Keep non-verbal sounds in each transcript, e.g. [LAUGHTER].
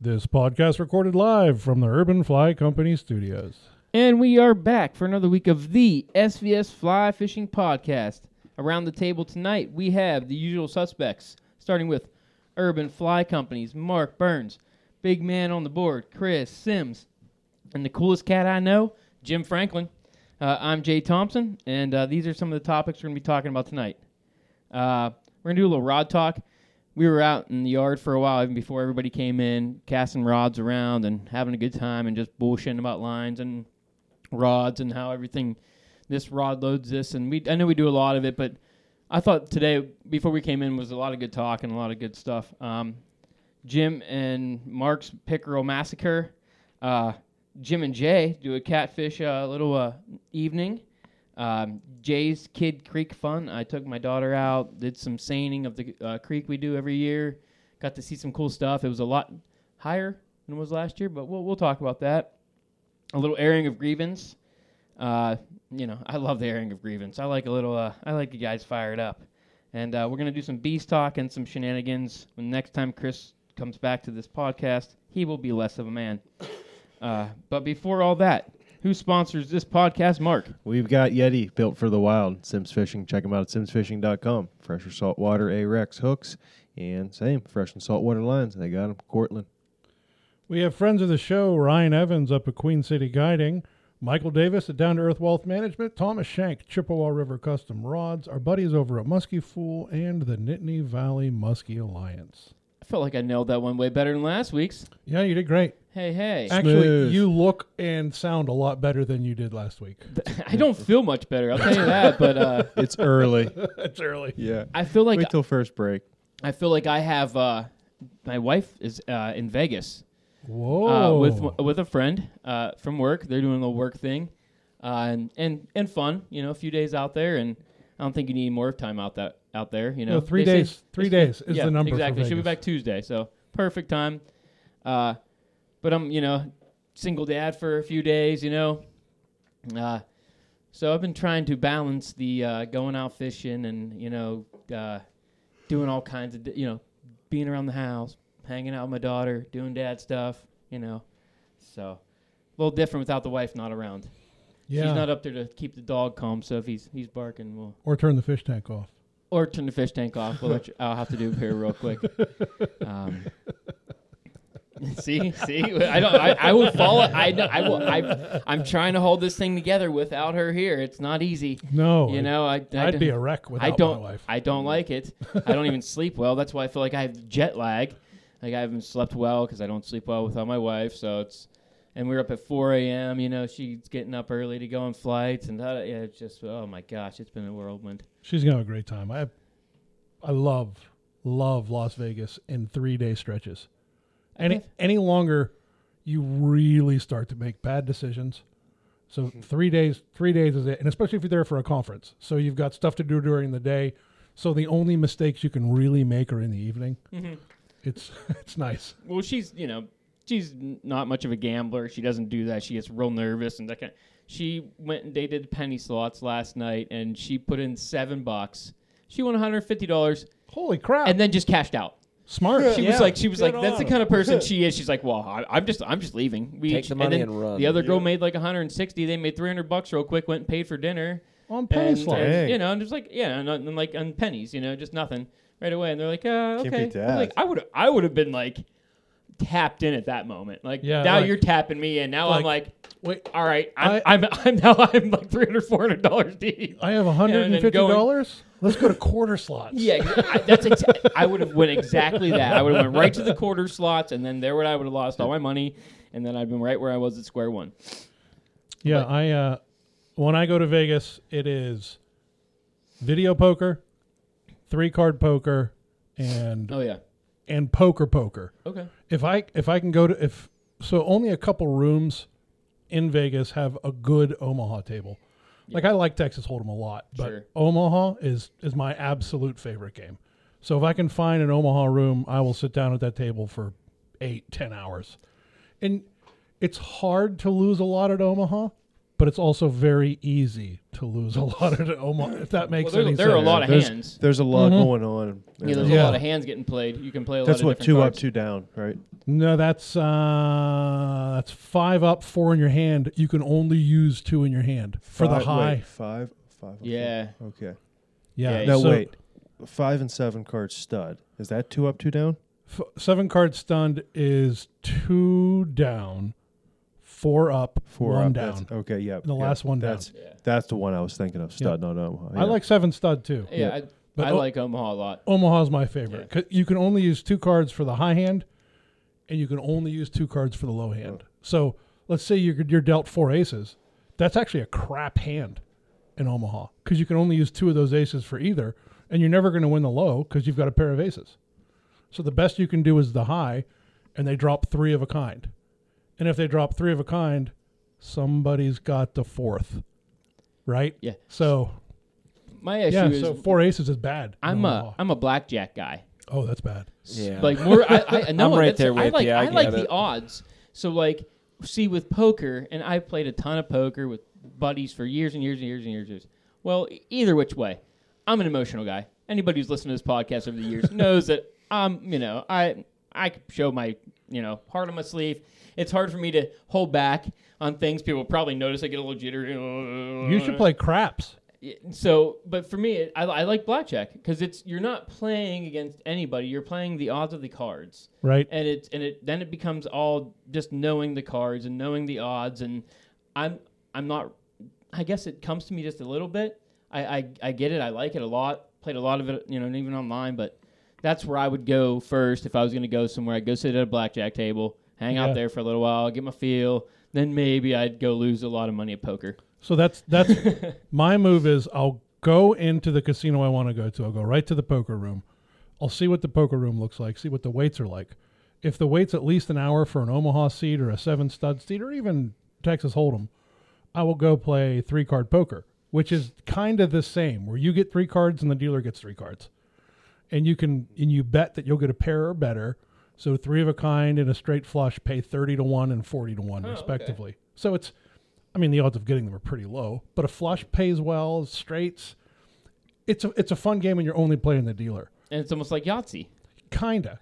This podcast recorded live from the Urban Fly Company studios. And we are back for another week of the SVS Fly Fishing Podcast. Around the table tonight, we have the usual suspects, starting with Urban Fly Company's Mark Burns, Big Man on the Board, Chris Sims, and the coolest cat I know, Jim Franklin. Uh, I'm Jay Thompson, and uh, these are some of the topics we're going to be talking about tonight. Uh, we're going to do a little rod talk. We were out in the yard for a while, even before everybody came in, casting rods around and having a good time and just bullshitting about lines and rods and how everything this rod loads this and we I know we do a lot of it, but I thought today before we came in was a lot of good talk and a lot of good stuff. Um, Jim and Mark's Pickerel Massacre. Uh, Jim and Jay do a catfish uh, little uh, evening. Um, Jay's Kid Creek Fun. I took my daughter out, did some seining of the uh, creek we do every year. Got to see some cool stuff. It was a lot higher than it was last year, but we'll we'll talk about that a little airing of grievance. Uh, you know, I love the airing of grievance. I like a little. Uh, I like you guys fired up, and uh, we're gonna do some beast talk and some shenanigans. When next time Chris comes back to this podcast, he will be less of a man. [COUGHS] Uh, but before all that, who sponsors this podcast? Mark. We've got Yeti built for the wild. Sims Fishing. Check them out at simsfishing.com. Fresher saltwater A Rex hooks and same fresh and saltwater lines. They got them. Cortland. We have friends of the show Ryan Evans up at Queen City Guiding, Michael Davis at Down to Earth Wealth Management, Thomas Shank, Chippewa River Custom Rods, our buddies over at Muskie Fool, and the Nittany Valley Muskie Alliance. I felt like I nailed that one way better than last week's. Yeah, you did great. Hey, hey. [LAUGHS] Actually, Smooth. you look and sound a lot better than you did last week. I don't feel much better. I'll tell you that. But uh, [LAUGHS] It's early. [LAUGHS] That's early. yeah. [LAUGHS] I feel like Wait till first break. I feel like I have. Uh, my wife is uh, in Vegas. Whoa. uh, with Oh. with a friend uh, from work. They're doing a little work thing, uh, and and and fun. You know, a few days out there, and I don't think you need more time out that out there. You know, No, three They say- days- three they say- days is yeah, the number for Exactly. She'll be Vegas. back Tuesday, so perfect time. Uh, but I'm you know single dad for a few days. You know, uh, so I've been trying to balance the uh, going out fishing and you know uh, doing all kinds of di- you know being around the house, hanging out with my daughter, doing dad stuff. You know, so a little different without the wife not around. yeah. She's not up there to keep the dog calm. So if he's he's barking, we'll or turn the fish tank off. or turn the fish tank off. We'll let you, I'll have to do it here real quick. Um, [LAUGHS] see, see, I don't. I, I will follow. I don't- I will. I, I'm trying to hold this thing together without her here. It's not easy. No. You know, Oh, I, I I'd don't- be a wreck without I don't. my wife. I don't like it. I don't even sleep well. That's why I feel like I have jet lag. Like I haven't slept well because I don't sleep well without my wife. So it's, and we are up at 4 a.m. You know, she's getting up early to go on flights, and that, yeah, it's just oh my gosh, it's been a whirlwind. She's gonna have a great time. I, I love, love Las Vegas in three day stretches. Any Okay. any longer, you really start to make bad decisions. So three days, three days is it, and especially if you're there for a conference. So you've got stuff to do during the day. So the only mistakes you can really make are in the evening. Mm-hmm. It's [LAUGHS] it's nice. Well, she's you know she's n- not much of a gambler. She doesn't do that. She gets real nervous and that kind. she went and dated penny slots last night, and she put in seven bucks. She won 150 dollars Holy Oh. crap! and then just cashed out. Smart. She Yeah. was like, she was Good like, that's the on kind of person she is. She's like, well, I, I'm just, I'm just leaving. We Take each- the money then and run. The other girl made like 160. They made 300 bucks real quick. Went and paid for dinner. on And, uh, penny slots. and, you know, and just like, yeah, and, uh, and like on pennies, you know, just nothing right away. And they're like, uh, Can't okay. beat I'm Like that. I would, I would have been like tapped in at that moment. Like Yeah, now like- you're tapping me in. Now I'm like- like, Wait, all right, I'm, I- I, am i I'm [LAUGHS] now I'm like 300, 400 dollars deep. I have and hundred then and fifty going- dollars. Let's go to quarter [LAUGHS] slots. Yeah, exa- I, that's exa- I would have went exactly that. I would have went right to the quarter slots, and then there would I would have lost all my money, and then I'd been right where I was at square one. Yeah, I uh, when I go to Vegas, it is video poker, three card poker, and Oh yeah. and poker poker. Okay. If I if I can go to if so only a couple rooms in Vegas have a good Omaha table. Like I like Texas Hold'em a lot, but Sure. Omaha is is my absolute favorite game. So if I can find an Omaha room, I will sit down at that table for eight, ten hours. And it's hard to lose a lot at Omaha, but it's also very easy to lose a lot of almost if that Well, makes there, any there are a sense. lot of there's, hands. There's a lot Mhm. going on. Yeah, there's a Yeah. lot of hands getting played. You can play a That's lot what of two different up, cards. two down, right? No, that's uh that's five up, four in your hand. You can only use two in your hand for Five- the high. wait, five, five. up, Yeah. four. Okay. Yeah. Yeah, Now so wait, five and seven card stud. Is that two up, two down? f- seven card stunned is two down, four up, Four one up. down. that's- okay. Yeah. And the yeah, last one down. That's Yeah. that's the one I was thinking of. Stud, not I Omaha. oh, yeah. like seven stud too. Yeah, Yeah. I, But I o- like Omaha a lot. Omaha's my favorite. 'Cause You can only use two cards for the high hand, and you can only use two cards for the low hand. So let's say you're you're dealt four aces. That's actually a crap hand in Omaha because you can only use two of those aces for either, and you're never going to win the low because you've got a pair of aces. So the best you can do is the high, and they drop three of a kind. And if they drop three of a kind, somebody's got the fourth, right? Yeah. So My issue yeah, is so four aces is bad. in I'm Omaha. a I'm a blackjack guy. oh, that's bad. Yeah. Like more, [LAUGHS] I, I no, I'm right that's- there I with like, you, I I, like get the it. odds. So like, see with poker, and I played a ton of poker with buddies for years and years and years and years. And years. Well, e- either which way, I'm an emotional guy. Anybody who's listened to this podcast over [LAUGHS] the years knows that I'm, you know, I I could show my, you know, heart on my sleeve. It's hard for me to hold back on things. People probably notice I get a little jittery. You should play craps. Yeah, so but for me it, I, I like blackjack because it's you're not playing against anybody you're playing the odds of the cards Right. and it's and it then it becomes all just knowing the cards and knowing the odds and i'm i'm not i guess it comes to me just a little bit i i, I get it i like it a lot played a lot of it you know and even online but that's where i would go first if i was going to go somewhere i'd go sit at a blackjack table hang Yeah. out there for a little while get my feel then maybe i'd go lose a lot of money at poker So that's that's my move is I'll go into the casino I want to go to. I'll go right to the poker room. I'll see what the poker room looks like, see what the weights are like. If the wait's at least an hour for an Omaha seat or a seven stud seat or even Texas Hold'em, I will go play three card poker, which is kind of the same where you get three cards and the dealer gets three cards. And you can and you bet that you'll get a pair or better. So three of a kind and a straight flush pay 30 to 1 and 40 to 1 respectively. So it's I mean the odds of getting them are pretty low, but a flush pays well, straights it's a, it's a fun game and you're only playing the dealer. and it's almost like Yahtzee. Kinda.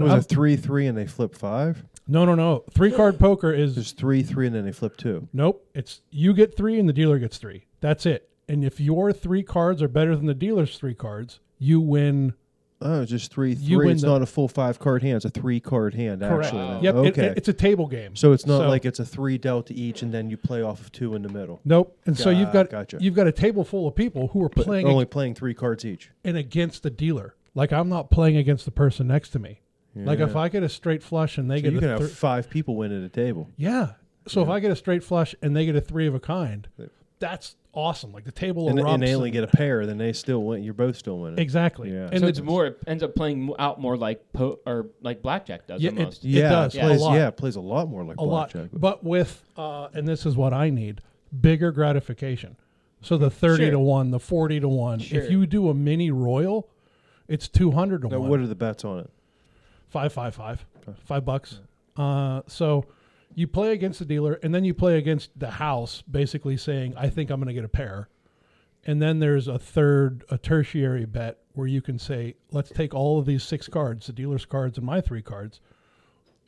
But so was I'm- it three, three, and they flip five? no, no, no. Three card poker is There's three, three, and then they flip two. nope. It's you get three and the dealer gets three. That's it. And if your three cards are better than the dealer's three cards, you win. Oh, it's just three, You three. win It's the- not a full five card hand. It's a three card hand, Correct. actually. then. Yep. it- okay. it- it's a table game. so it's not like it's a three dealt to each, and then you play off of two in the middle. nope. And so you've Got- got gotcha. you've got a table full of people who are But playing only playing three cards each. and against the dealer. Like I'm not playing against the person next to me. Like if I get a straight flush and they So get you a can have thir- five people win at a table. yeah. So if I get a straight flush and they get a three of a kind, that's awesome. Like the table And, erupts. and they only get a pair, then they still win. You're both still winning. exactly. Yeah. And so the- it's more it ends up playing mo- out more like po- or like blackjack does Yeah, it- almost. Yeah, does, plays, a lot. yeah, it plays a lot more like a lot, blackjack. but with uh, and this is what I need bigger gratification. So the thirty Sure. to one, the forty to one. Sure. If you do a mini royal, it's two hundred to Now, one. what are the bets on it? five five five five bucks uh, so you play against the dealer and then you play against the house basically saying i think i'm going to get a pair and then there's a third a tertiary bet where you can say let's take all of these six cards the dealer's cards and my three cards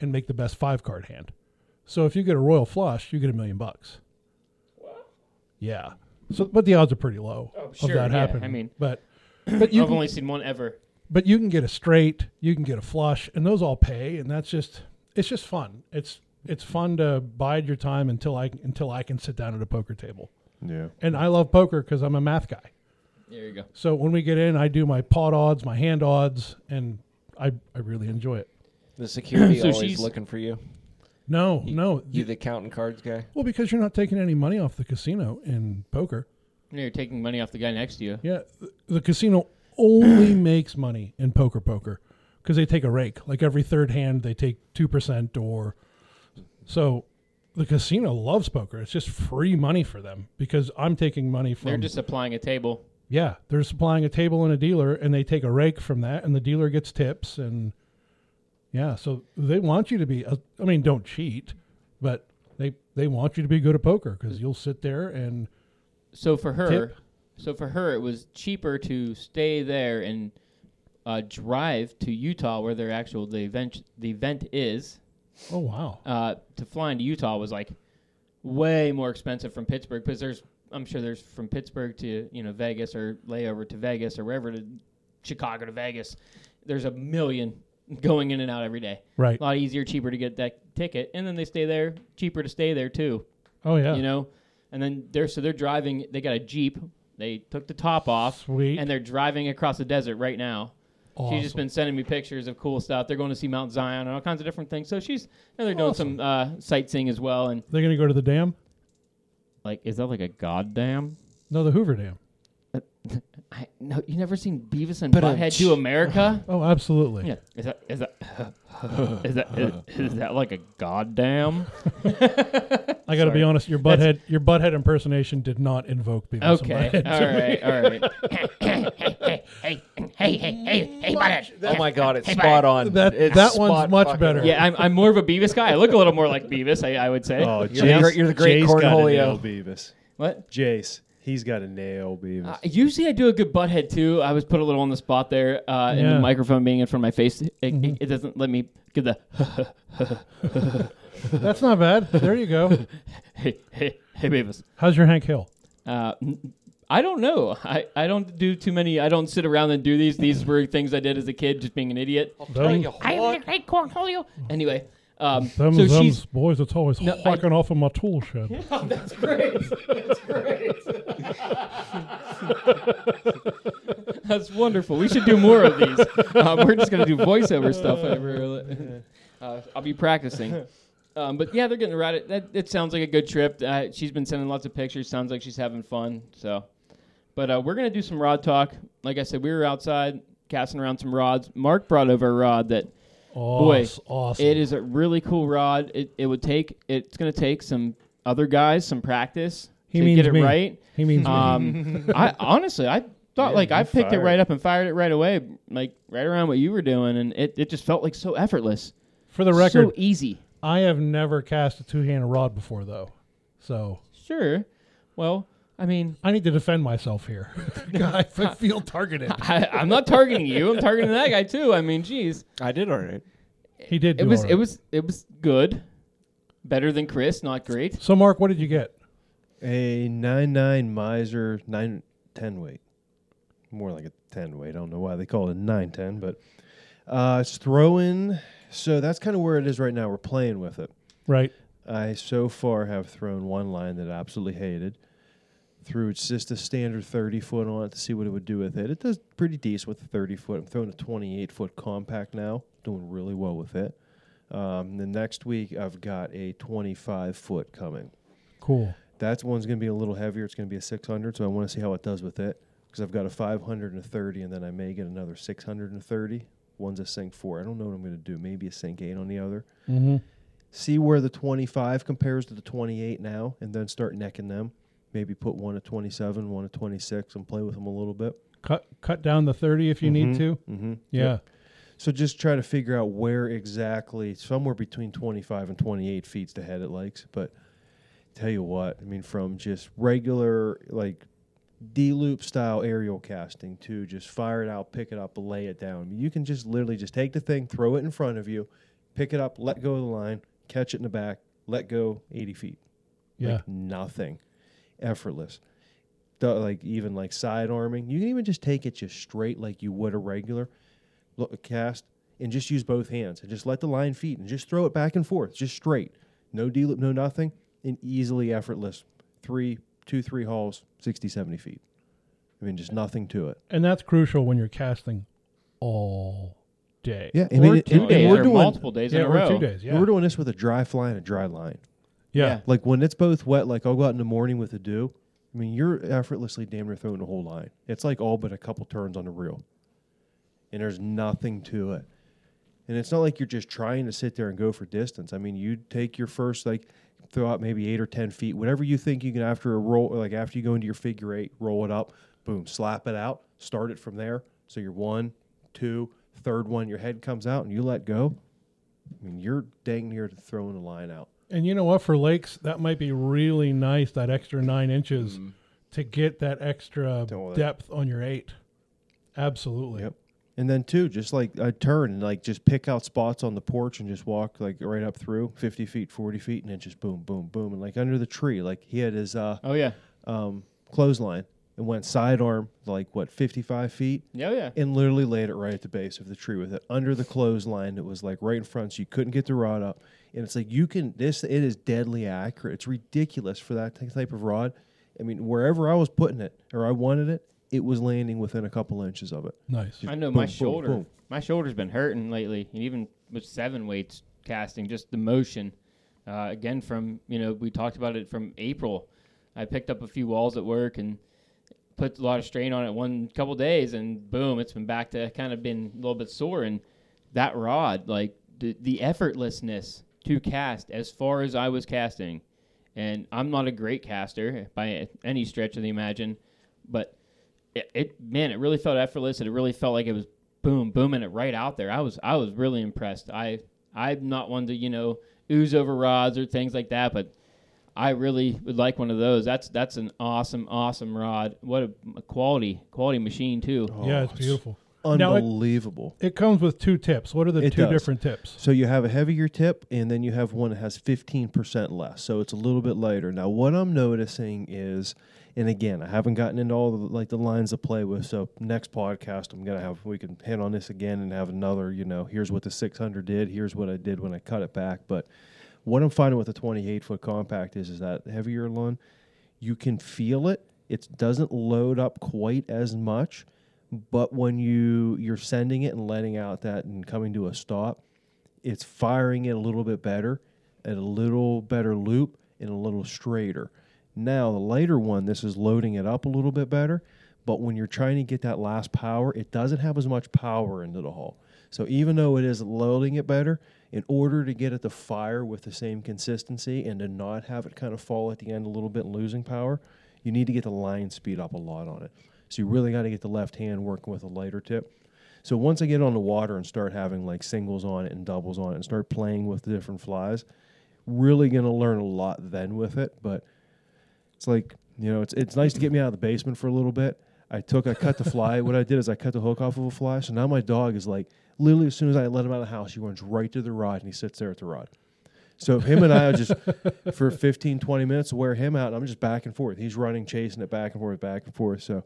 and make the best five card hand so if you get a royal flush you get a million bucks yeah so but the odds are pretty low Oh, sure, of that yeah, happening I mean- but but you I've can only seen one ever. but you can get a straight, you can get a flush, and those all pay, and that's just it's just fun. It's it's fun to bide your time until I until I can sit down at a poker table. Yeah. And I love poker because I'm a math guy. There you go. So when we get in, I do my pot odds, my hand odds, and I I really enjoy it. The security [CLEARS THROAT] So always she's- looking for you. No, no, You the counting cards guy. well because you're not taking any money off the casino in poker. Now you're taking money off the guy next to you. Yeah, th- the casino only [CLEARS THROAT] makes money in poker poker because they take a rake. Like every third hand, they take two percent or so. The casino loves poker. It's just free money for them because I'm taking money from They're just applying a table. yeah. They're supplying a table and a dealer, and they take a rake from that, and the dealer gets tips and yeah. So they want you to be. A, I mean, don't cheat, but They they want you to be good at poker because you'll sit there and So for her, so for her, it was cheaper to stay there and uh, drive to Utah, where their actual the event the event is. oh wow, Uh, to fly into Utah was like way more expensive from Pittsburgh because there's I'm sure there's from Pittsburgh to you know Vegas or layover to Vegas or wherever to Chicago to Vegas. There's a million [LAUGHS] going in and out every day. right? A lot easier, cheaper to get that ticket, and then they stay there, cheaper to stay there too Oh yeah, you know and then they're so they're driving they got a jeep they took the top off sweet. and they're driving across the desert right now awesome. she's just been sending me pictures of cool stuff they're going to see mount zion and all kinds of different things so she's and they're doing some uh, sightseeing as well and They're gonna go to the dam. like is that like a goddamn No, the Hoover Dam. I, no, you never seen Beavis and Ba-dum. Butthead do America? Oh, absolutely. yeah, is that is that is that is, is that like a goddamn? I got to be Sorry. honest. Your butthead, your butthead impersonation did not invoke Beavis. Okay, all And Butthead. right, all right. Oh my god, it's spot on. [LAUGHS] That- It's that one's spot much fucking better. on. Yeah, I'm, I'm more of a Beavis guy. I look a little more like Beavis, I, I would say. Oh, You're the Jace- great- you're the great Jace gotta cornholio. nail Beavis. What? Jace, he's got a nail Beavis. Uh, usually I do a good butthead too. I was put a little on the spot there, uh, and Yeah. the microphone being in front of my face, it, it- it doesn't let me give the [LAUGHS] That's not bad. There you [LAUGHS] go. hey hey hey Beavis. How's your Hank Hill? Uh, n- I don't know. I, I don't do too many. I don't sit around and do these. These were things I did as a kid, just being an idiot. Oh. I'll tell you I am the what. great cornholio. Anyway, um, Them, so them she's boys. It's always No, I- hacking off of my tool shed. Oh, that's great. That's great. that's wonderful. We should do more of these. Um, we're just gonna do voiceover stuff. Whenever, uh, I'll be practicing. Um, but yeah, they're getting around it. That, it sounds like a good trip. Uh, she's been sending lots of pictures. Sounds like she's having fun. So, but uh, we're gonna do some rod talk. Like I said, we were outside casting around some rods. Mark brought over a rod that Awes- awesome. it is a really cool rod. It, it would take it's going to take some other guys some practice He to means get it me. right. He means [LAUGHS] Um, I honestly I thought Yeah, like I you picked it fired. right up and fired it right away, like right around what you were doing, and it, it just felt like so effortless, for the record. so easy. I have never cast a two-handed rod before, though, so Sure. Well, I mean, [LAUGHS] I need to defend myself here. [LAUGHS] I f- feel targeted. I, I'm not targeting you. I'm targeting that guy too. I mean, geez, I did all right. He did. it do was all it right. was it was good, better than Chris. Not great. So, Mark, what did you get? A nine nine miser nine ten weight, more like a ten weight. I don't know why they call it a nine ten, but uh, it's throwing. So that's kind of where it is right now. We're playing with it. Right. I so far have thrown one line that I absolutely hated. Threw just a standard 30 foot on it to see what it would do with it. It does pretty decent with the 30 foot. I'm throwing a 28 foot compact now, doing really well with it. Um, the next week, I've got a 25 foot coming. Cool. That one's going to be a little heavier. It's going to be a 600, so I want to see how it does with it because I've got a 530, and then I may get another 630. One's a sink four. I don't know what I'm going to do. Maybe a sink eight on the other. Mm-hmm. See where the 25 compares to the 28 now, and then start necking them. Maybe put one at 27, one at 26, and play with them a little bit. Cut cut down the thirty if you need Mhm. to. Mm-hmm. Yeah. So just try to figure out where exactly, somewhere between 25 and 28 feet's the head it likes. But tell you what, I mean, from just regular, like, D loop style aerial casting to just fire it out, pick it up, lay it down. You can just literally just take the thing, throw it in front of you, pick it up, let go of the line, catch it in the back, let go 80 feet. Yeah. Like nothing. Effortless. The- like even like side arming. You can even just take it just straight like you would a regular look, cast and just use both hands and just let the line feed and just throw it back and forth, just straight. No D loop, no nothing, and easily effortless. Three, two, three hauls, 60, 70 feet. I mean, just nothing to it. and that's crucial when you're casting all day. Yeah, I Or mean, it- two and days we're or doing- multiple days Yeah, in a or row. two days. Yeah. We're doing this with a dry fly and a dry line. yeah. Yeah. Like when it's both wet, like I'll go out in the morning with a dew. I mean, you're effortlessly damn near throwing the whole line. It's like all but a couple turns on the reel, and there's nothing to it. And it's not like you're just trying to sit there and go for distance. I mean, you take your first like throw out maybe eight or ten feet, whatever you think you can after a roll, like after you go into your figure eight, roll it up, boom, slap it out, start it from there. So you're one, two, third one, your head comes out, and you let go. I mean, you're dang near to throwing the line out. And you know what? For lakes, that might be really nice. That extra nine inches to get that extra Don't want that. depth on your eight. Absolutely. Yep. And then too, just like I turn and like just pick out spots on the porch and just walk like right up through fifty feet, forty feet, and then just boom, boom, boom, and like under the tree, like he had his uh Oh yeah. um clothesline and went sidearm like what fifty five feet Yeah, oh, yeah. and literally laid it right at the base of the tree with it under the clothesline that was like right in front, so you couldn't get the rod up. And it's like you can this it is deadly accurate. It's ridiculous for that ty- type of rod. I mean, wherever I was putting it or I wanted it, it was landing within a couple inches of it. Nice. I know boom, my boom, shoulder. boom. My shoulder's been hurting lately, and even with seven weights casting, just the motion. Uh, again, from you know, we talked about it from April. I picked up a few walls at work and put a lot of strain on it one couple days, and boom, it's been back to kind of been a little bit sore. And that rod, like the, the effortlessness to cast as far as I was casting, and I'm not a great caster by any stretch of the imagine, but it, it man, it really felt effortless, and it really felt like it was boom, booming it right out there. I was I was really impressed. I I'm not one to you know ooze over rods or things like that, but I really would like one of those. That's that's an awesome awesome rod. What a, a quality quality machine too. yeah, Oh, it's beautiful. Now it- Unbelievable. It comes with two tips. What are the It two does. different tips? So you have a heavier tip, and then you have one that has 15% less. So it's a little bit lighter. Now, what I'm noticing is, and again, I haven't gotten into all the, like the lines to play with. So next podcast, I'm gonna have we can hit on this again and have another. You know, here's what the 600 did. Here's what I did when I cut it back. But what I'm finding with the 28 foot compact is, is that heavier one, you can feel it. It doesn't load up quite as much, but when you you're sending it and letting out that and coming to a stop, it's firing it a little bit better, at a little better loop and a little straighter. Now the later one, this is loading it up a little bit better, but when you're trying to get that last power, it doesn't have as much power into the hull. So even though it is loading it better, in order to get it to fire with the same consistency and to not have it kind of fall at the end a little bit and losing power, you need to get the line speed up a lot on it. So you really got to get the left hand working with a lighter tip. So once I get on the water and start having like singles on it and doubles on it and start playing with the different flies, really gonna learn a lot then with it. But it's like you know, it's it's nice to get me out of the basement for a little bit. I took, I cut the fly. what I did is I cut the hook off of a fly. So now my dog is like, literally, as soon as I let him out of the house, he runs right to the rod and he sits there at the rod. So him and I are just [LAUGHS] for 15, 20 minutes wear him out. And I'm just back and forth. He's running, chasing it back and forth, back and forth. So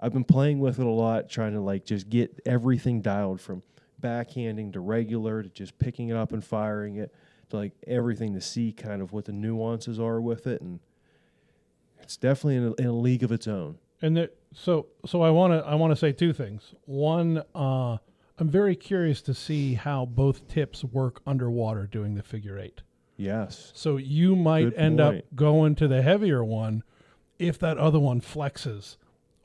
I've been playing with it a lot, trying to like just get everything dialed from backhanding to regular to just picking it up and firing it to like everything to see kind of what the nuances are with it. And it's definitely in a, in a league of its own. And that, so so I want to I want to say two things. One, uh, I'm very curious to see how both tips work underwater doing the figure eight. Yes. So you might Good end up point. going to the heavier one if that other one flexes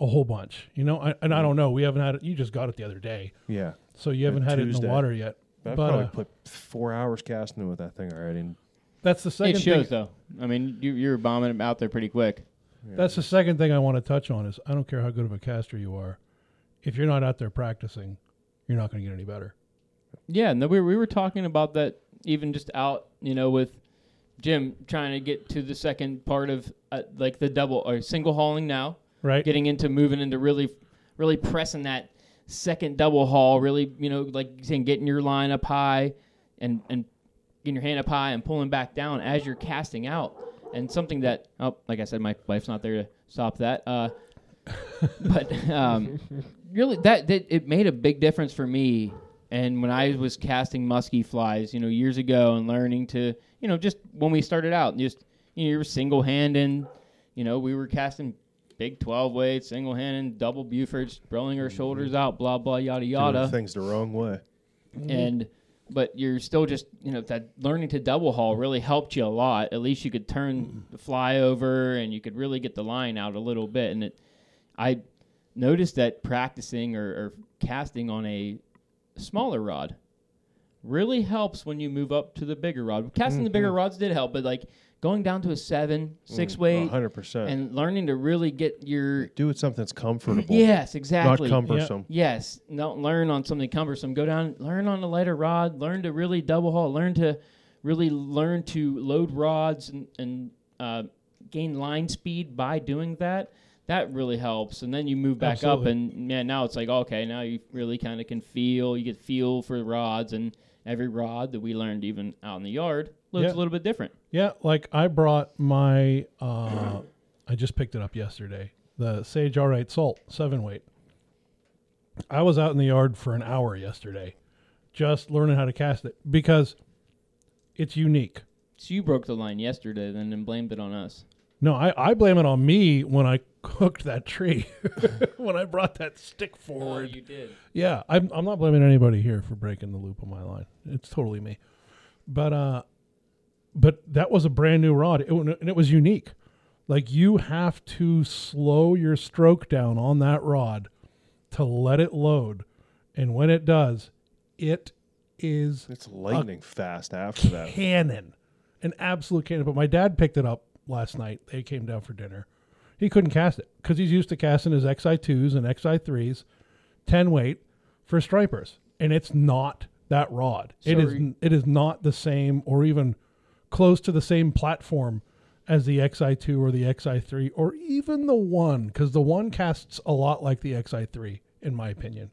a whole bunch. You know, I, and I don't know. We haven't had it. You just got it the other day, Hmm. Yeah. so you haven't had it in Tuesday. the water yet. But I But probably uh, put four hours casting with that thing already. And that's the second It shows thing. though. I mean, you, you're bombing them out there pretty quick. That's the second thing I want to touch on is I don't care how good of a caster you are, if you're not out there practicing, you're not going to get any better. Yeah, no, we we were talking about that even just out, you know, with Jim trying to get to the second part of uh, like the double or single hauling now, Right? getting into moving into really, really pressing that second double haul, really, you know, like you're saying, getting your line up high and and getting your hand up high and pulling back down as you're casting out, and something that oh, like I said, my wife's not there to stop that. Uh, [LAUGHS] but um, really, that, that it made a big difference for me. And when I was casting musky flies, you know, years ago, and learning to, you know, just when we started out, just you know, you were single handed. You know, we were casting big twelve weights, single handed, double Bufords, rolling our shoulders out, blah blah yada doing yada things the wrong way. Mm-hmm. and but you're still just you know that learning to double haul really helped you a lot at least you could Mm-hmm. turn the fly over and you could really get the line out a little bit and it i noticed that practicing or, or casting on a smaller rod really helps when you move up to the bigger rod casting the Mm-hmm. bigger rods did help but like going down to a seven six weight hundred percent. and learning to really get your Do it something that's comfortable. yes Not exactly cumbersome. Yes, don't learn on something cumbersome. Go down, learn on a lighter rod, learn to really double haul, learn to really learn to load rods and, and uh, gain line speed by doing that, that really helps. And then you move back Absolutely. up, and man, now it's like okay, now you really kind of can feel. You get feel for the rods, and every rod that we learned even out in the yard looks Yeah. a little bit different. Yeah, like I brought my uh I just picked it up yesterday. The Sage All Right Salt 7 weight. I was out in the yard for an hour yesterday just learning how to cast it because it's unique. So you broke the line yesterday, then and blamed it on us. No, I, I blame it on me when I [LAUGHS] hooked that tree. [LAUGHS] when I brought that stick forward. did. Yeah, I'm, I'm not blaming anybody here for breaking the loop on my line. It's totally me. But uh but that was a brand new rod it, wa- and it was unique. Like you have to slow your stroke down on that rod to let it load. And when it does, it is It's lightning fast after [LAUGHS] that. cannon. An absolute cannon. But my dad picked it up last night. They came down for dinner. He couldn't cast it because he's used to casting his XI2s and XI3s, 10 weight for stripers. And it's not that rod. It is Sorry. it is not the same or even close to the same platform as the XI2 or the XI3 or even the one because the one casts a lot like the XI3 in my opinion.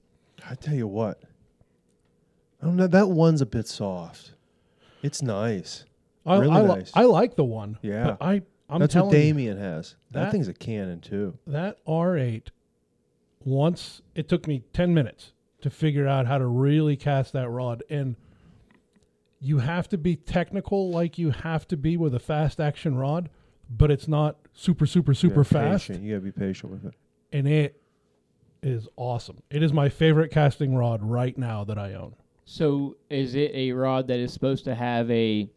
I tell you what. I don't know. That one's a bit soft. It's nice. I, Really I, li- nice. I like the one. Yeah. But I, I'm That's telling what you- Damien has. That, That- thing's a cannon too. that R8 once it took me 10 minutes to figure out how to really cast that rod and you have to be technical like you have to be with a fast action rod but it's not super super super Yeah, fast patient. You gotta be patient with it. and it is awesome it is my favorite casting rod right now that i own So is it a rod that is supposed to have a,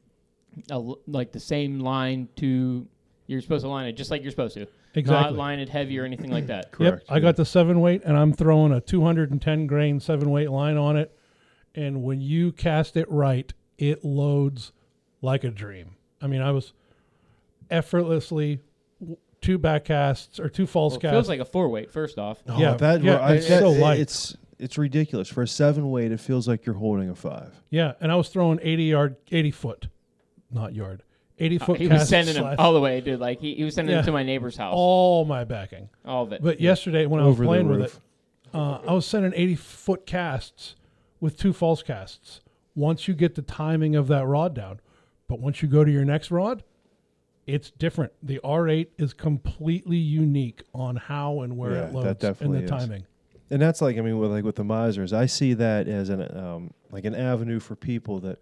a l- like the same line to you're supposed to line it just like you're supposed to, not Exactly. line it heavy or anything [LAUGHS] like that. Correct. Yep, I got the seven weight, and I'm throwing a 210 grain seven weight line on it. And when you cast it right, it loads like a dream. I mean, I was effortlessly w- two back casts or two false Well, it casts. feels like a four weight. First off, Oh, Yeah, that, yeah, I- it's that- so it- light. It's it's ridiculous for a seven weight. It feels like you're holding a five. yeah, and I was throwing 80 yard, 80 foot, not yard, 80 foot. Uh, he was casts sending them slash all the way, dude. Like he, he was sending Yeah. them to my neighbor's house, all, all my backing. of it. But yesterday, when I was Over the playing with it, roof. uh, I was sending 80 foot casts with two false casts. Once you get the timing of that rod down, but once you go to your next rod, it's different. The R8 is completely unique on how and where Yeah, it that loads and definitely the is. timing. And that's like I mean, with like with the misers, I see that as an um, like an avenue for people that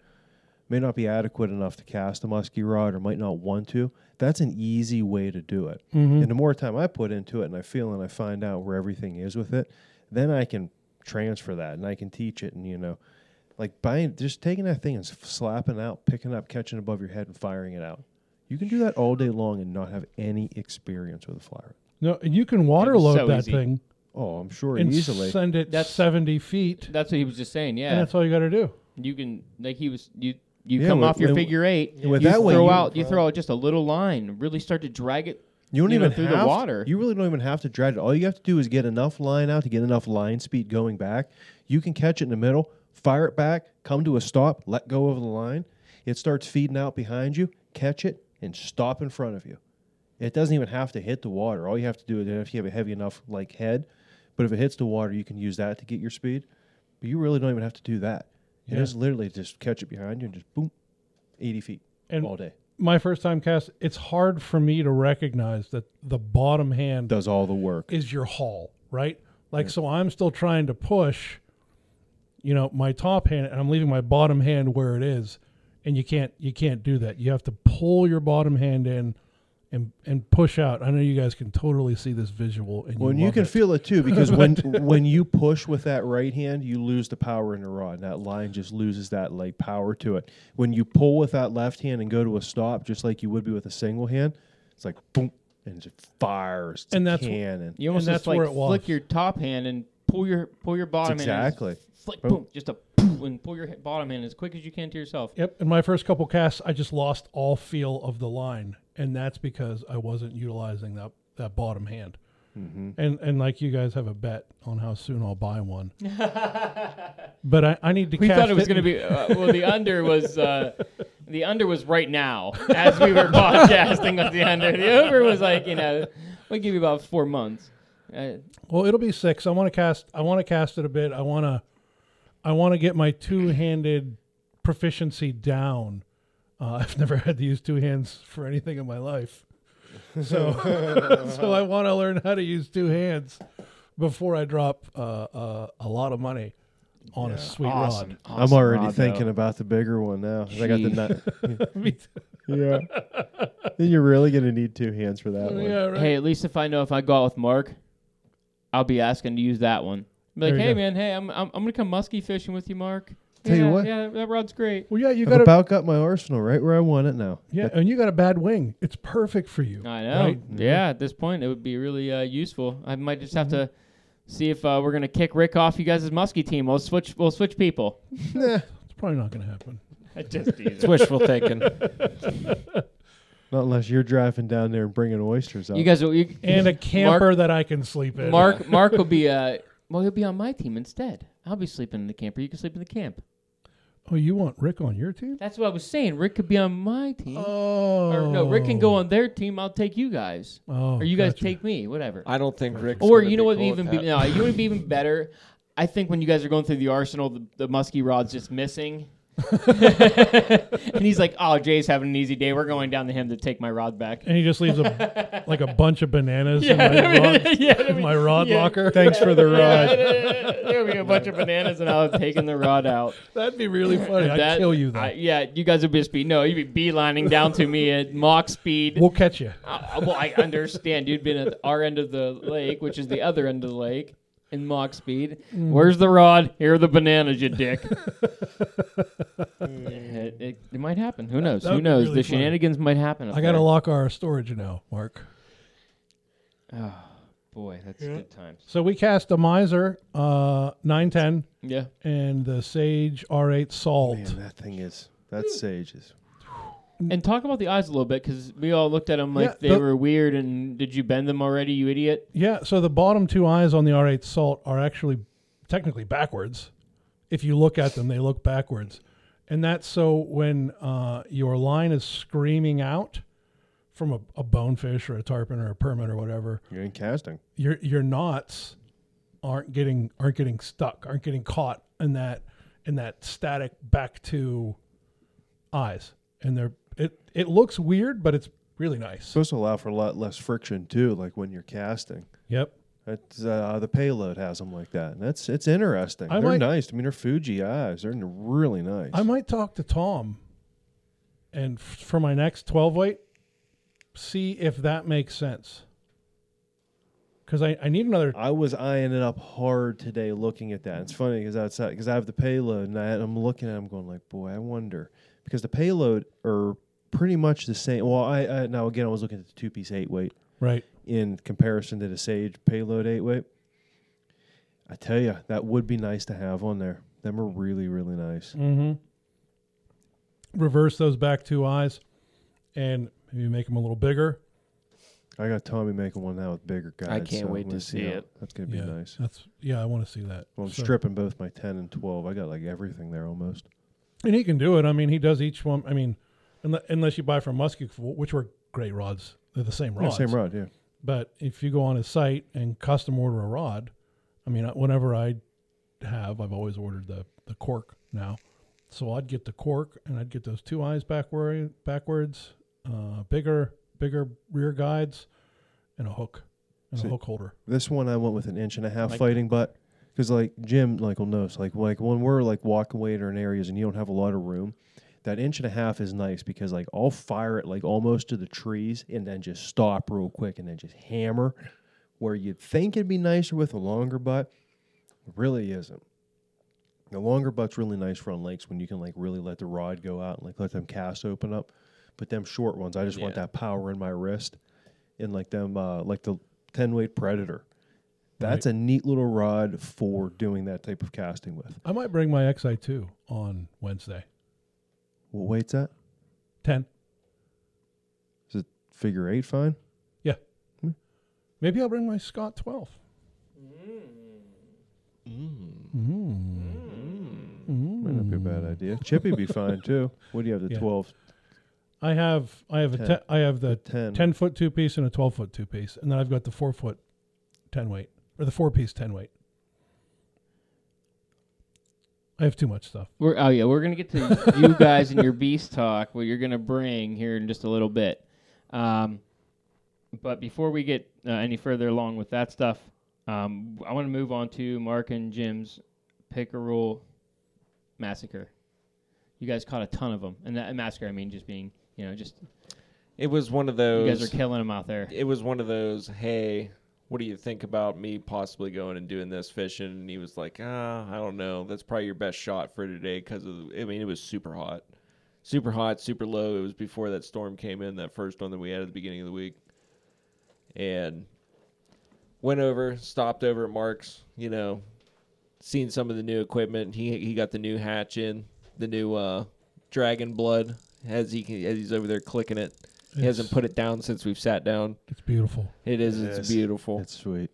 may not be adequate enough to cast a musky rod or might not want to. That's an easy way to do it. And the more time I put into it, and I feel and I find out where everything is with it, then I can transfer that and I can teach it. And you know, like by just taking that thing and s- slapping out, picking up, catching above your head, and firing it out. You can do that all day long and not have any experience with a flyer. No, and you can water was load so that easy. thing Oh, I'm sure and easily. send it That's- 70 feet, that's what he was just saying. and Yeah, that's all you got to do. you can like he was you. You Yeah, come with- off your with- figure eight. with you that throw one, you- out, you throw out just a little line. Really start to drag it. You don't you know, even through the have to- water. you really don't even have to drag it. All you have to do is get enough line out to get enough line speed going back. You can catch it in the middle, fire it back, come to a stop, let go of the line. It starts feeding out behind you, catch it, and stop in front of you. It doesn't even have to hit the water. All you have to do is if you have a heavy enough like head, but if it hits the water, you can use that to get your speed. But you really don't even have to do that. It Yeah. is literally just catch it behind you and just boom, eighty feet And- all day. My first time cast, it's hard for me to recognize that the bottom hand Does all the work. is your haul, right? Like, so I'm still trying to push, you know, my top hand, and I'm leaving my bottom hand where it is, and you can't you can't do that. You have to pull your bottom hand in, and and push out. I know you guys can totally see this visual, and Well, and you, you love can it. feel it [LAUGHS] too, because when when you push with that right hand, you lose the power in the rod, and that line just loses that like power to it. When you pull with that left hand and go to a stop, just like you would be with a single hand, it's like boom, and it just fires. It's And a that's wh- cannon. You almost And just that's where like it was. flick your top hand and pull your pull your bottom hand and just exactly. flick boom, just a poof, and pull your he- bottom hand as quick as you can to yourself. Yep. In my first couple casts, I just lost all feel of the line, and that's because I wasn't utilizing that that bottom hand. And and like you guys have a bet on how soon I'll buy one, but I, I need to. We cast thought it was and- going to be uh, well. The under was uh, The under was right now [LAUGHS] as we were podcasting with the under. The over was like you know we give you about four months. Uh, Well, it'll be six. I want to cast. I want to cast it a bit. I want to. I want to get my two-handed proficiency down. Uh, [LAUGHS] I've never had to use two hands for anything in my life, so so [LAUGHS] I want to learn how to use two hands before I drop uh, uh, a lot of money on a sweet Awesome. I'm already Rod, thinking though. about the bigger one now. 'cause I got the Jeez. nut. rod. [LAUGHS] Me too. [LAUGHS] Yeah. then you're really gonna need two hands for that one. yeah, right. Hey, at least if I know if I go out with Mark, I'll be asking to use that one. Be like, There you hey go. man, hey, I'm, I'm I'm gonna come muskie fishing with you, Mark. Tell yeah, you what. yeah, that rod's great. Well, yeah, you I've got a about got my arsenal right where I want it now. yeah, and you got a bad wing. It's perfect for you. I know. right? Yeah, at this point, it would be really uh, useful. I might just have to see if uh, we're gonna kick Rick off you guys' muskie team. We'll switch. We'll switch people. [LAUGHS] It's probably not going to happen. I just It's wishful thinking. Not unless you're driving down there and bringing oysters out. you guys. will- You, And a camper that I can sleep in. Mark. Mark will be. Uh, well, he'll be on my team instead. I'll be sleeping in the camper. You can sleep in the camp. Oh, you want Rick on your team? That's what I was saying. Rick could be on my team. Oh. Or no, Rick can go on their team. I'll take you guys, Oh, or you guys gotcha. take me, whatever. I don't think Rick. or you know what? would even be, no, [LAUGHS] you would be even better. I think when you guys are going through the arsenal, the, the muskie rod's just missing, [LAUGHS] and he's like, "Oh, Jay's having an easy day. We're going down to him to take my rod back." And he just leaves a like a bunch of bananas [LAUGHS] Yeah, in my [LAUGHS] rod, yeah, I in mean, my rod yeah. locker. Thanks for [LAUGHS] the ride. [LAUGHS] there would be a bunch of bananas, and I was taking the rod out. That'd be really funny. I'd That- kill you though. I- yeah, you guys would just be no, you'd be beelining down to me at mock speed. we'll catch [LAUGHS] you. Uh, well, I understand. You'd been at our end of the lake, which is the other end of the lake, in mock speed. Mm. Where's the rod? Here are the bananas, you [LAUGHS] dick. it, it- it might happen. Who knows? That Who would be knows? really the funny. shenanigans might happen. up I gotta there. lock our storage now, Mark. Oh, boy, that's good times. So we cast a miser, uh, nine ten, Yeah. and the sage R eight salt. Man, that thing is that's sages. And talk about the eyes a little bit because we all looked at them like Mm. Yeah, they the- were weird. And did you bend them already, you idiot? Yeah. So the bottom two eyes on the R eight salt are actually technically backwards. If you look at them, they look backwards, and that's so when uh, your line is screaming out from a, a bonefish or a tarpon or a permit or whatever, You're in casting. your your knots aren't getting aren't getting stuck, aren't getting caught in that in that static back to eyes, and they're it it looks weird, but it's really nice. supposed to allow for a lot less friction too, like when you're casting. Yep. That's uh, the payload has them like that. And that's it's interesting. I they're might- nice. I mean, they're Fuji eyes. They're n- really nice. I might talk to Tom, and f- for my next twelve weight, see if that makes sense. Because I, I need another. I was eyeing it up hard today, looking at that. It's funny because outside because I have the payload and I, I'm looking at. it, I'm going like, boy, I wonder because the payload are pretty much the same. Well, I, I now again I was looking at the two piece eight weight Right. in comparison to the Sage payload eight weight. I tell you, that would be nice to have on there. Them are really really nice. Mm-hmm. Reverse those back two eyes, and maybe make them a little bigger. I got Tommy making one now with bigger guys. can't I'm wait to gonna see how- it. That's gonna yeah. be nice. That's yeah. I want to see that. Well, I'm So- stripping both my ten and twelve. I got like everything there almost. And he can do it. I mean, he does each one. I mean, unle- unless you buy from Muskie, which were great rods. They're the same Yeah, rods. same rod, yeah. But if you go on his site and custom order a rod, I mean, I- whenever I have, I've always ordered the, the cork now. So I'd get the cork and I'd get those two eyes backward, backwards, uh, bigger, bigger rear guides, and a hook, and So- a hook holder. This one I went with an inch and a half Like- fighting butt because like Jim like will notice like like when we're like walking away in areas and you don't have a lot of room, that inch and a half is nice because like I'll fire it like almost to the trees and then just stop real quick and then just hammer where you'd think it'd be nicer with a longer butt, it really isn't. The longer butt's really nice for on lakes when you can like really let the rod go out and like let them casts open up. But them short ones, I just want Yeah. that power in my wrist and like them uh, like the ten weight predator. That's a neat little rod for doing that type of casting with. I might bring my XI2 on Wednesday. What weight's that? 10. Is it figure eight fine? Yeah. Maybe I'll bring my Scott 12. Mm. Mm. might not be a bad idea. Chippy'd [LAUGHS] be fine too. What do you have? The Yeah. 12, I have I have a Ten. te- I have the 10. ten foot two piece and a twelve foot two piece, and then I've got the four foot ten weight or the four piece ten weight. I have too much stuff. We're, oh yeah, we're gonna [LAUGHS] get to you guys and your beast talk. What you're gonna bring here in just a little bit. Um, but before we get uh, any further along with that stuff, um, I want to move on to Mark and Jim's pick a rule massacre. You guys caught a ton of them, and that and massacre I mean just being you know just It was one of you those. guys are killing them out there. it was one of those. Hey, what do you think about me possibly going and doing this fishing? And he was like, Ah, I don't know. That's probably your best shot for today because of. The, I mean, it was super hot, super hot, super low. It was before that storm came in, that first one that we had at the beginning of the week, and went over, stopped over at Mark's. You know, seen some of the new equipment. He he got the new hatch in, the new uh, Dragon Blood as he can, as he's over there clicking it. He hasn't It's- put it down since we've sat down. It's [LAUGHS] beautiful. [LAUGHS] It is. It it's is. beautiful. That's sweet.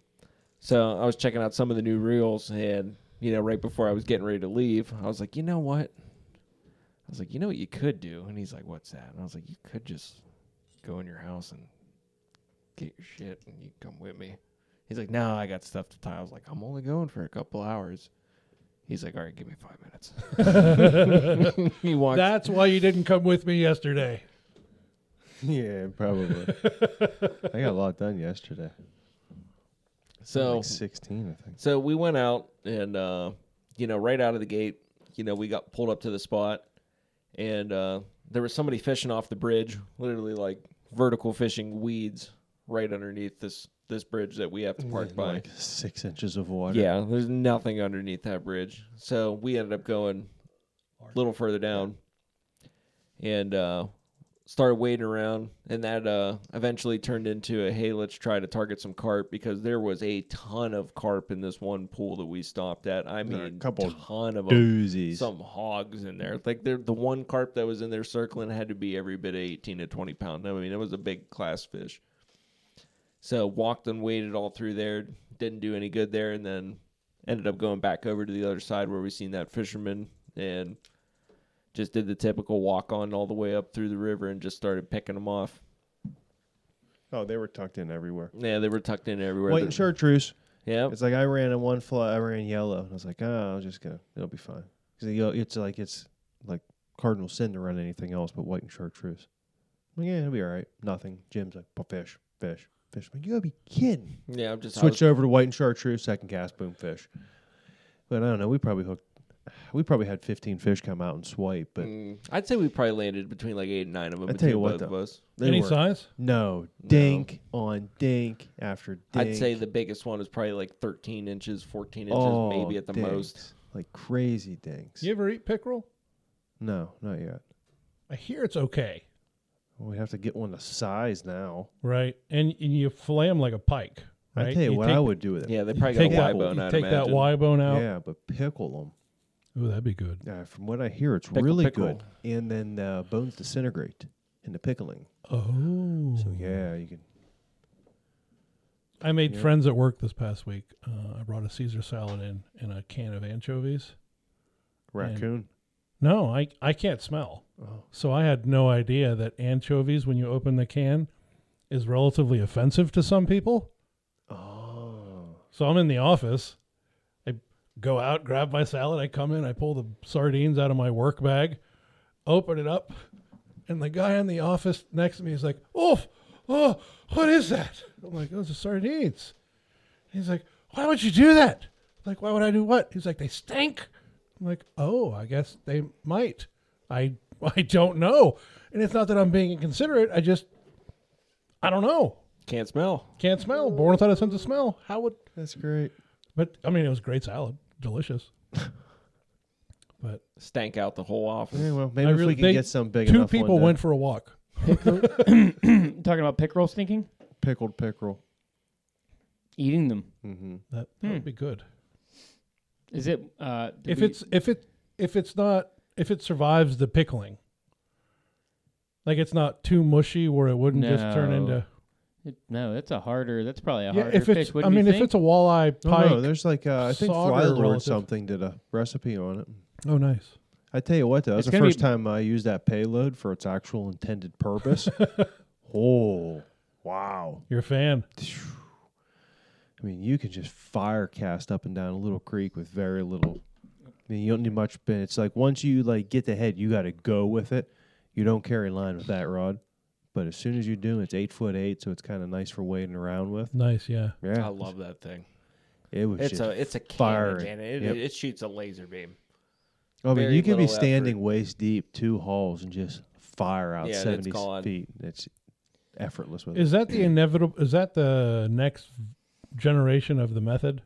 so I was checking out some of the new reels, and you know, right before I was getting ready to leave, I was like, you know what? I was like, you know what you could do, and he's like, what's that? And I was like, you could just go in your house and get your shit, and you come with me. He's like, no, I got stuff to tie. I was like, I'm only going for a couple hours. He's like, all right, give me five minutes. [LAUGHS] he walks. That's why you didn't come with me yesterday. Yeah, probably. I got a lot done yesterday. so like 16, I think. So we went out and uh, you know, right out of the gate, you know, we got pulled up to the spot and uh, there was somebody fishing off the bridge, literally like vertical fishing weeds right underneath this this bridge that we have to park by. Like six inches of water. Yeah, there's nothing underneath that bridge. So we ended up going a little further down and uh, started wading around. And that uh, eventually turned into a hey, let's try to target some carp because there was a ton of carp in this one pool that we stopped at. I There mean, are a couple ton of 'em. Doozies. Some hogs in there. Mm-hmm. Like they're, the one carp that was in there circling had to be every bit of 18 to 20 pound. I mean, it was a big class fish. So walked and waded all through there. Didn't do any good there, and then ended up going back over to the other side where we seen that fisherman and just did the typical walk on all the way up through the river and just started picking them off. Oh, they were tucked in everywhere. Yeah, they were tucked in everywhere. White and chartreuse. Yeah, It's like I ran in one fly. I ran yellow. And I was like, oh, I'm just gonna. It'll be fine. 'Cause you know, it's like it's like cardinal sin to run anything else but white and chartreuse. I'm like, yeah, it'll be all right. Nothing. Jim's like, "But fish, fish, fish. I'm like, you gotta be kidding. yeah. I'm just I was- Switched over to white and chartreuse. Second cast, boom, fish. But I don't know. We probably hooked. We probably had 15 fish come out and swipe. But Mm, I'd say we probably landed between like eight and nine of them. I tell you between what, both of though. us. they Any were size? no dink on dink after dink. I'd say the biggest one is probably like 13 inches, 14 inches, Oh, maybe at the dinks. most. Like crazy dinks. You ever eat pickerel? No, not yet. I hear it's okay, We have to get one to size now. right? And, and you fillet them like a pike, right? I tell you, what take, I would do with it. Yeah, they you probably got take a that- Y bone. you I'd take that imagine. Y bone out. Yeah, but pickle Ooh, that'd be good. them. Uh, from what I hear, it's Pickle, really pickle. good. And then uh, bones disintegrate in the pickling. Oh, So yeah, you can. I made Yeah. friends at work this past week. Uh, I brought a Caesar salad in and a can of anchovies. Raccoon. No, I I can't smell, Oh. so I had no idea that anchovies, when you open the can, is relatively offensive to some people. Oh. So I'm in the office. I go out, grab my salad. I come in, I pull the sardines out of my work bag, open it up, and the guy in the office next to me is like, "Oof, oh, what is that?" I'm like, "Those are sardines." He's like, "Why would you do that?" I'm like, "Why would I do what?" He's like, "They stink." I'm like, "Oh, I guess they might. I [LAUGHS] I don't know." And it's not that I'm being inconsiderate. I just I don't know. Can't smell. Can't smell. Born without a sense of smell. How would That's great. but I mean, it was great salad, delicious. but Stank out the whole office. Yeah, well, maybe I if really we can they- get some big two enough people one went for a walk. [CLEARS THROAT] Talking about pick roll stinking, pickled pickerel. eating them. Mm-hmm. That, that would be good. Is it? Uh, did If we- it's if it if it's not if it survives the pickling, like it's not too mushy where it wouldn't just turn No. into. it- no, that's a harder. That's probably a Yeah, harder if fish. it's I wouldn't you mean, if think? it's a walleye Oh, pike. no, there's like uh, I think Sauter Flylord relative. something did a recipe on it. oh, nice. I tell you what, though, that was It's the gonna be- first time I used that payload for its actual intended purpose. oh, wow. You're a fan. I mean, you can just fire cast up and down a little creek with very little. I mean, you don't need much. But it's like once you like get the head, you got to go with it. You don't carry line with that rod. But as soon as you do, it's eight foot eight, so it's kind of nice for wading around with. Nice, yeah. Yeah, I love that thing. it. Was It's just a it's a fire. cannon, and it, Yep. it shoots a laser beam. I mean, very you can be little standing waist deep, two holes, and just fire out Yeah, and it's seventy gone. feet. It's effortless with it. Is that [CLEARS THROAT] the inevitable? Is that the next generation of the method?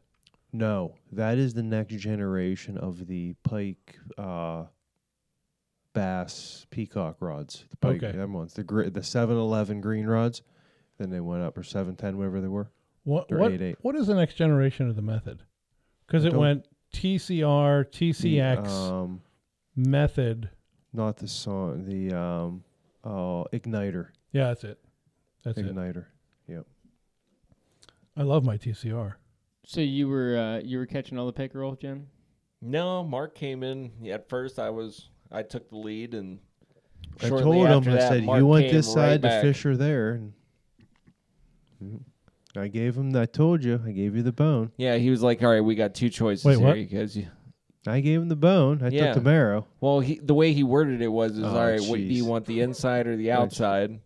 No, that is the next generation of the pike, uh, bass, peacock rods. The pike, Okay. them ones. The gri- the seven eleven green rods. Then they went up or seven ten, whatever they were. What They're what, 8.8. what is the next generation of the method? Because I it don't- went TCR, The, TCX, Uh, um, method. not the song. The um, oh, igniter, Yeah, that's it. That's it. igniter. I love my TCR. So you were uh, you were catching all the pickerel, Jim? No, Mark came in. At first, I was I took the lead, and I shortly told him. after I that, said, Mark "You went came this right side, back. the fish are there." And Mhm. I gave him. I told you. I gave you the bone. Yeah, he was like, "All right, we got two choices Wait, here, what? you guys." You- I gave him the bone. I Yeah. took the marrow. Well, he the way he worded it was, "Is Oh, all right, what do you jeez. want, the inside or the outside?"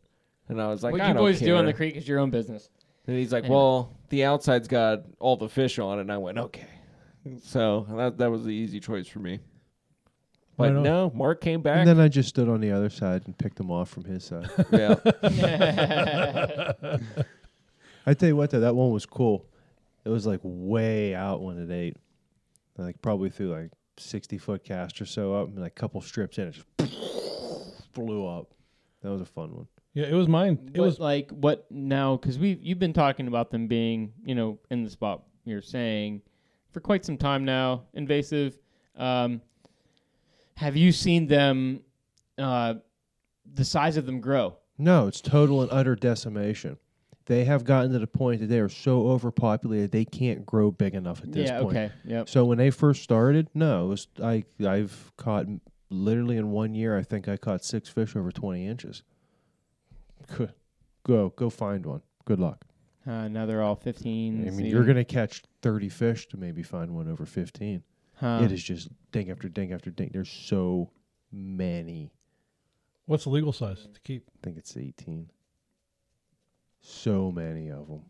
And I was like, what "I you don't boys do on care." the creek is your own business. And he's like, Anyway. "Well, the outside's got all the fish on," it. and I went, "Okay." So that that was the easy choice for me. But Right on. no, Mark came back. And then I just stood on the other side and picked them off from his [LAUGHS] side. [LAUGHS] yeah, I tell you what, though, that one was cool. It was like way out when it ate, like probably through like sixty foot cast or so up, and like a couple strips in, it just [LAUGHS] blew up. That was a fun one. Yeah, it was mine. It What- was like what now? Because we you've been talking about them being you know in the spot you're saying for quite some time now. Invasive. Um, have you seen them? Uh, the size of them grow. No, it's total and utter decimation. They have gotten to the point that they are so overpopulated they can't grow big enough at this yeah. point. Okay. Yep. So when they first started, no, it was I I've caught m- literally in one year I think I caught six fish over twenty inches. Good. Go go find one. Good luck. Uh, now they're all I Mm, 15. mean, you're gonna catch thirty fish to maybe find one over fifteen. Uh. Huh. it is just ding after ding after ding. There's so many. what's the legal size to keep? I think it's eighteen. So many of them.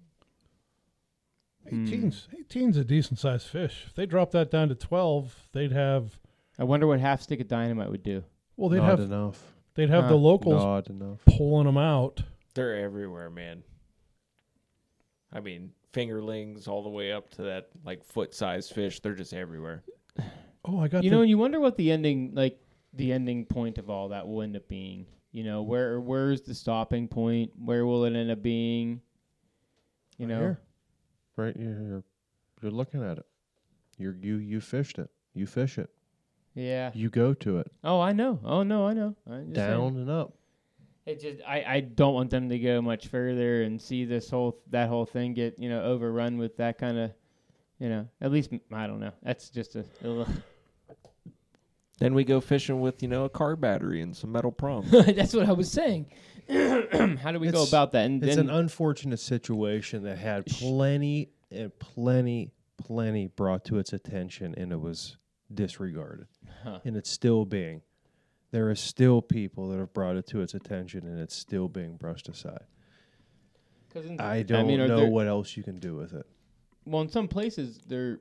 18's 18's a decent sized fish. If they drop that down to 12, they'd have I wonder what half stick of dynamite would do. well, they'd Not have enough. they'd have Uh, the Huh. locals Not enough. pulling them out. they're everywhere, man. I mean, fingerlings all the way up to that like foot size fish. They're just everywhere. Oh, I got you the, know, and you wonder what the ending, like the ending point of all that will end up being. You know, where where's the stopping point? Where will it end up being? You know, here. Right, you're you're, you're looking at it. You you you fished it. You fish it. yeah. You go to it. Oh, I know. Oh no, I know. I'm just saying. down and up. It just, I, I don't want them to go much further and see this whole that whole thing get you know overrun with that kind of, you know. At least m- I don't know. That's just a. a [LAUGHS] little- Then we go fishing with you know a car battery and some metal prongs. [LAUGHS] that's what I was saying. [COUGHS] How do we go It's- about that? And It's then an unfortunate situation that had plenty and plenty, plenty brought to its attention, and it was disregarded, Huh. and it's still being. There are still people that have brought it to its attention, and it's still being brushed aside. 'cause in- I don't mean, are know there- what else you can do with it. Well, in some places they're,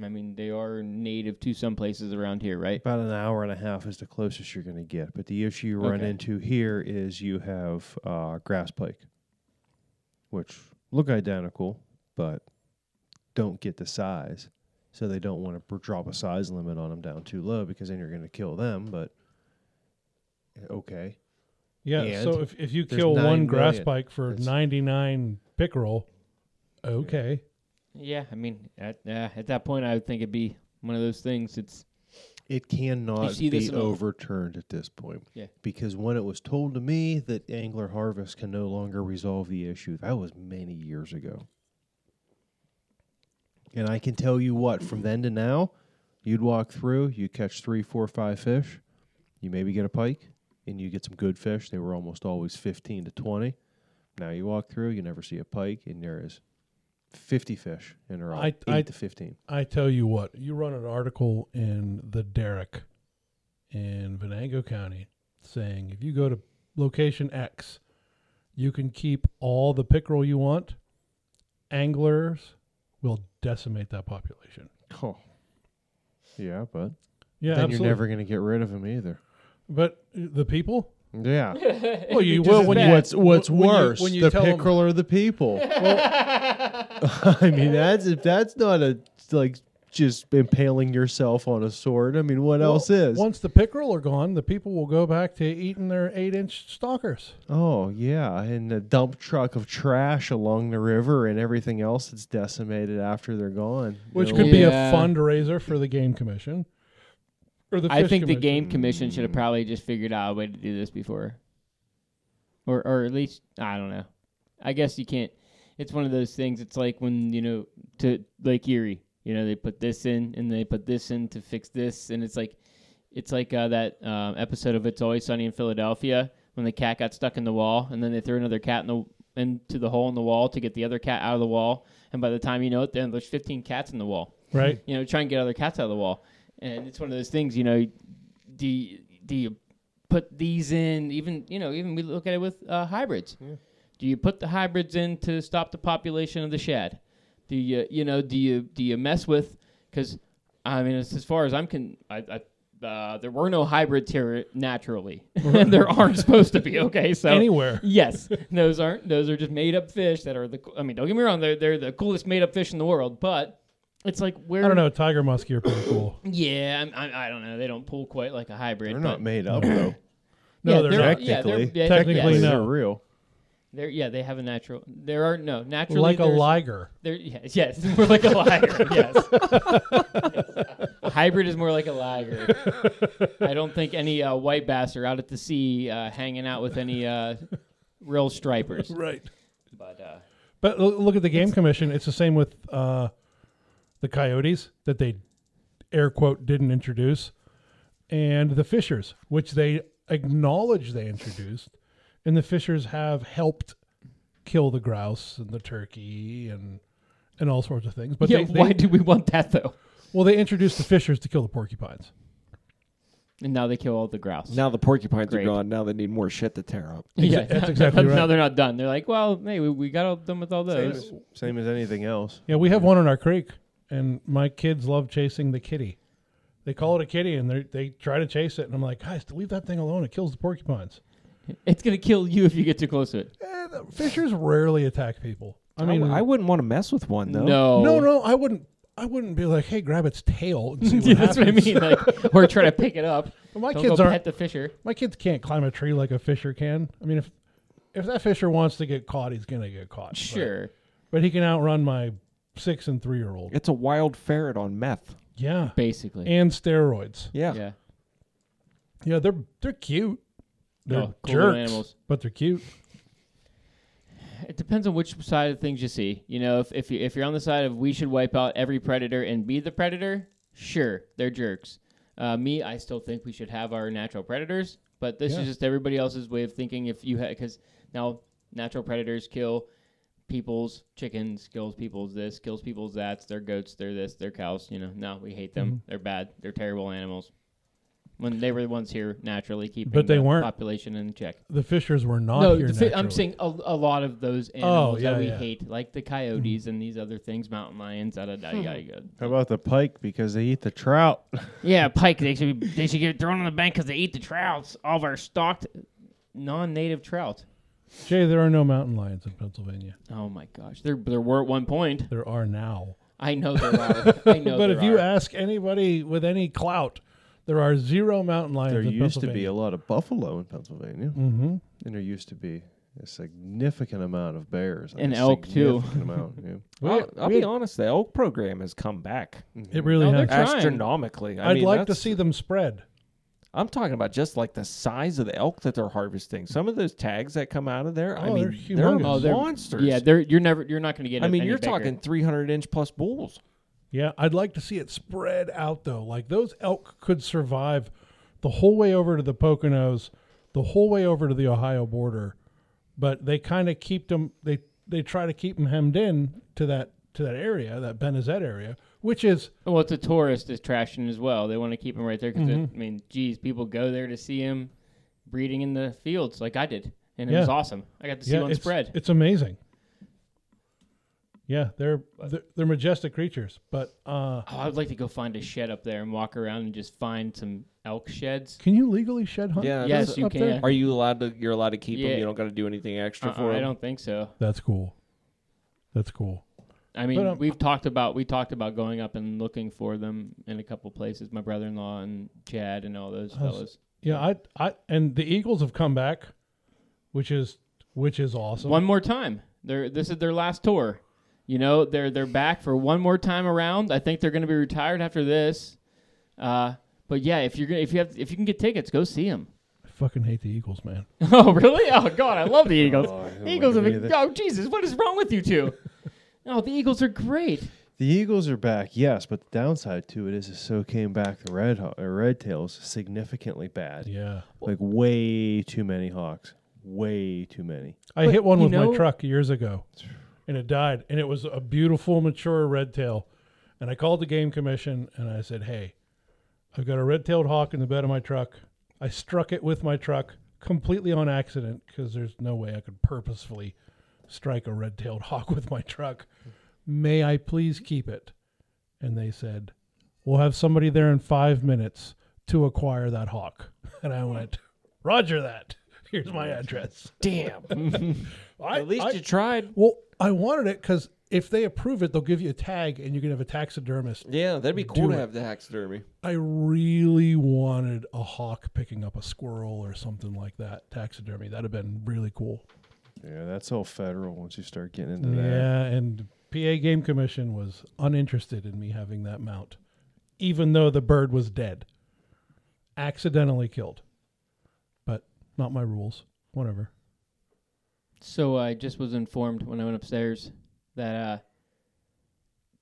I mean, they are native to some places around here, right? About an hour and a half is the closest you're going to get. But the issue you run Okay. into here is you have uh, grass pike, which look identical, but don't get the size. So they don't want to drop a size limit on them down too low because then you're going to kill them. But eh, okay, Yeah, And so if, if you there's kill nine one grass million. pike for That's- 99 pickerel, okay. Yeah, I mean, at uh, at that point, I would think it'd be one of those things. It's it cannot see be this in all- overturned at this point. Yeah. Because when it was told to me that angler harvest can no longer resolve the issue, that was many years ago. And I can tell you what, from then to now, You'd walk through, you catch three, four, five fish, you maybe get a pike, and you get some good fish. They were almost always 15 to 20. Now you walk through, you never see a pike, and there is 50 fish, and they're all I- 8 I- to 15. I tell you what, you run an article in the Derrick in Venango County saying if you go to location X, you can keep all the pickerel you want. Anglers will decimate that population. Oh. Yeah, but Yeah, then absolutely. you're never going to get rid of them either. but uh, the people? Yeah. Well, you Just will as when you- bad. What's what's When you- worse, when you the tell 'em- pickerel or the [LAUGHS] people? I mean, that's if that's not a like just impaling yourself on a sword. I mean, what else Well, is? Once the pickerel are gone, the people will go back to eating their eight inch stalkers. Oh yeah, and the dump truck of trash along the river and everything else that's decimated after they're gone. Which You know, could be a Yeah. fundraiser for the game commission. Or the I Fish think the Commission. game commission should have probably just figured out a way to do this before, or or at least I don't know. I guess you can't. It's one of those things. It's like when you know to Lake Erie. You know they put this in and they put this in to fix this, and it's like, it's like uh, that um, episode of It's Always Sunny in Philadelphia when the cat got stuck in the wall, and then they threw another cat in the into the hole in the wall to get the other cat out of the wall, and by the time you know it, then there's 15 cats in the wall Right? you know, try and get other cats out of the wall. And it's one of those things, you know, do you, do you put these in? Even you know, even we look at it with uh, hybrids. Do you put the hybrids in to stop the population of the shad? Do you you know do you do you mess with? Because I mean, as, as far as I'm con, I. I uh, there were no hybrids here naturally, and there aren't supposed to be. Okay, so Anywhere. yes, [LAUGHS] those aren't. Those are just made up fish that are the. co- I mean, don't get me wrong. They're they're the coolest made up fish in the world, but it's like where I don't know. Tiger muskie are pretty cool. yeah, I, I, I don't know. They don't pull quite like a hybrid. They're but not made up though. No, yeah, they're there are- not. yeah, there- Technically- [LAUGHS] yeah, Technically, yes. no. They're real. They're- yeah, they have a natural. There are no naturally. like a there's- liger. There, yes, [LAUGHS] yes, we're like [LAUGHS] a liger. yes. A hybrid is more like a liger. I don't think any uh, white bass are out at the sea uh, hanging out with any uh, real stripers. Right. [LAUGHS] But uh, But l- look at the game commission. It's the same with uh, the coyotes that they air quote didn't introduce, and the fishers, which they acknowledge they introduced, and the fishers have helped kill the grouse and the turkey and and all sorts of things. But yeah, they, they- why do we want that though? well, they introduced the fishers to kill the porcupines. And now they kill all the grouse. [LAUGHS] Now the porcupines Great. are gone. Now they need more shit to tear up. yeah, that's exactly Now right. they're not done. They're like, well, hey, we, we got all done with all Same those. as, same as anything else. Yeah, we have one in our creek, and my kids love chasing the kitty. They call it a kitty, and they they try to chase it, and I'm like, guys, leave that thing alone. It kills the porcupines. It's gonna kill you if you get too close to it. Eh, the fishers rarely attack people. I mean, I, wouldn't want to mess with one though. No, no, no, I wouldn't. I wouldn't be like, hey, grab its tail [LAUGHS] and see what Yeah, happens. that's what I mean. Like we're trying to pick it up. But my Don't kids go aren't. pet the fisher. My kids can't climb a tree like a fisher can. I mean, if if that fisher wants to get caught, he's gonna get caught. but- Sure. but he can outrun my six and three year old. It's a wild ferret on meth. Yeah, Basically. and steroids. Yeah. yeah. Yeah, they're they're cute. They're Oh, cool little jerks, animals. but they're cute. It depends on which side of things you see. You know, if if you if you're on the side of we should wipe out every predator and be the predator, sure, they're jerks. Uh, me, I still think we should have our natural predators, but this Yeah. is just everybody else's way of thinking. If you had, because now natural predators kill people's chickens, kills people's this, kills people's that, their goats, their this, their cows. You know, no, we hate them. Mm-hmm. They're bad. They're terrible animals. When they were the ones here naturally keeping But they the weren't. population in check The fishers were not no, here. the fi- I'm naturally. saying a, a lot of those animals Oh, yeah, that we yeah. hate, like the coyotes and these other things, mountain lions, da da da yada yada. How about the pike because they eat the trout? Yeah, pike. They should be, they should get thrown on the bank because they eat the trouts, all of our stocked, non-native trout. Jay, there are no mountain lions in Pennsylvania. Oh my gosh, there there were at one point. There are now. I know [LAUGHS] there are. I know. but there if you are. ask anybody with any clout, there are zero mountain lions. There in used to be a Pennsylvania. lot of buffalo in Pennsylvania, Mhm. and there used to be a significant amount of bears like And a elk, too. significant Amount, [LAUGHS] yeah. I'll, I'll We- be we- honest, the elk program has come back It really No, they're has. trying. astronomically. I Mm-hmm. I'd mean, like to that's- see them spread. I'm talking about just like the size of the elk that they're harvesting. Some of those tags that come out of there, I Oh, mean, they're they're, humongous. Oh, they're- monsters. Yeah, they're, you're never you're not going to get. I mean, any you're bigger. talking 300 inch plus bulls. Yeah, I'd like to see it spread out though. Like those elk could survive the whole way over to the Poconos, the whole way over to the Ohio border, but they kind of keep them. They they try to keep them hemmed in to that to that area, that Benazet area, which is Well, it's a tourist attraction as well. They want to keep him right there because Mm-hmm. I mean, geez, people go there to see him breeding in the fields, like I did, and it was Yeah. awesome. I got to see yeah, one it's, spread. It's amazing. Yeah, they're, they're they're majestic creatures, but uh, Oh, I would like to go find a shed up there and walk around and just find some elk sheds. can you legally shed hunt? Yeah, Yes, that's- you up there? can. Are you allowed to? You're allowed to keep Yeah. them. You don't got to do anything extra Uh-uh, for them. I don't think so. That's cool. That's cool. I mean, But, um, we've talked about we talked about going up and looking for them in a couple places. My brother-in-law and Chad and all those How's- fellows. Yeah, I I and the Eagles have come back, which is which is awesome. one more time. They're this is their last tour. You know, they're they're back for one more time around. I think they're going to be retired after this. Uh, but yeah, if you're gonna, if you have if you can get tickets, go see them. I fucking hate the Eagles, man. [LAUGHS] oh really? Oh god, I love the Eagles. Oh, I don't The Eagles have like been, them oh Jesus, what is wrong with you two? No, the Eagles are great. The Eagles are back, yes, but the downside to it is it so came back the red Haw- uh, red tails significantly bad. Yeah. Like way too many hawks, way too many. I But hit one you with know- my truck years ago, and it died. And it was a beautiful, mature red tail. And I called the game commission and I said, "Hey, I've got a red-tailed hawk in the bed of my truck. I struck it with my truck completely on accident because there's no way I could purposefully strike a red-tailed [LAUGHS] hawk with my truck. May I please keep it?" And they said, "We'll have somebody there in five minutes to acquire that hawk." [LAUGHS] And I went, "Roger that. Here's my address." Damn. I, At least I- you tried. well, I wanted it because if they approve it, they'll give you a tag and you can have a taxidermist. Yeah, that'd be Do cool to it. have the taxidermy. I really wanted a hawk picking up a squirrel or something like that. Taxidermy. That'd have been really cool. Yeah, that's all federal once you start getting into that. Yeah, and PA Game Commission was uninterested in me having that mount, even though the bird was dead. Accidentally killed. But not my rules. Whatever. So I just was informed when I went upstairs that uh,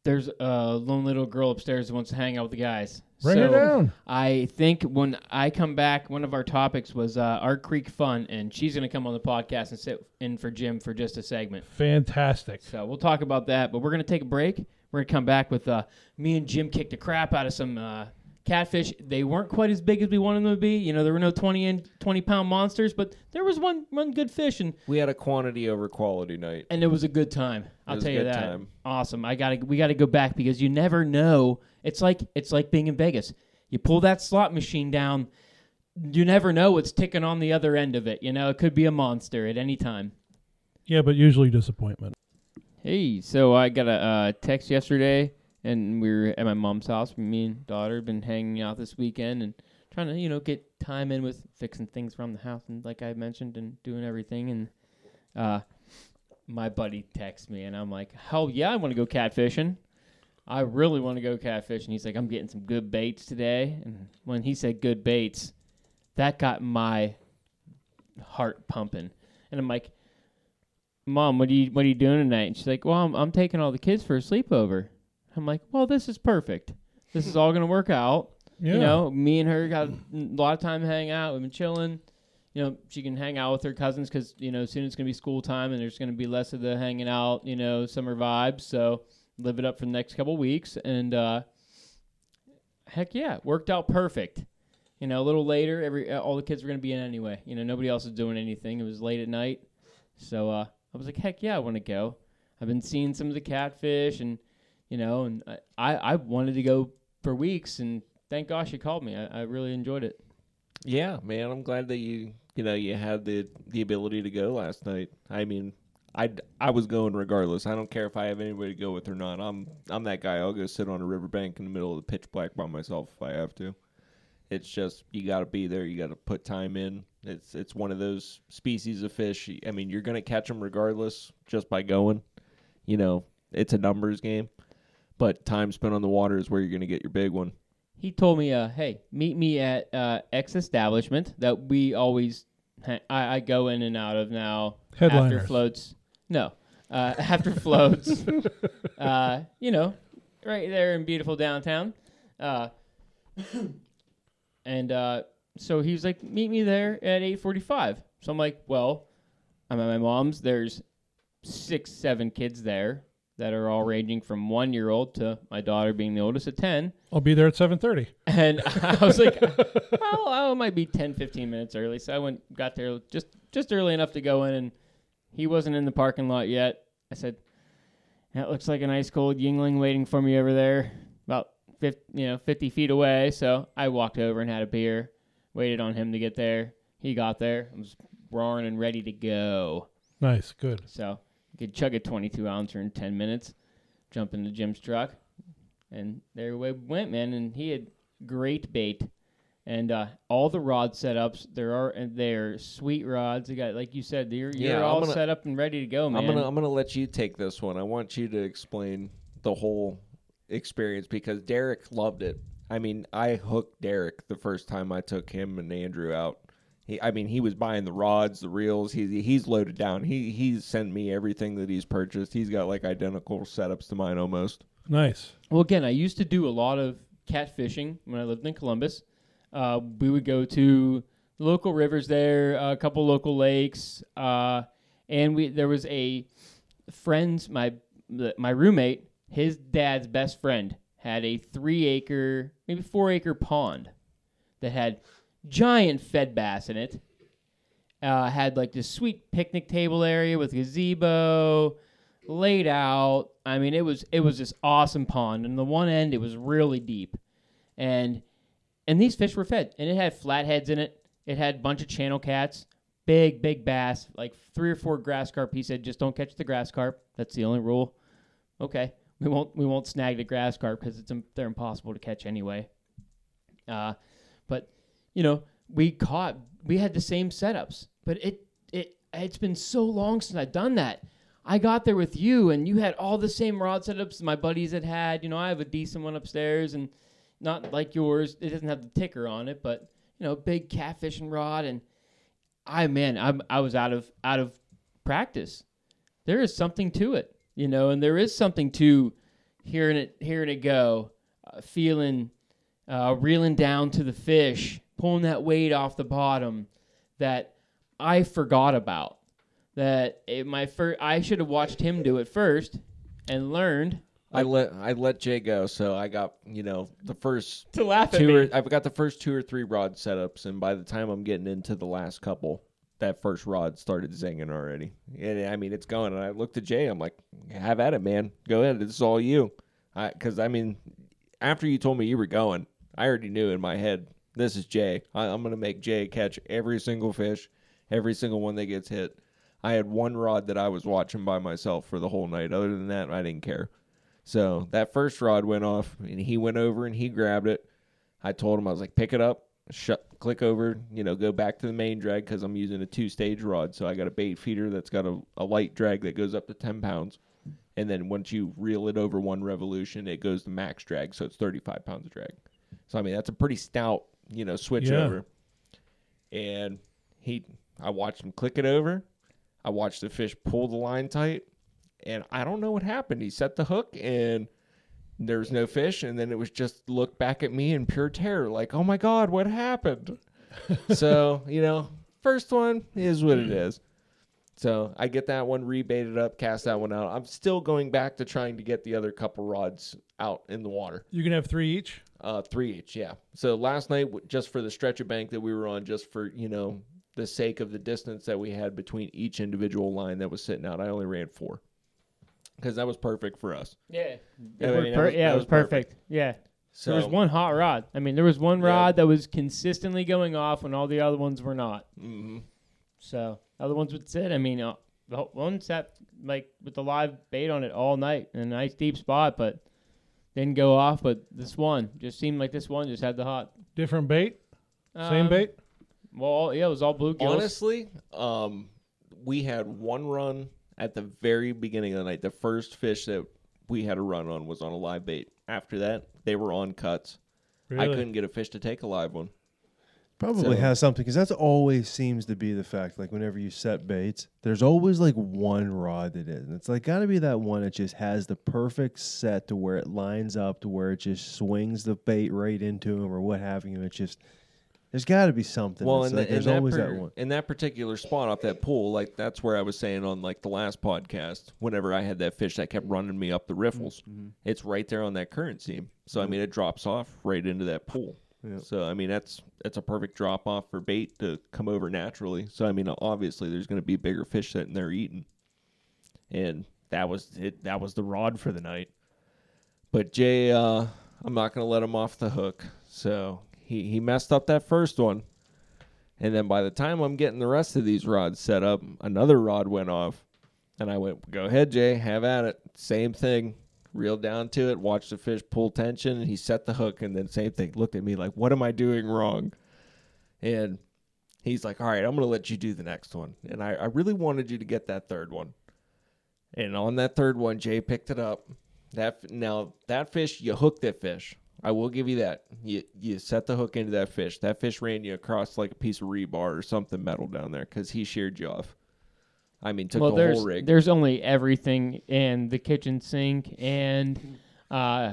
there's a lone little girl upstairs that wants to hang out with the guys. Bring her So- down. I think when I come back, one of our topics was uh, our Creek Fun, and she's going to come on the podcast and sit in for Jim for just a segment. Fantastic. So we'll talk about that, but we're going to take a break. We're going to come back with uh, me and Jim kicked the crap out of some uh, catfish. They weren't quite as big as we wanted them to be. You know, there were no 20 and 20 pound monsters, but there was one one good fish, and We had a quantity over quality night. and it was a good time. I'll was a tell you good that. time. Awesome. I got to we got to go back because you never know. It's like it's like being in Vegas. You pull that slot machine down, you never know what's ticking on the other end of it. You know, it could be a monster at any time. Yeah, but usually disappointment. Hey, so I got a uh, text yesterday, and we were at my mom's house. Me and daughter have been hanging out this weekend and trying to, you know, get time in with fixing things around the house, and like I mentioned, and doing everything. And uh, my buddy texts me, and I'm like, "Hell yeah, I want to go catfishing. I really want to go catfishing." He's like, "I'm getting some good baits today." And when he said good baits, that got my heart pumping, and I'm like mom, what are you what are you doing tonight? And she's like, well, I'm I'm taking all the kids for a sleepover. I'm like, well, this is perfect. This is all gonna work out. Yeah. You know, me and her got a lot of time hanging out. We've been chilling. You know, she can hang out with her cousins because you know soon it's gonna be school time and there's gonna be less of the hanging out. You know, summer vibes. So live it up for the next couple weeks and uh, heck yeah, worked out perfect. You know, a little later, every uh, all the kids were gonna be in anyway. You know, nobody else was doing anything. It was late at night. So uh, I was like, heck yeah, I want to go. I've been seeing some of the catfish, and you know, and I- I, I wanted to go for weeks, and thank gosh you called me. I, I really enjoyed it. Yeah, man, I'm glad that you you know you had the the ability to go last night. I mean, I I was going regardless. I don't care if I have anybody to go with or not. I'm I'm that guy. I'll go sit on a riverbank in the middle of the pitch black by myself if I have to. It's just you got to be there. You got to put time in. It's it's one of those species of fish. I mean, you're gonna catch them regardless just by going. You know, it's a numbers game, but time spent on the water is where you're gonna get your big one. He told me, uh, hey, meet me at uh, X establishment that we always ha- I, I go in and out of now after Headliners. [LAUGHS] floats. No, uh, after floats. uh, you know, right there in beautiful downtown. Uh, and uh, so he was like, "Meet me there at 8:45." So I'm like, "Well, I'm at my mom's. There's six, seven kids there that are all ranging from one year old to my daughter being the oldest at 10." I'll be there at seven thirty. And [LAUGHS] I was like, well, I might be 10, 15 minutes early. So I went, got there just, just early enough to go in, and he wasn't in the parking lot yet. I said, that looks like an ice cold Yingling waiting for me over there, about 50, you know, 50 feet away. So I walked over and had a beer, waited on him to get there. He got there, I was roaring and ready to go. Nice, good. So you could chug a 22 ouncer in 10 minutes, jump into Jim's truck, and there we went, man. And he had great bait, and uh, all the rod setups there are, and they're sweet rods. You got, like you said, you're, you're Yeah, I'm all gonna- set up and ready to go, man. I'm gonna I'm gonna let you take this one. I want you to explain the whole experience because Derek loved it. I mean, I hooked Derek the first time I took him and Andrew out. He, I mean, he was buying the rods, the reels. He's he's loaded down. He he's sent me everything that he's purchased. He's got like identical setups to mine almost. Nice. Well, again, I used to do a lot of catfishing when I lived in Columbus. Uh, we would go to local rivers there, a couple local lakes, uh, and we there was a friend's my my roommate, his dad's best friend had a three acre, maybe four acre pond that had giant fed bass in it. Uh, had like this sweet picnic table area with gazebo laid out. I mean, it was it was this awesome pond, and the one end it was really deep, and and these fish were fed, and it had flatheads in it. It had a bunch of channel cats, big big bass, like three or four grass carp. He said, just don't catch the grass carp. That's the only rule. Okay, we won't we won't snag the grass carp because it's im- they're impossible to catch anyway. Uh, but you know, we caught we had the same setups, but it it it's been so long since I've done that. I got there with you and you had all the same rod setups my buddies had had. You know, I have a decent one upstairs and not like yours. It doesn't have the ticker on it, but you know, big catfishing rod and I man, I'm I was out of out of practice. There is something to it, you know, and there is something to hearing it hearing it go, uh, feeling uh, reeling down to the fish, pulling that weight off the bottom that I forgot about. That it, my first, I should have watched him do it first and learned I let I let Jay go, so I got you know the first to laugh at two me. or, I've got the first two or three rod setups, and by the time I'm getting into the last couple, that first rod started zinging already. And I mean, it's going. And I looked at Jay. I'm like, "Have at it, man. Go ahead. This is all you." Because I, mean, after you told me you were going, I already knew in my head this is Jay. I, I'm gonna make Jay catch every single fish, every single one that gets hit. I had one rod that I was watching by myself for the whole night. Other than that, I didn't care. So that first rod went off, and he went over and he grabbed it. I told him I was like, pick it up, shut, click over, you know, go back to the main drag because I'm using a two stage rod. So I got a bait feeder that's got a, a light drag that goes up to 10 pounds. And then once you reel it over one revolution, it goes to max drag. So it's 35 pounds of drag. So, I mean, that's a pretty stout, you know, switch Yeah. over. And he, I watched him click it over. I watched the fish pull the line tight. And I don't know what happened. He set the hook and there was no fish and then it was just look back at me in pure terror like oh my god what happened so you know first one is what it is so i get that one rebaited up cast that one out i'm still going back to trying to get the other couple rods out in the water You can have three each. uh, three each, yeah. So last night, w- just for the stretch of bank that we were on, just for you know the sake of the distance that we had between each individual line that was sitting out, I only ran four because that was perfect for us. Yeah, Yeah, I it, mean, worked that per- was- yeah, that it was was perfect. Yeah, So there was one hot rod. I mean, there was one Yeah. rod that was consistently going off when all the other ones were not. mhm. So other ones would sit. I mean, uh, the whole- one sat like with the live bait on it all night in a nice deep spot, but didn't go off. But this one just seemed like this one just had the hot. Different bait, same Um, bait. Well, all- yeah, it was all bluegills. Honestly, um, we had one run at the very beginning of the night. The first fish that we had a run on was on a live bait. After that, they were on cuts. I Really? couldn't get a fish to take a live one. Probably So- has something because that's always seems to be the fact. Like whenever you set baits, there's always like one rod that is, and it's like got to be that one that just has the perfect set to where it lines up to where it just swings the bait right into him or what have you. It's just there's got to be something. Well, It's and like the- there's and always that that per- one. in that particular spot off that pool, like that's where I was saying on like the last podcast. Whenever I had that fish that kept running me up the riffles, Mm-hmm. it's right there on that current seam. So I mean, it drops off right into that pool. Yep. So I mean, that's that's a perfect drop off for bait to come over naturally. So I mean, obviously there's going to be bigger fish sitting there eating, and that was it. That was the rod for the night. But Jay, uh, I'm not going to let him off the hook. So he, he messed up that first one. And then by the time I'm getting the rest of these rods set up, another rod went off. And I went, go ahead, Jay, have at it. Same thing. Reeled down to it, watched the fish pull tension, and he set the hook. And then same thing. Looked at me like, what am I doing wrong? And he's like, all right, I'm going to let you do the next one. And I, I really wanted you to get that third one. And on that third one, Jay picked it up. That f- now that fish, you hooked that fish. I will give you that. You you set the hook into that fish. That fish ran you across like a piece of rebar or something metal down there because he sheared you off. I mean, took well, the there's whole rig. there's only everything in the kitchen sink and, uh,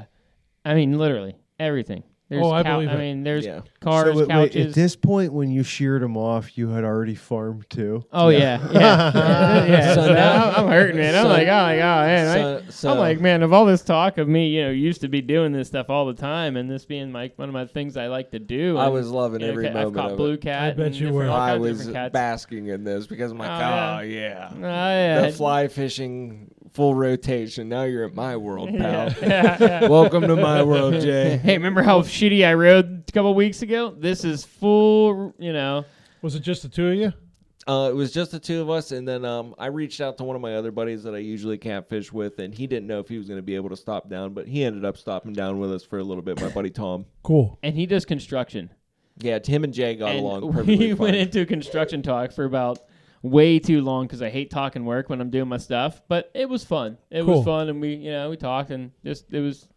I mean literally everything. There's Oh, I cou- believe I it. mean, there's Yeah. cars, wait, wait, couches. at this point, when you sheared him off, you had already farmed too. oh yeah, [LAUGHS] yeah, yeah. So So now now- [LAUGHS] I'm hurting, man. I'm so- like, oh my god, man. I- so, so, I'm like, man, of all this talk of me, you know, used to be doing this stuff all the time, and this being like one of my things I like to do. I and, was loving you know, every ca- I've moment caught of blue it. cat. I bet and you different- were. all I kinds of was different cats. basking in this because I'm like, Oh, oh, yeah. Oh, yeah. The fly fishing full rotation. Now you're at my world, [LAUGHS] pal. [LAUGHS] Yeah, yeah, yeah. Welcome to my world, Jay. Hey, remember how shitty I rode a couple weeks ago? This is full, you know. Was it just the two of you? [LAUGHS] Uh, it was just the two of us, and then um, I reached out to one of my other buddies that I usually catfish with, and he didn't know if he was going to be able to stop down, but he ended up stopping down with us for a little bit. My buddy Tom, Cool. And he does construction. yeah, Tim and Jay got and [LAUGHS] along we perfectly fine. went into construction talk for about way too long because I hate talking work when I'm doing my stuff. But it was fun. It Cool. was fun, and we, you know, we talked and just it was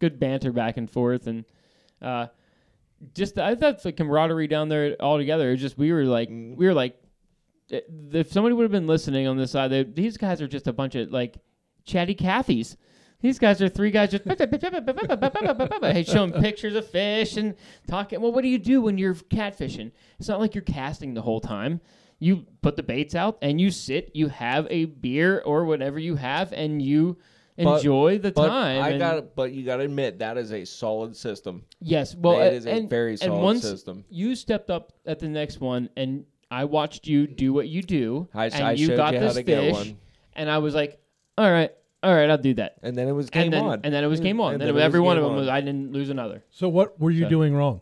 good banter back and forth, and uh, just I thought the camaraderie down there altogether. It was just we were like Mm-hmm. we were like i- if somebody would have been listening on this side, they, these guys are just a bunch of like chatty Cathy's. These guys are three guys just [LAUGHS] hey, showing pictures of fish and talking. Well, what do you do when you're catfishing? It's not like you're casting the whole time. You put the baits out and you sit. You have a beer or whatever you have, and you But- enjoy the but time. I and- got, but you got to admit that is a solid system. Yes, well, That a- is a and, very and solid once system. You stepped up at the next one, and I watched you do what you do, I- and I you showed got you how this to get fish, one. and I was like, "All right, all right, I'll do that." And then it was game And then, on, Hmm. and then it was game on. And then, then it every was one game of them on. was I didn't lose another. So what were you doing wrong?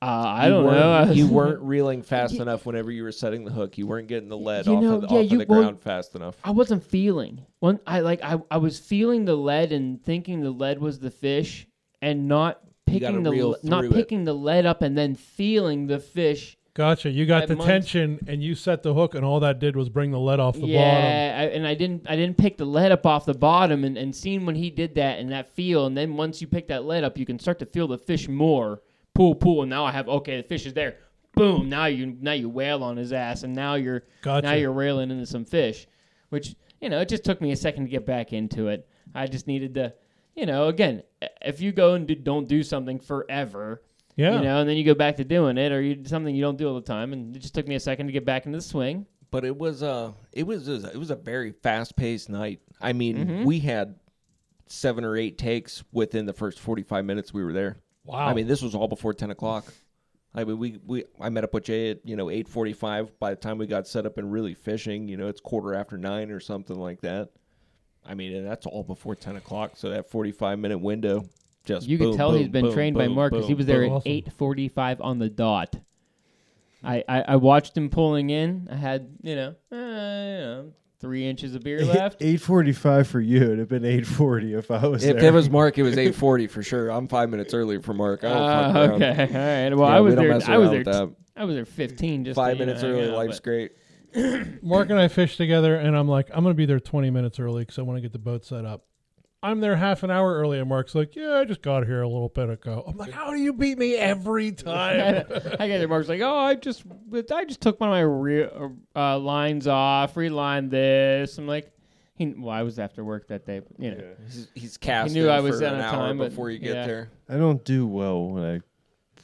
Uh, I You don't weren't- know. I was- [LAUGHS] [LAUGHS] you weren't reeling fast enough whenever you were setting the hook. You weren't getting the lead You off know, of the, yeah, off of you- the well- ground fast enough. I wasn't feeling one. I like I, I was feeling the lead and thinking the lead was the fish, and not gotta picking the reel le- not through it. picking the lead up and then feeling the fish Gotcha. You got At the months- tension and you set the hook, and all that did was bring the lead off the bottom. yeah, I, and I didn't I didn't pick the lead up off the bottom and, and seeing when he did that and that feel and then once you pick that lead up you can start to feel the fish more. Pull, pull, and now I have okay, the fish is there. Boom, now you now you wail on his ass and now you're Gotcha. now you're railing into some fish. Which, you know, it just took me a second to get back into it. I just needed to you know, again, if you go and do, don't do something forever, Yeah. you know, and then you go back to doing it, or you something you don't do all the time, and it just took me a second to get back into the swing. but it was uh it was a, it was a very fast paced night. I mean, Mm-hmm. we had seven or eight takes within the first forty five minutes we were there. Wow. I mean, this was all before ten o'clock. I mean, we, we I met up with Jay at you know eight forty five. By the time we got set up and really fishing, you know, it's quarter after nine or something like that. I mean, and that's all before ten o'clock. So that forty five minute window, just You boom, could tell he's boom, been boom, trained by boom, Mark because he boom, was there boom. at Awesome. eight forty-five on the dot. I, I I watched him pulling in. I had you know, uh, you know three inches of [LAUGHS] beer left. [LAUGHS] Eight forty-five for you. It'd have been eight forty if I was If there. it was Mark, it was eight forty for sure. I'm five minutes early for Mark. I don't Oh, fuck Uh, around. okay, all right. Well, Yeah, I we was don't there. mess I was around there. with that. t- I was there fifteen. Just Five to, you minutes know, hang early, out, life's but- great. Mark and I fished together, and I'm like, I'm going to be there 20 minutes early because I want to get the boat set up. I'm there half an hour early, and Mark's like, "Yeah, I just got here a little bit ago." I'm like, "How do you beat me every time?" I got there. Mark's like, oh, I just, I just took one of my re- uh, lines off, relined this. I'm like, he, well, I was after work that day, but, you know. He's, he's casting knew I was for out an of hour time, but- before you get yeah. there. I don't do well when I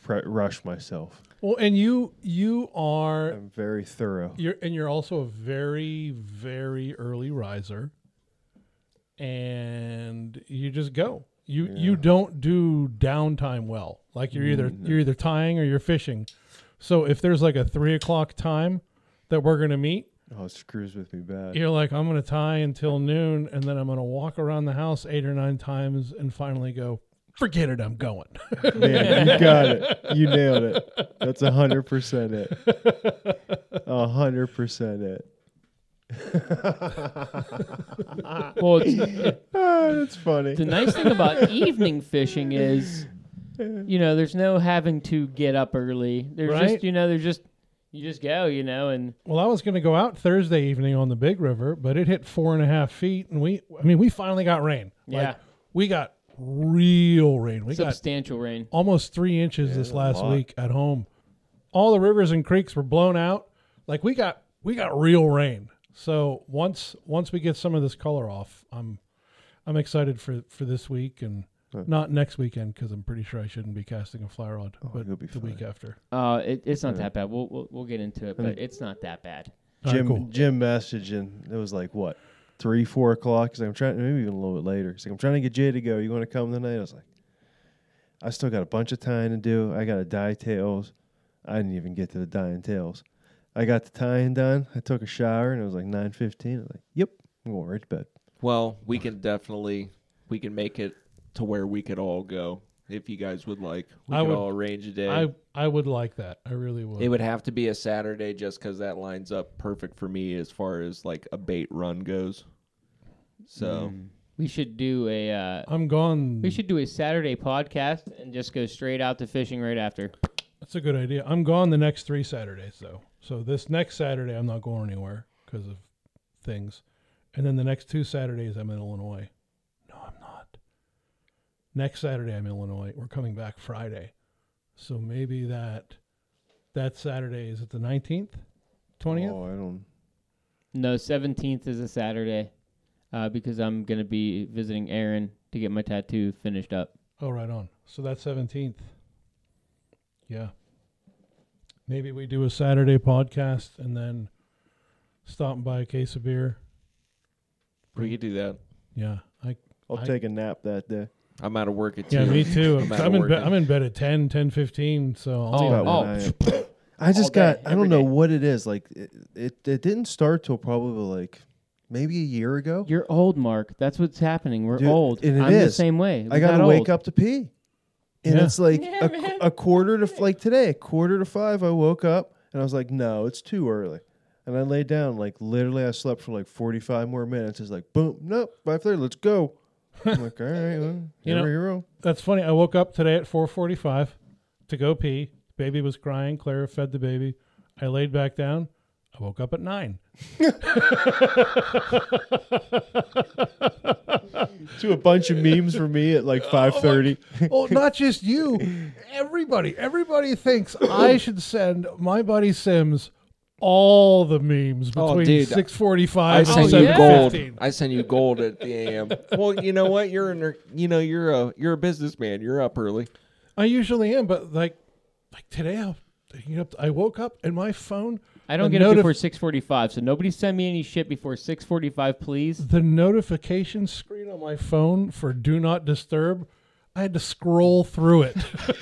pre- rush myself. well, and you you are I'm very thorough. you're and you're also a very very early riser, and you just go. You you don't do downtime well. Like you're either you're either tying or you're fishing. So if there's like a three o'clock time that we're gonna meet, Oh, it screws with me bad. you're like, I'm gonna tie until noon, and then I'm gonna walk around the house eight or nine times, and finally go, forget it, I'm going. Man, you got it. You nailed it. That's a hundred percent it. A hundred percent it. Well, [LAUGHS] it's, Ah, that's funny. the nice thing about evening fishing is, you know, there's no having to get up early. There's Right. just, you know, there's just, you just go, you know, and well, I was gonna go out Thursday evening on the Big River, but it hit four and a half feet, and we, I mean, we finally got rain. Yeah. we got real rain. We got substantial rain. almost three inches this a last lot. week at home. All the rivers and creeks were blown out. Like we got we got real rain. So once once we get some of this color off, I'm I'm excited for for this week and not next weekend because I'm pretty sure I shouldn't be casting a fly rod, but Oh, you'll be the week after. Uh, it, it's not that bad. We'll, we'll we'll get into it, but it's not that bad. All right, Jim cool. Jim messaging. It was like what three, four o'clock. He's like, I'm trying, maybe even a little bit later. He's like, I'm trying to get Jay to go. You want to come tonight? I was like, I still got a bunch of tying to do. I got to dye tails. I didn't even get to the dyeing tails. I got the tying done. I took a shower and it was like nine fifteen. I was like, Yep, I'm going right to bed. Well, we can definitely we can make it to where we could all go if you guys would like. We I could would- all arrange a day. I I would like that. I really would. it would have to be a Saturday just because that lines up perfect for me as far as like a bait run goes. So We should do a uh, I'm gone. we should do a Saturday podcast and just go straight out to fishing right after. That's a good idea. I'm gone the next three Saturdays though. So this next Saturday I'm not going anywhere because of things, and then the next two Saturdays I'm in Illinois. No, I'm not. Next Saturday I'm in Illinois. We're coming back Friday, so maybe that that Saturday is it the nineteenth, twentieth? Oh, I don't. No, seventeenth is a Saturday, uh, because I'm gonna be visiting Aaron to get my tattoo finished up. Oh, right on. So that's seventeenth. Yeah. Maybe we do a Saturday podcast and then stop and buy a case of beer. we could do that. Yeah, I I'll I- take a nap that day. I'm out of work at Yeah, two. me too. I'm, I'm out of in work bed. and- I'm in bed at 10, 10, 15, So I'll Oh, leave at- About oh. when I, I just [LAUGHS] All day, got. I don't every know day. what it is. Like it, it, it didn't start till probably like maybe a year ago. You're old, Mark. That's what's happening. We're Dude, old. and it I'm the is. same way. I gotta wake up to pee, and Yeah. it's like Yeah, a, man. a quarter to like today, a quarter to five. I woke up and I was like, no, it's too early, and I laid down. Like literally, I slept for like forty five more minutes. It's like boom, nope, five thirty, let's go. I'm like, all [LAUGHS] right, well, You you know- know, hero. That's funny. I woke up today at four forty-five to go pee. Baby was crying. Clara fed the baby. I laid back down. I woke up at [LAUGHS] nine. Do a bunch of memes for me [LAUGHS] at like five thirty. oh, not just you. Everybody. Everybody thinks I should send my buddy Sims all the memes Oh, between dude. six forty-five I and send Oh, you yeah. seven gold. fifteen. I send you gold at the AM. well, you know what? You're an, you know you're a you're a businessman. You're up early. I usually am, but like, like today, I, I woke up and my phone. I don't the get up notif- before 6:45, so nobody send me any shit before 6:45, please. the notification screen on my phone for do not disturb i had to scroll through it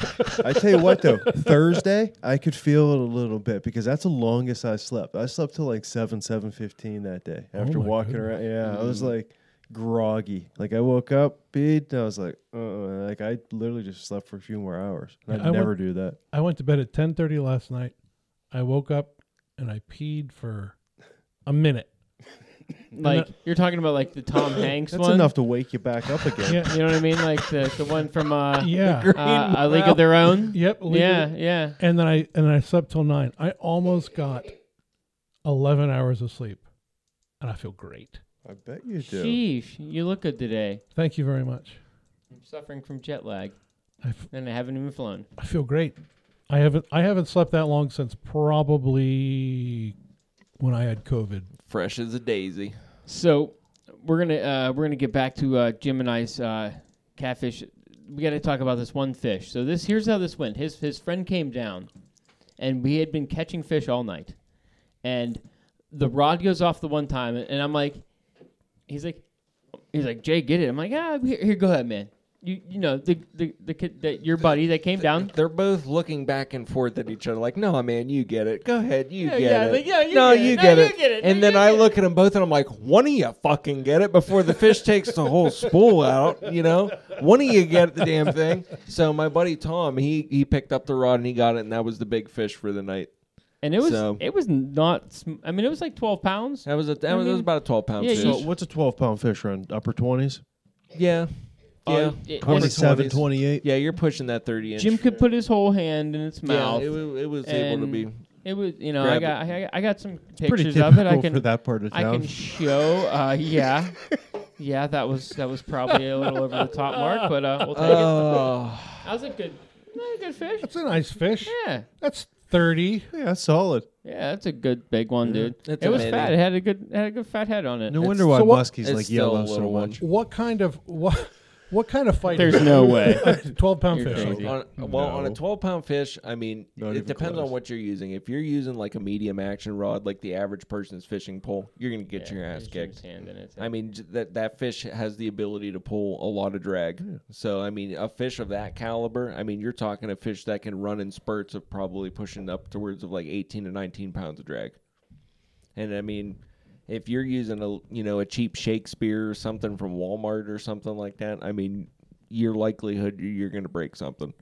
[LAUGHS] I tell you what though, Thursday I could feel it a little bit because that's the longest I slept. I slept till like seven, seven fifteen that day after my walking around. Yeah, I was like groggy. Like I woke up, beat, and I was like, uh, like I literally just slept for a few more hours. And Yeah, I'd I never went- do that. i went to bed at 10.30 last night i woke up and i peed for a minute Like you're talking about like the [COUGHS] Tom Hanks That's one. enough to wake you back up again. yeah You know what I mean? Like the, the one from [LAUGHS] uh, [LAUGHS] yeah uh, A League of Their Own. yep leave it- yeah, yeah. and then i and i slept till 9 i almost got 11 hours of sleep and i feel great I bet you do. Sheesh, you look good today. Thank you very much. I'm suffering from jet lag, I, f- and I haven't even flown. I feel great. I haven't I haven't slept that long since probably when I had COVID. Fresh as a daisy. So we're gonna uh, we're gonna get back to uh, Jim and I's uh, catfish. We got to talk about this one fish. So this here's how this went. His his friend came down, and we had been catching fish all night, and the rod goes off the one time, and I'm like, he's like, he's like Jay, get it. I'm like, ah, here, here go ahead, man. You you know the the the kid that your buddy that came down. They're both looking back and forth at each other, like, "No, man, you get it. Go ahead, you Yeah, get yeah, it. like, yeah, you no, get it. you No, get you it." get it. No, And then you I get look at them both, and I'm like, "One of you fucking get it before the fish takes the whole spool out. You know, one of you get the damn thing." So my buddy Tom, he he picked up the rod and he got it, and that was the big fish for the night. And it was So- it was not. sm- I mean, it was like 12 pounds. That was a that was, that was about a twelve pound Mm-hmm. Yeah, fish. So what's a 12 pound fish run? Upper 20s? yeah, yeah, Uh, it- Upper it's- 27, 20s. 28? yeah. You're pushing that thirty inch. Jim could put his whole hand in its yeah, mouth. it, wa- it was able to and be. It was, you know, I Grab got, I got, I got some Pretty pictures typical of it. I can, for that part of I town. can show. Uh, yeah, yeah, that was that was probably a little over the top mark, but uh, we'll take Oh, it. That was a good, that was a good fish. That's a nice fish. Yeah, That's 30. yeah, that's solid. yeah, that's a good big one, dude. that's it was amazing. fat. It had a good, had a good fat head on it. No It's- wonder why so what- muskies it's like still a yellow so little one. much. What kind of what what kind of fight? There's no way. A 12 pound You're fish. crazy. on, well, on a No. 12 pound fish, I mean, Not it even depends close. on what you're using. If you're using like a medium action rod, like the average person's fishing pole, you're going to get Yeah, your ass it's Jim's kicked. hand in its- I mean, j- that, that fish has the ability to pull a lot of drag. So, I mean, a fish of that caliber, I mean, you're talking a fish that can run in spurts of probably pushing up towards of like 18 to 19 pounds of drag. And I mean, if you're using a you know a cheap Shakespeare or something from Walmart or something like that, I mean, your likelihood you're going to break something.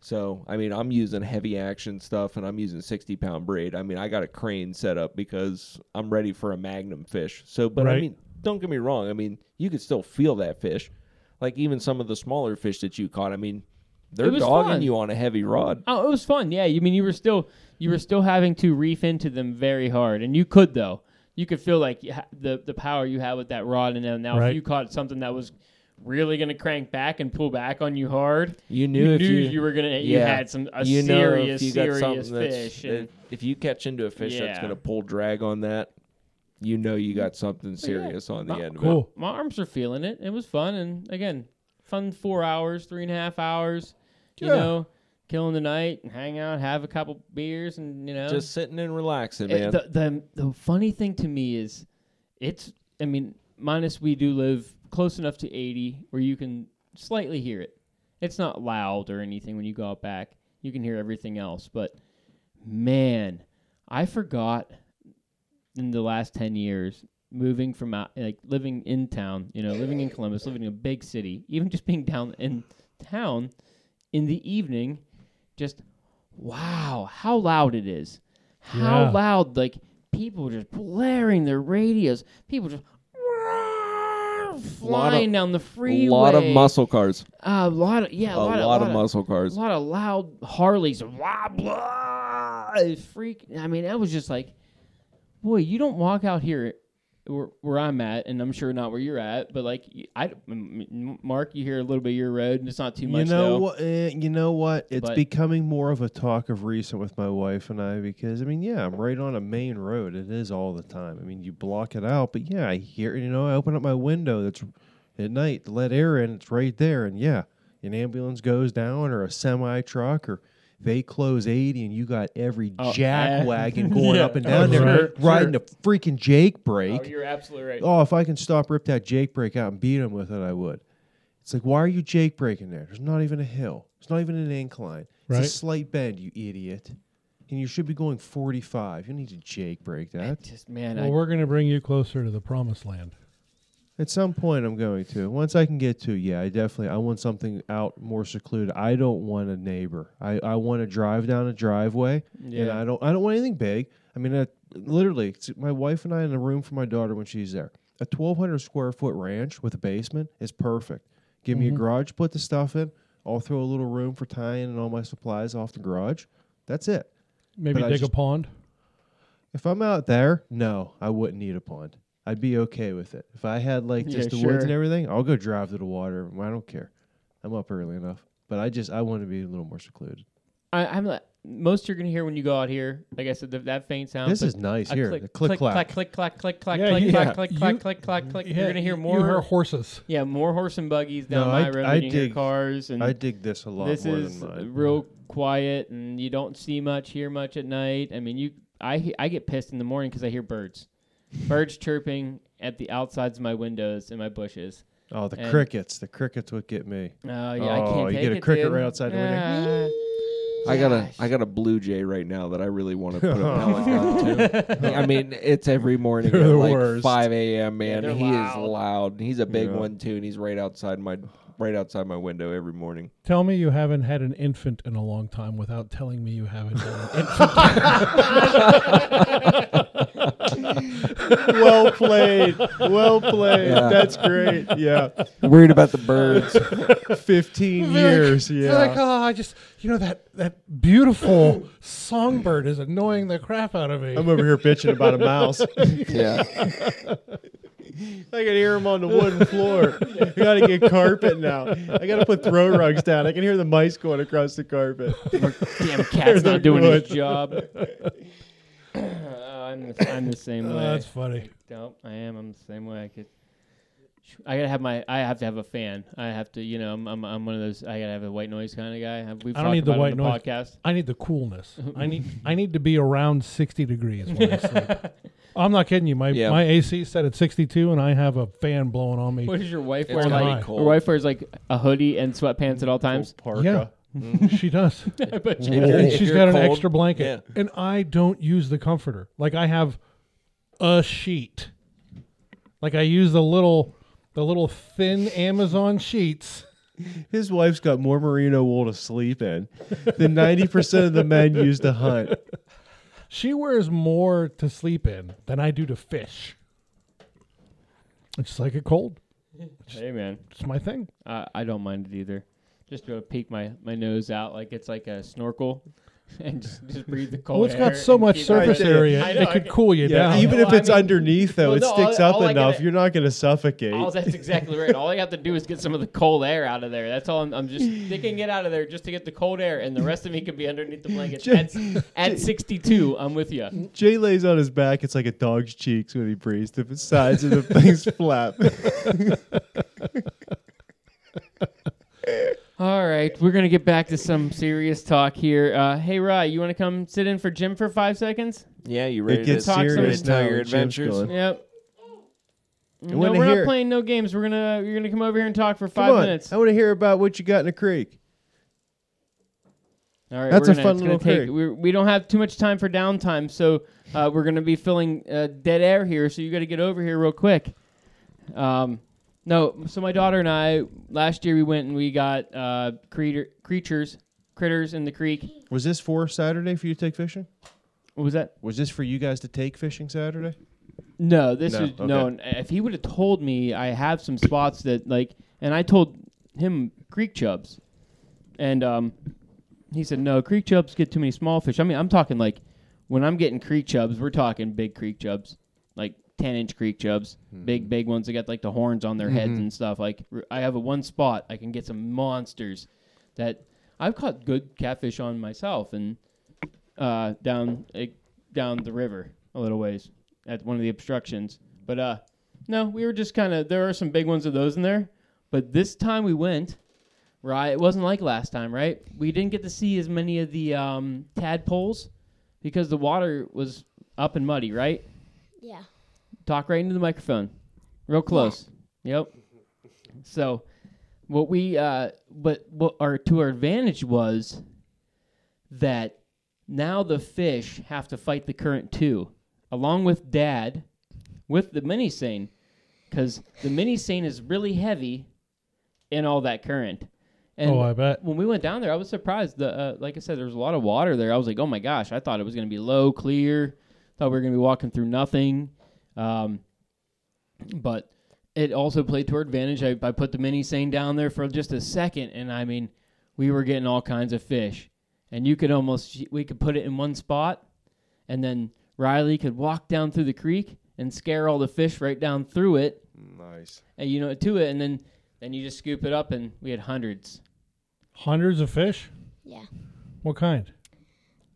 So I mean, I'm using heavy action stuff and I'm using 60 pound braid. I mean, I got a crane set up because I'm ready for a magnum fish. So, but I Right. mean, don't get me wrong. I mean, you could still feel that fish, like even some of the smaller fish that you caught. I mean, they're It was dogging fun. you on a heavy rod. Oh, it was fun. Yeah, you mean you were still you were still having to reef into them very hard, and you could though. You could feel like you ha- the the power you had with that rod, and then now if Right. you caught something that was really going to crank back and pull back on you hard, You you knew knew if you, were going to. You yeah. had some a you know serious if you got serious something that's fish. that- and, if you catch into a fish that's Yeah. going to pull drag on that you know you got something serious on the end of Cool. my arms are feeling it. It was fun, and again, fun four hours, three and a half hours. You Yeah. know, killing the night and hang out, have a couple beers, and you know, it just sitting and relaxing It- man the, Eh, the the funny thing to me is, it's I mean minus we do live close enough to eighty where you can slightly hear it. It's not loud or anything when you go out back. You can hear everything else, but man, I forgot in the last ten years moving from out like living in town, you know, living in Columbus, living in a big city, even just being down in town in the evening, just wow, how loud it is. How Yeah. loud like people just blaring their radios. People just flying down the freeway. a lot of muscle cars A lot of yeah, a, a lot, lot, of- of muscle cars a lot of loud Harleys, blah blah. It's Freak! I mean, that was just like, boy, you don't walk out here where, where I'm at, and I'm sure not where you're at, but like, y- I, m- m- Mark, you hear a little bit of your road, and it's not too You much. know though. what? eh, you know what? It's But- becoming more of a talk of recent with my wife and I because I mean, yeah, I'm right on a main road. It is all the time. I mean, you block it out, but yeah, I hear. You know, I open up my window. That's at night to let air in. It's right there, and yeah, an ambulance goes down or a semi truck or. They close 80 and you got every Oh, jack eh. [LAUGHS] wagon going Yeah. up and down there Sure, riding a freaking Jake brake. Oh, you're absolutely right. Oh, if I can stop, rip that Jake break out and beat him with it, I would. It's like, why are you Jake breaking there? There's not even a hill. It's not even an incline. It's a Right. slight bend, you idiot. And you should be going 45. You don't need to Jake break I that. just man, Well, we're going to bring you closer to the promised land. At some point, I'm going to. Once I can get to, yeah, I definitely. I want something out more secluded. I don't want a neighbor. I, I want to drive down a driveway, and Yeah. I don't. I don't want anything big. I mean, I, literally, it's my wife and I in a room for my daughter when she's there. A 1,200 square foot ranch with a basement is perfect. Give me a garage, put the stuff in. I'll throw a little room for tying and all my supplies off the garage. That's it. Maybe But I dig just- a pond. If I'm out there, no, I wouldn't need a pond. I'd be okay with it. If I had like Yeah, just the woods and sure. everything, I'll go drive to the water. I don't care. I'm up early enough. But I just I want to be a little more secluded. I, I'm like, most you're gonna hear when you go out here. Like I said, th- that faint sound. this Um, but is nice I here. click, the click clack. click, clack, click, clack, Yeah, click, you- clack, click, you- clack, click, clack, click. Yeah, You're gonna hear you- more. You hear horses. yeah, more horse and buggies down No, my I- road. I than you hear dig- cars and I dig this a lot this more is than mine. real quiet and you don't see much hear much at night i mean you i he- i get pissed in the morning because i hear birds birds chirping at the outsides of my windows and my bushes Oh, the and- crickets. The crickets would get me. oh yeah i Oh, can't you take get a it, cricket dude. right outside the window. Ah. I got a Gosh. I got a blue jay right now that I really want [LAUGHS] to put a pellet gun to. I mean, it's every morning at They're the like worst. five a.m. Man, they're he loud. is loud. He's a big Yeah. one too, and he's right outside my right outside my window every morning. Tell me you haven't had an infant in a long time without telling me you haven't [LAUGHS] had an infant. well played. Well played. Yeah. That's great. Yeah. [LAUGHS] Worried about the [LAUGHS] birds. 15 years. They're like, Yeah. oh, I just, you know, that, that beautiful songbird is annoying the crap out of me. I'm over here bitching about a mouse. I yeah, can hear him on the wooden [LAUGHS] floor. I got to get carpet now. I got to put throw rugs down. I can hear the mice going across the carpet. [LAUGHS] damn cat's They're [LAUGHS] not doing his good. job [COUGHS] Uh, I'm, the, I'm the same Oh, way that's funny. Nope, I am. I'm the same way. I could. I gotta have my. I have to have a fan. I have to. You know, I'm. I'm, I'm one of those. I gotta have a white noise kind of guy. Have- We've I talked don't need the about it white on the noise. podcast. I need the coolness. I need I need to be around 60 degrees when I [LAUGHS] sleep. I'm not kidding you. My Yeah. my AC is set at 62, and I have a fan blowing on me. What does your wife It's wear? kinda Like, cold. your wife wears like a hoodie and sweatpants at all times. Parka. Yeah. Mm-hmm. she [LAUGHS] does. but you- If you're- and if she's you're got an cold, extra blanket. yeah. And I don't use the comforter. Like I have a sheet. Like I use the little the little thin Amazon sheets. His wife's got more merino wool to sleep in than 90% of the men use to hunt. She wears more to sleep in than I do to fish. It's just like a cold. hey man, It's my thing. I, I don't mind it either. Just to peek my my nose out like it's like a snorkel, [LAUGHS] and just, just breathe the cold. well, Oh, it's got air so and much keep it- surface I did. area, I know, it could I- cool you Yeah, down. even Well, if I it's mean- underneath, though, Well, it no, sticks all- up all I enough. gotta- You're not going to suffocate. Oh, that's exactly right. All I have to do is get some of the cold air out of there. That's all. I'm, I'm [LAUGHS] just sticking it out of there just to get the cold air, and the rest of me could be underneath the blanket. Jay- At, at 62, I'm with you. Jay lays on his back. It's like a dog's cheeks when he breathes. The sides of the [LAUGHS] things flap. [LAUGHS] All right, we're gonna get back to some serious talk here. Uh, hey, Rye, you want to come sit in for Jim for five seconds? yeah. You ready gets to ready to serious tell now your when Jim's adventures? gone. Yep. No, wanna we're hear- not playing no games. We're gonna you're gonna come over here and talk for Come five on, minutes. I All want to hear about what you got in the creek. right, That's we're gonna, a fun it's gonna little take, theory. we're, We don't have too much time for downtime, so uh, we're gonna be filling uh, dead air here. So you got to get over here real quick. Um, no, so my daughter and I last year we went and we got uh, creature, creatures, critters in the creek. Was this for Saturday for you to take fishing? What was that? Was this for you guys to take fishing Saturday? No, this No, is okay. no. and If he would have told me, I have some spots that like, and I told him creek chubs, and um, he said no, creek chubs get too many small fish. I mean, I'm talking like when I'm getting creek chubs, we're talking big creek chubs, like ten inch creek chubs, Hmm. big big ones that got like the horns on their Mm-hmm. heads and stuff. Like r- I have a one spot I can get some monsters that I've caught good catfish on myself and uh, down uh, down the river a little ways at one of the obstructions. But uh, no, we were just kind of there are some big ones of those in there. But this time we went, right? It wasn't like last time, right? We didn't get to see as many of the um, tadpoles because the water was up and muddy, right? Yeah. Talk right into the microphone, real close. Yep. So, what we uh, but what our to our advantage was that now the fish have to fight the current too, along with Dad, with the mini seine, because the mini seine is really heavy in all that current. And oh, I bet. when we went down there, I was surprised. The uh, like I said, there was a lot of water there. I was like, oh my gosh, I thought it was gonna be low, clear. Thought we were gonna be walking through nothing. Um, but it also played to our advantage. I, I put the mini seine down there for just a second, and I mean, we were getting all kinds of fish, and you could almost we could put it in one spot, and then Riley could walk down through the creek and scare all the fish right down through it, Nice. and you know to it, and then then you just scoop it up, and we had hundreds. Hundreds of fish? Yeah. What kind?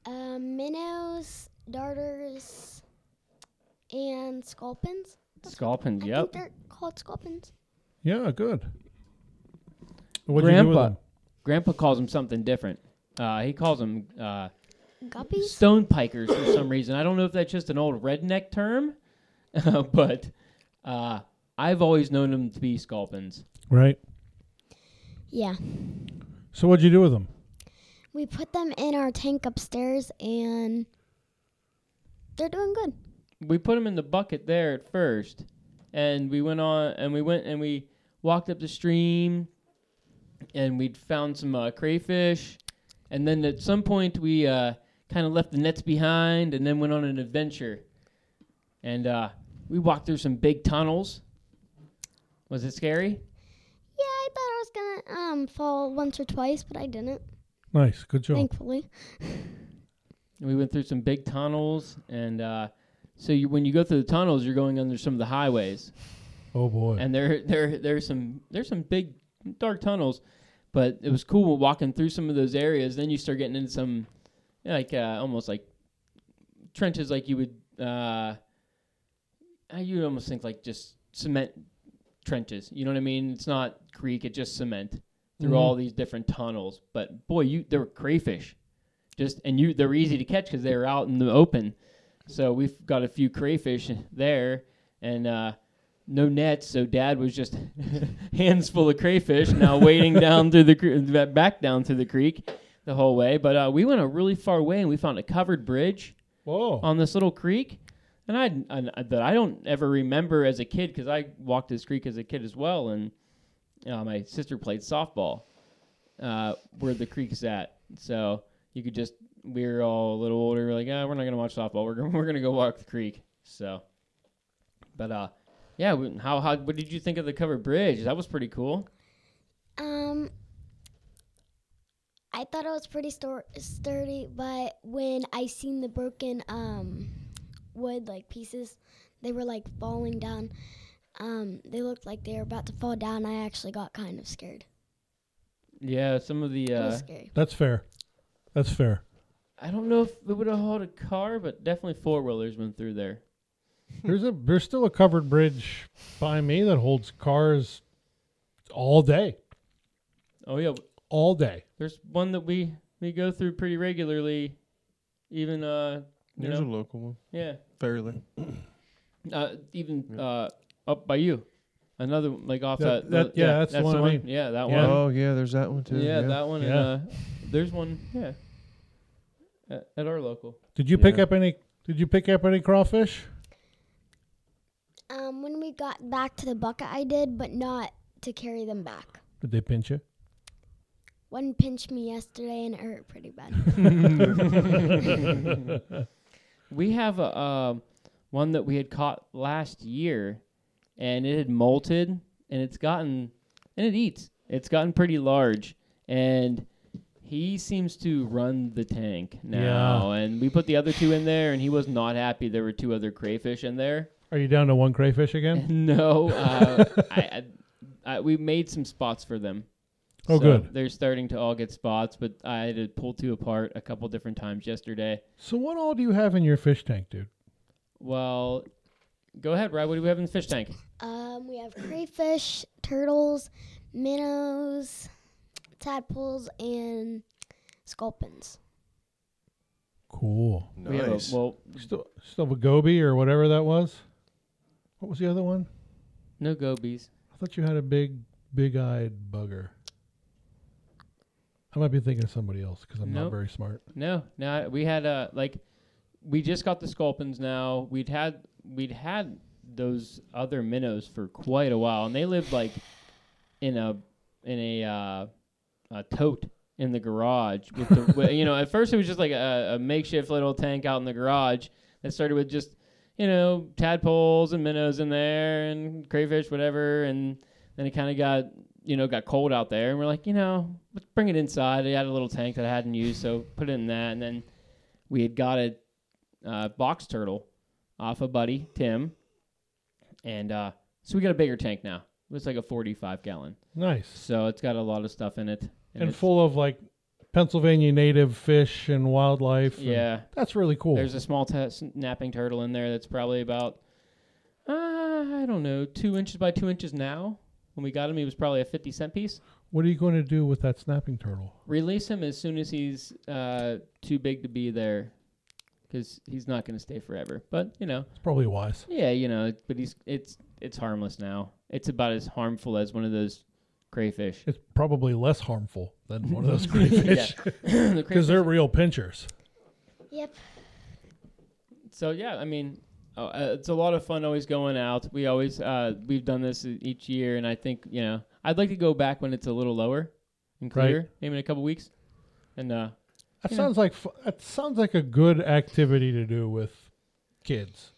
Um, minnows, darters, and sculpins. Sculpins, I think yep. they're called sculpins. Yeah, good. What'd you do with Grandpa. them? Grandpa calls them something different. Uh, he calls them uh, Guppies? stone pikers for some reason. I don't know if that's just an old redneck term, [LAUGHS] but uh, I've always known them to be sculpins. Right. Yeah. So what'd you do with them? We put them in our tank upstairs and they're doing good. We put them in the bucket there at first, and we went on and we went and we walked up the stream, and we'd found some uh, crayfish, and then at some point we uh, kind of left the nets behind, and then went on an adventure, and uh, we walked through some big tunnels. Was it scary? Yeah, I thought I was gonna um fall once or twice, but I didn't, Nice. Good job. thankfully. And we went through some big tunnels, and uh, so you, when you go through the tunnels, you're going under some of the highways, Oh boy. and there there there's some there's some big dark tunnels, but it was cool walking through some of those areas. Then you start getting into some like uh, almost like trenches, like you would uh, uh, you would almost think like just cement trenches. You know what I mean? It's not creek; it's just cement through Mhm. all these different tunnels. But boy, you there were crayfish, just and you they were easy to catch because they were out in the open. So we've got a few crayfish there, and uh, no nets. So Dad was just [LAUGHS] hands full of crayfish now, wading down through the cre- ba- back down through the creek the whole way. But uh, we went a really far way, and we found a covered bridge Whoa. on this little creek, and I and I- that I don't ever remember as a kid because I walked this creek as a kid as well, and uh, my sister played softball uh, where the creek's at. So you could just we were all a little older, we're like, ah, we're not gonna watch softball. We're gonna, [LAUGHS] we're gonna go walk the creek. So, but uh, yeah. we- How how what did you think of the covered bridge? That was pretty cool. Um, I thought it was pretty stor- sturdy, but when I seen the broken um wood like pieces, they were like falling down. Um, they looked like they were about to fall down. I actually got kind of scared. Yeah, some of the It uh, was scary. That's fair. That's fair. I don't know if it would have hauled a car, but definitely four wheelers went through there. There's a there's still a covered bridge by me that holds cars all day. Oh yeah, All day. There's one that we we go through pretty regularly, even uh you There's know a local one. yeah Fairly. uh even uh up by you, another one, like off That- that, that- yeah, that's the one I mean. yeah that Yeah. one Oh yeah, there's that one too. yeah, that one and Yeah. uh there's one yeah at, at our local Did you pick Yeah. up any did you pick up any crawfish? Um, when we got back to the bucket, I did, but not to carry them back. Did they pinch you? One pinched me yesterday and it hurt pretty bad. we have a um one that we had caught last year, and it had molted, and it's gotten and it eats. It's gotten pretty large, and he seems to run the tank now. And we put the other two in there, and he was not happy. There were two other crayfish in there. Are you down to one crayfish again? [LAUGHS] no, uh, I, I, I, we made some spots for them. Oh, good. They're starting to all get spots, but I had to pull two apart a couple different times yesterday. So what all do you have in your fish tank, dude? Well, go ahead, Ryan. What do we have in the fish tank? Um, we have crayfish, turtles, minnows, tadpoles, and sculpins. Cool. We have a, well, Still still have a goby or whatever that was? What was the other one? no gobies. I thought you had a big big eyed bugger. I might be thinking of somebody else because I'm not Nope. very smart. No, no. We had uh like, we just got the sculpins now. We'd had we'd had those other minnows for quite a while, and they lived like in a in a uh, a tote in the garage with the [LAUGHS] wi- you know at first it was just like a, a makeshift little tank out in the garage that started with just you know tadpoles and minnows in there and crayfish whatever and then it kind of got you know got cold out there and we're like you know let's bring it inside i had a little tank that i hadn't used so put it in that and then we had got a uh, box turtle off a buddy tim and uh, so we got a bigger tank now. It's like a 45 gallon, Nice. so it's got a lot of stuff in it. And, it's- full of like Pennsylvania native fish and wildlife. and- Yeah, that's really cool. there's a small t- snapping turtle in there that's probably about uh, I don't know two inches by two inches now. When we got him, he was probably a 50 cent piece. what are you going to do with that snapping turtle? Release him as soon as he's uh, too big to be there, because he's not going to stay forever. But you know, It's probably wise. yeah, you know, it- but he's it's it's harmless now. It's about as harmful as one of those crayfish. It's probably less harmful than one of [LAUGHS] those crayfish [COUGHS] [LAUGHS] The because crayfish- they're real pinchers. Yep. so yeah, I mean, uh, uh, it's a lot of fun always going out. We always uh, we've done this e- each year, and I think you know I'd like to go back when it's a little lower and Right. clear, maybe in a couple weeks, and uh, That Yeah. sounds like fu- that sounds like a good activity to do with kids.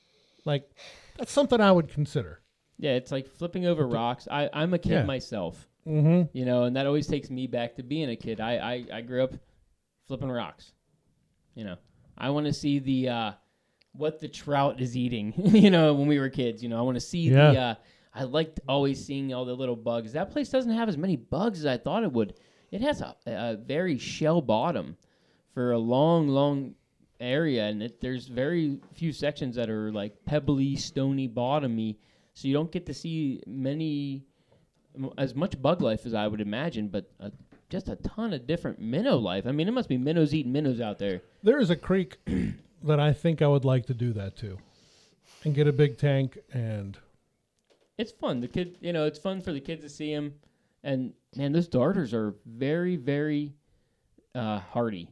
Like that's something I would consider. yeah, it's like flipping over rocks. I I'm a kid Yeah. myself, Mm-hmm. you know, and that always takes me back to being a kid. I I, I grew up flipping rocks, you know. I want to see the uh, what the trout is eating, [LAUGHS] you know, when we were kids. You know, I want to see the. Yeah. Uh, I liked always seeing all the little bugs. That place doesn't have as many bugs as I thought it would. It has a, a very shell bottom for a long, long area, and it, there's very few sections that are like pebbly, stony bottomy. So you don't get to see many m- as much bug life as I would imagine, but uh just a ton of different minnow life. I mean, it must be minnows eating minnows out there. There is a creek [CLEARS THROAT] that I think I would like to do that to, and get a big tank and it's fun. The kid, you know, it's fun for the kids to see him. And man, those darters are very, very uh, hardy,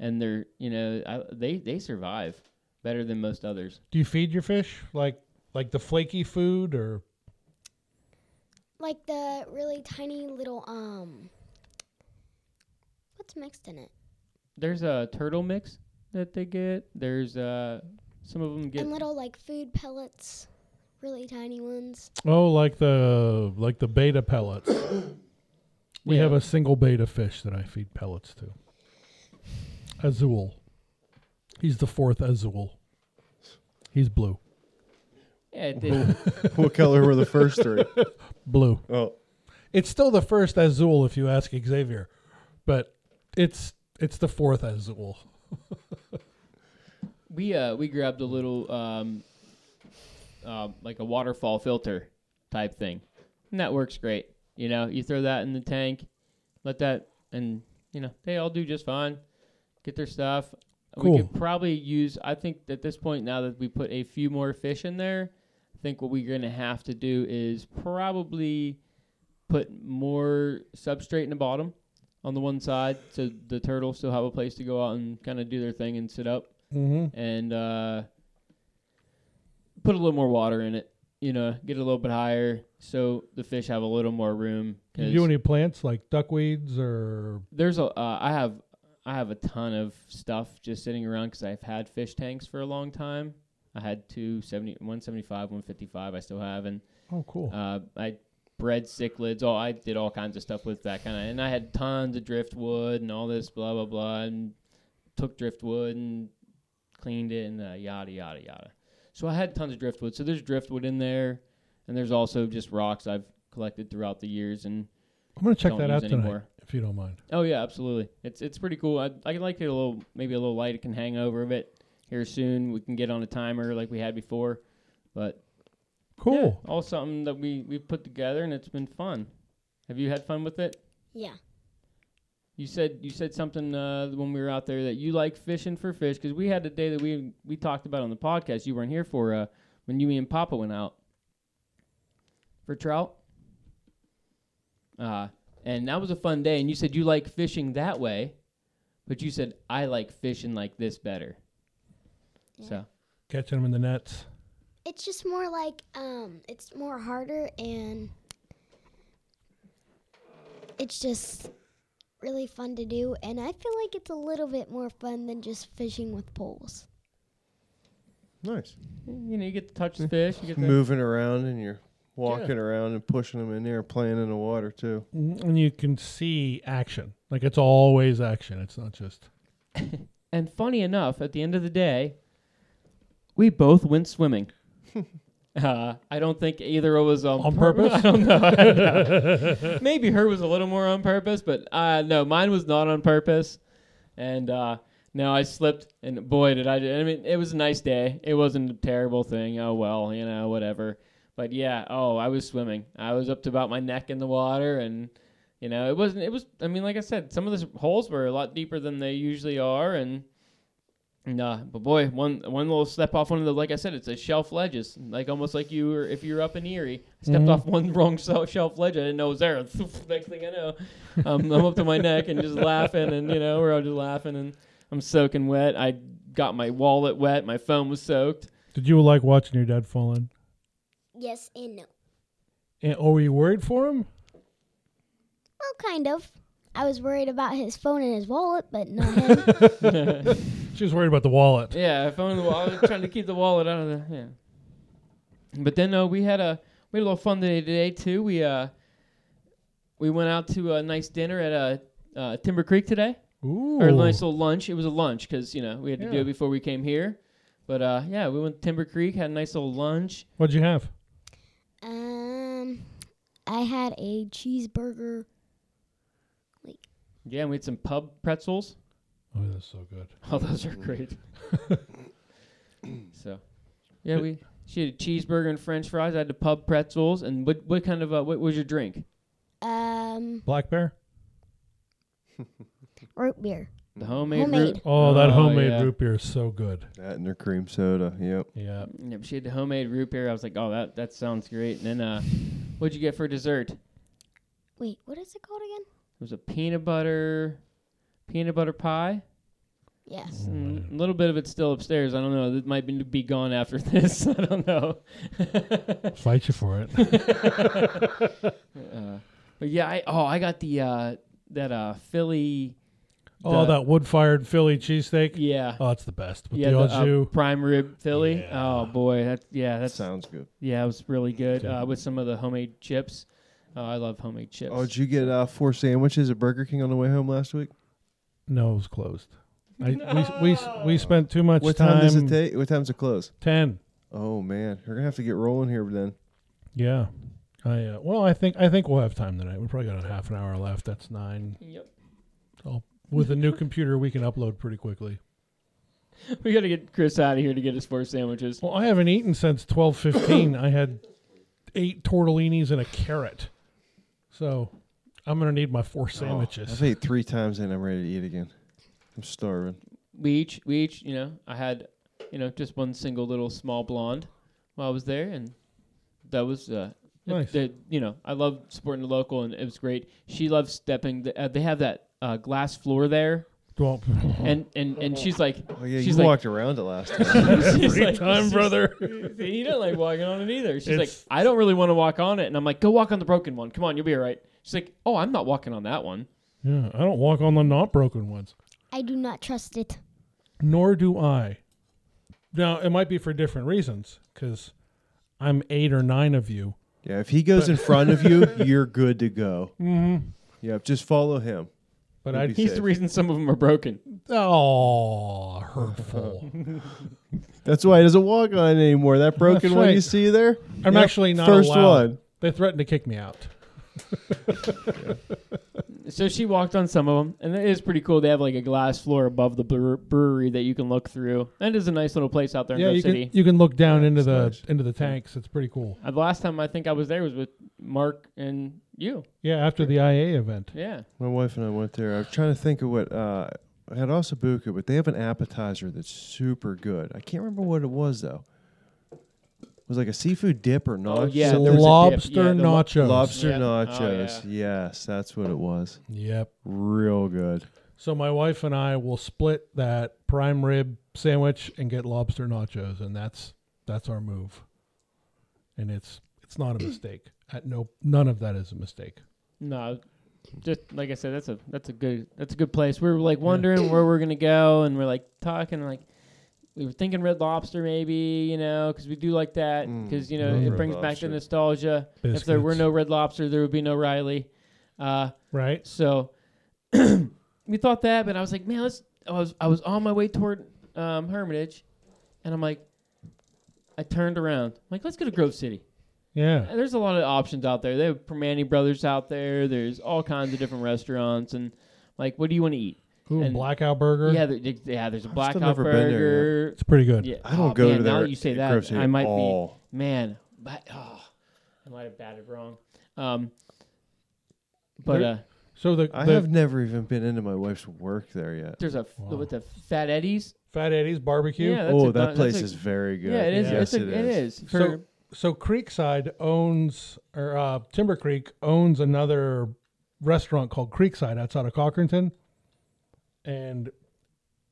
and they're you know I, they they survive better than most others. Do you feed your fish like like the flaky food or Like the really tiny little um. What's mixed in it? There's a turtle mix that they get. There's uh, some of them get And little like food pellets, really tiny ones. oh like the like the beta pellets? we Yeah. have a single beta fish that I feed pellets to. Azul. He's the fourth Azul. He's blue. yeah, [LAUGHS] it, what color were the first [LAUGHS] three? Blue. Oh, It's still the first Azul if you ask Xavier, but it's it's the fourth Azul. we uh we grabbed a little um, uh, like a waterfall filter type thing, and that works great. You know, you throw that in the tank, let that, and you know they all do just fine. Get their stuff. We could Cool. probably use. I think at this point now that we put a few more fish in there, I think what we're gonna have to do is probably put more substrate in the bottom on the one side so the turtles still have a place to go out and kind of do their thing and sit up Mm-hmm. and uh, put a little more water in it. You know, get it a little bit higher so the fish have a little more room. You 'cause do any plants like duckweeds or there's a uh, I have I have a ton of stuff just sitting around because I've had fish tanks for a long time. I had two seventy, one seventy five, one fifty five. I still have, and oh cool. uh, I bred cichlids. All I did all kinds of stuff with that kind of, and I had tons of driftwood and all this blah blah blah, and took driftwood and cleaned it and uh, yada yada yada. So I had tons of driftwood. So there's driftwood in there, and there's also just rocks I've collected throughout the years and I'm gonna check don't that use out tonight anymore. if you don't mind. Oh yeah, absolutely. It's it's pretty cool. I I like it a little maybe a little light. It can hang over a bit here soon. We can get on a timer like we had before, but Cool. yeah, all something that we we put together and it's been fun. Have you had fun with it? Yeah. You said you said something uh, when we were out there that you like fishing for fish because we had a day that we we talked about on the podcast. You weren't here for uh, when you and Papa went out for trout. Uh, and that was a fun day. And you said you like fishing that way, but you said I like fishing like this better. Yeah. So catching them in the nets. It's just more like um, it's more harder and it's just really fun to do. And I feel like it's a little bit more fun than just fishing with poles. nice. you know you get to touch the fish. You get to Moving around and you're walking around and pushing them in there, playing in the water too. And you can see action. Like it's always action. It's not just [LAUGHS] And funny enough, at the end of the day, we both went swimming. Uh, I don't think either was on, On pur- purpose? [LAUGHS] I [LAUGHS] don't know. I don't know. Maybe her was a little more on purpose, but uh, no, mine was not on purpose. And uh, no, I slipped, and boy, did I! I mean, it was a nice day. It wasn't a terrible thing. Oh well, you know, whatever. But yeah, oh, I was swimming. I was up to about my neck in the water, and you know, it wasn't. It was. I mean, like I said, some of the holes were a lot deeper than they usually are, and Nah, but boy, one one little step off one of the like I said, it's a shelf ledges, like almost like you were if you were up in Erie. I stepped Mhm. off one [LAUGHS] wrong so- shelf ledge, I didn't know it was there. [LAUGHS] Next thing I know, um, I'm up to my neck and just laughing, and you know we're all just laughing, and I'm soaking wet. I got my wallet wet, my phone was soaked. Did you like watching your dad fall in? Yes and no. And oh, were you worried for him? Well, kind of. I was worried about his phone and his wallet, but not him. She was worried about the wallet. [LAUGHS] Yeah, phone in the wallet. I was trying to keep the wallet out of the yeah. But then uh, we had a we had a little fun today today too. We uh we went out to a nice dinner at uh, uh, Timber Creek today. Ooh. or a nice little lunch. It was a lunch because you know we had to do Yeah. it before we came here. But uh, yeah, we went to Timber Creek, had a nice little lunch. What'd you have? um, I had a cheeseburger. Yeah, and we had some pub pretzels. [LAUGHS] Oh, that's so good. Oh, those are great. [LAUGHS] so, yeah, we she had a cheeseburger and French fries. I had the pub pretzels. And what what kind of uh, what was your drink? Um, Black bear. root beer. The Mm-hmm. homemade. Homemade. Root. Oh, that Oh, homemade yeah. root beer is so good. That and their cream soda. Yep. Yeah. Yep, she had the homemade root beer. I was like, oh, that that sounds great. And then uh, what'd you get for dessert? Wait, what is it called again? It was a peanut butter peanut butter pie. Yes. Oh, Mm, A little bit of it's still upstairs. I don't know. It might be, be gone after [LAUGHS] this. I don't know. [LAUGHS] Fight you for it. [LAUGHS] Uh, but yeah, I oh I got the uh, that uh Philly. oh, the- that wood fired Philly cheesesteak. yeah Oh, it's the best. With yeah the au uh, jus. prime rib Philly. Yeah. Oh boy, that yeah that's sounds good. yeah it was really good uh, with some of the homemade chips. Uh, I love homemade chips. Oh, did you get uh, four sandwiches at Burger King on the way home last week? no, it was closed. I, we, we, we spent too much what time. time, does it take? What time's it close? 10. Oh man, we're gonna have to get rolling here then. Yeah. I, uh, well, I think I think we'll have time tonight. We probably got a half an hour left. That's nine. Yep. With a new computer, we can upload pretty quickly. We gotta get Chris out of here to get his four sandwiches. Well, I haven't eaten since twelve fifteen. I had eight tortellinis and a carrot, so I'm gonna need my four Oh, sandwiches. I've ate three times and I'm ready to eat again. I'm starving. we each we each you know i had you know just one single little small blonde while i was there and that was uh it- Nice. the- you know i love supporting the local and it was great she loves stepping the, uh, they have that uh, glass floor there Well, and and and she's like [LAUGHS] Oh yeah, she's you like, walked around it last time. she's free like- time, she's- brother. See, you don't like walking on it either. She's like, It's- I don't really want to walk on it, and I'm like, go walk on the broken one. Come on, you'll be all right. She's like, oh, I'm not walking on that one. yeah, I don't walk on the not broken ones, I do not trust it. nor do I. Now it might be for different reasons because I'm eight or nine of you. yeah, if he goes in front of [LAUGHS] you, you're good to go. Mm-hmm. Yep, just follow him. But You'd I be He's the Safe. reason some of them are broken. oh hurtful. That's why he doesn't walk on it anymore. That broken one right. you see there? I'm Yep, actually not first allowed. one. They threatened to kick me out. So she walked on some of them, and it is pretty cool. They have like a glass floor above the brewer- brewery that you can look through. That is a nice little place out there in yeah, the you city. can you can look down into it's the nice. into the tanks. It's pretty cool. Uh, the last time I think I was there was with Mark and you. Yeah, after the IA event. Yeah, My wife and I went there. I'm trying to think of what uh, I had Osabuka, but they have an appetizer that's super good. I can't remember what it was though. It was like a seafood dip or not? Oh, yeah, there was a dip. lobster Yeah, the lo- nachos. Lobster Yeah. Oh, nachos. Yes, that's what it was. Yep. Real good. So my wife and I will split that prime rib sandwich and get lobster nachos, and that's that's our move. And it's it's not a [CLEARS THROAT] mistake. At no, none of that is a mistake. no, just like I said, that's a that's a good that's a good place. We were like wondering where we're gonna go, and we're like talking like. We were thinking Red Lobster, maybe you know, because we do like that, Mm, because you know love it Red brings back Lobster. the nostalgia. If there were Biscuits. no Red Lobster, there would be no Riley. Uh, right, So [CLEARS THROAT] we thought that, but I was like, man, let's. I was I was on my way toward um, Hermitage, and I'm like, I turned around. I'm like, let's go to Grove City. Yeah. And There's a lot of options out there. They have Permani Brothers out there. There's all kinds of different restaurants. And like, what do you want to eat? Ooh, And- Blackout Burger. Yeah, there, yeah. There's a I've Black still Hawk never been there Burger. It's pretty good. Yeah. I don't Oh, go man, to Now there that you say at that, Grove City I at might all. be man. But oh, I might have batted wrong. Um, but There- uh, So the, I the have never even been into my wife's work there yet. there's a f- Wow. with the Fat Eddie's. Fat Eddie's barbecue. Yeah, that's oh, a- that that's place a- is very good. Yeah, it is. Yeah. Yes, it's a, it is. For, So so Creekside owns or uh, Timber Creek owns another restaurant called Creekside outside of Cochranton, and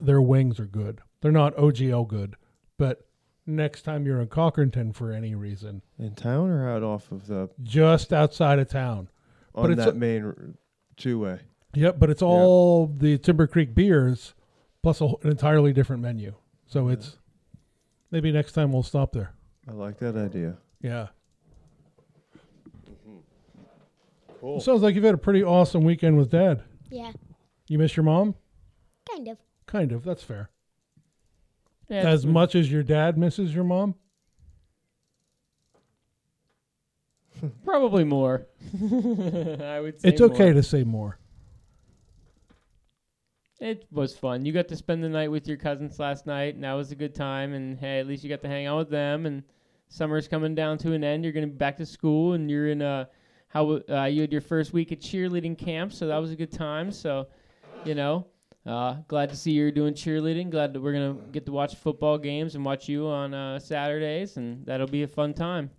their wings are good. They're not OGL good, but next time you're in Cochranton for any reason, In town or out off of the just outside of town. But on it's that a- main two way. Yep, but it's all the Timber Creek beers plus a, wh- an entirely different menu. So it's maybe next time we'll stop there. I like that idea. Yeah. Cool. Sounds like you've had a pretty awesome weekend with dad. Yeah, You miss your mom? kind of. Kind of. That's fair. yeah, as it's- much as your dad misses your mom? probably more. [LAUGHS] I would. Say it's okay more. to say more. It was fun. You got to spend the night with your cousins last night, and that was a good time. And hey, at least you got to hang out with them. And summer's coming down to an end. You're going to be back to school, and you're in a how uh, you had your first week at cheerleading camp, so that was a good time. So, you know, uh, glad to see you're doing cheerleading. Glad that we're going to get to watch football games and watch you on uh, Saturdays, and that'll be a fun time.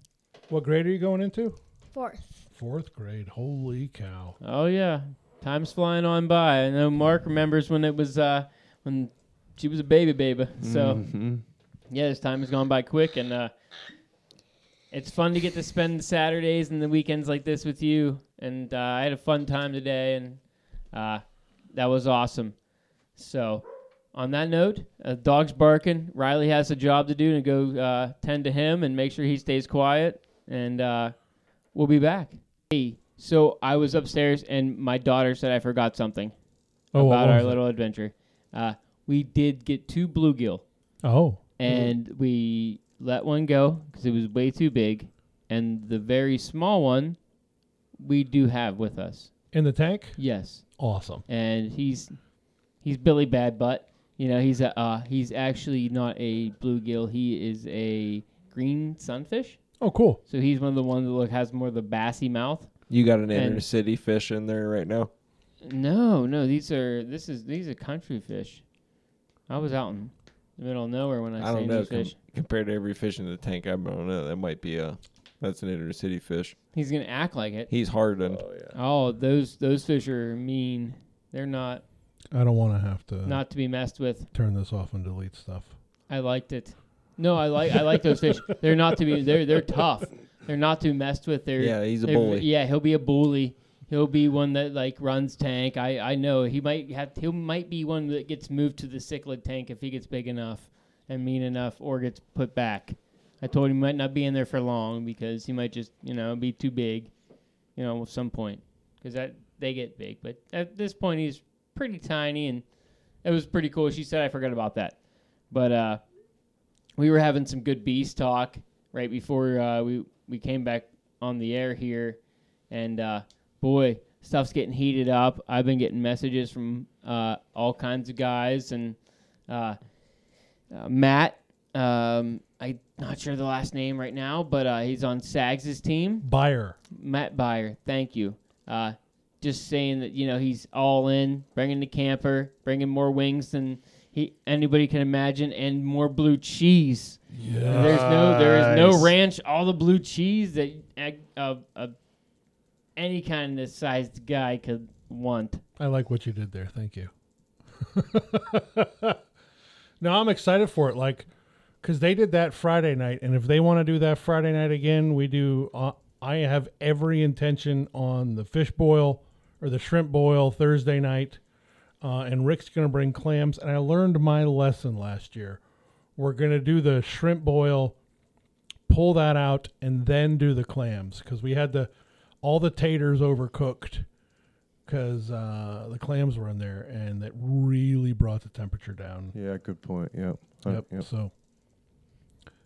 What grade are you going into? Fourth. Fourth grade. Holy cow. Oh yeah, time's flying on by. I know Mark remembers when it was uh, when she was a baby baby. Mm-hmm. So. Mhm. Yeah, this time has gone by quick, and uh, it's fun to get to spend Saturdays and the weekends like this with you. And uh, I had a fun time today, and uh, that was awesome. So, on that note, uh, dog's barking. Riley has a job to do to go uh, tend to him and make sure he stays quiet. And uh, we'll be back. Hey, so I was upstairs, and my daughter said I forgot something Oh, what about our was it? little adventure. Uh, we did get two bluegill Oh. and we let one go because it was way too big, and the very small one we do have with us. In the tank? Yes, Awesome. and he's he's Billy Bad Butt. You know, he's a uh, he's actually not a bluegill. He is a green sunfish. Oh, cool. So he's one of the ones that look has more of the bassy mouth. You got an And- inner city fish in there right now. No, no, these are this is these are country fish. I was out in the middle of nowhere when I, I don't seen know. these Com- fish. compared to every fish in the tank, I don't know. That might be a. That's an inner city fish. He's gonna act like it. He's hardened. Oh yeah. Oh, those those fish are mean. They're not I don't want to have to not to be messed with. turn this off and delete stuff. I liked it. No, I like I like those fish. They're not to be they're they're tough. They're not to be messed with. They're yeah, he's a they're- bully. Yeah, he'll be a bully. He'll be one that like runs tank. I I know he might have he might be one that gets moved to the cichlid tank if he gets big enough and mean enough or gets put back. I told him he might not be in there for long because he might just you know be too big, you know, at some point because that they get big. But at this point, he's pretty tiny, and it was pretty cool. She said I forgot about that, but uh, we were having some good beast talk right before uh, we we came back on the air here, and uh, boy, stuff's getting heated up. I've been getting messages from uh, all kinds of guys, and uh, uh, Matt. Um, I'm not sure the last name right now, but uh, he's on Sags' team. Buyer. Matt Byer, thank you. Uh, just saying that you know he's all in, bringing the camper, bringing more wings than he anybody can imagine, and more blue cheese. Yeah. There's no there is no Nice. ranch. All the blue cheese that a, a, a, any kind of sized guy could want. I like what you did there. Thank you. no, I'm excited for it. Like, because they did that Friday night, and if they want to do that Friday night again, we do. Uh, I have every intention on the fish boil or the shrimp boil Thursday night, uh, and Rick's going to bring clams. And I learned my lesson last year. We're going to do the shrimp boil, pull that out, and then do the clams because we had the all the taters overcooked because uh, the clams were in there, and that really brought the temperature down. Yeah, good point. Yep. Uh, Yep. So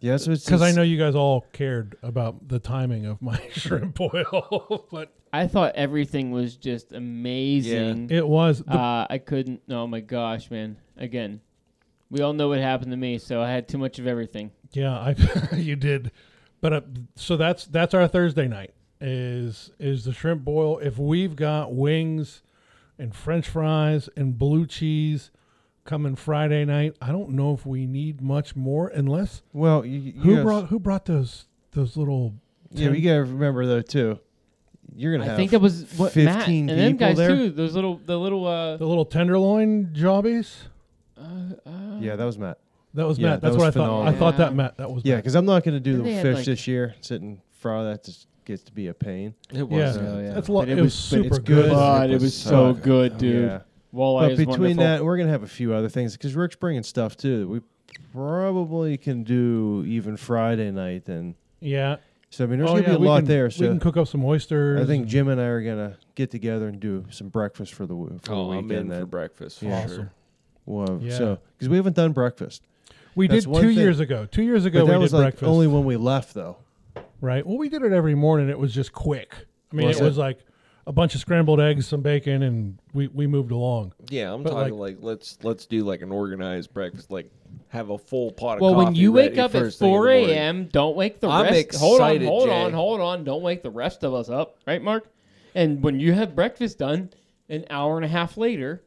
Yeah, so it's because I it's- know you guys all cared about the timing of my [LAUGHS] shrimp boil, [LAUGHS] but I thought everything was just amazing. it was the, uh, I couldn't. Oh my gosh, man! Again, we all know what happened to me, so I had too much of everything. yeah. I [LAUGHS] you did, but uh, so that's that's our Thursday night is is the shrimp boil. If we've got wings and French fries and blue cheese coming Friday night, I don't know if we need much more unless Well, you, you who guys- brought who brought those those little Yeah, we gotta remember though too. You're gonna I have. think that was what Matt 15 and them people guys there? too. Those little, the little. Uh, the little tenderloin jobbies. uh, uh, yeah, that was Matt. That was Yeah, Matt. that That's was what I thought. I phenomenal. thought that Yeah. Matt. That was Yeah, Matt. because I'm not gonna do And the they had, fish like- this year. Sitting fry that just gets to be a pain. It Yeah, was. So, yeah. that's a lot. But It, it was, was- but super it's good. good. Oh, God, It it was was so so- Oh, good, dude. Yeah. Walleye But is between wonderful. that, we're gonna have a few other things because Rick's bringing stuff too that we probably can do even Friday night. Then Yeah, so I mean, there's Oh, gonna yeah, be we a lot can- there. we So can cook up some oysters. I think and- Jim and I are gonna get together and do some breakfast for the w- for the Oh, I'm weekend. in for then. breakfast for Yeah. sure. Whoa, Yeah. so because we haven't done breakfast. we did that's two one thing. years ago. Two years ago, but we that did was like breakfast. only when we left though. right. Well, we did it every morning. It was just quick. I mean, Was it was it? like a bunch of scrambled eggs, some bacon, and we we moved along. Yeah, I'm But, talking like, let's let's do like an organized breakfast, like have a full pot of well, coffee. when you wake ready up at first thing in the 4 morning. a.m., don't wake the I'm rest. hold on, excited, hold Jay. on, hold on. Don't wake the rest of us up, right, Mark? And when you have breakfast done, an hour and a half later,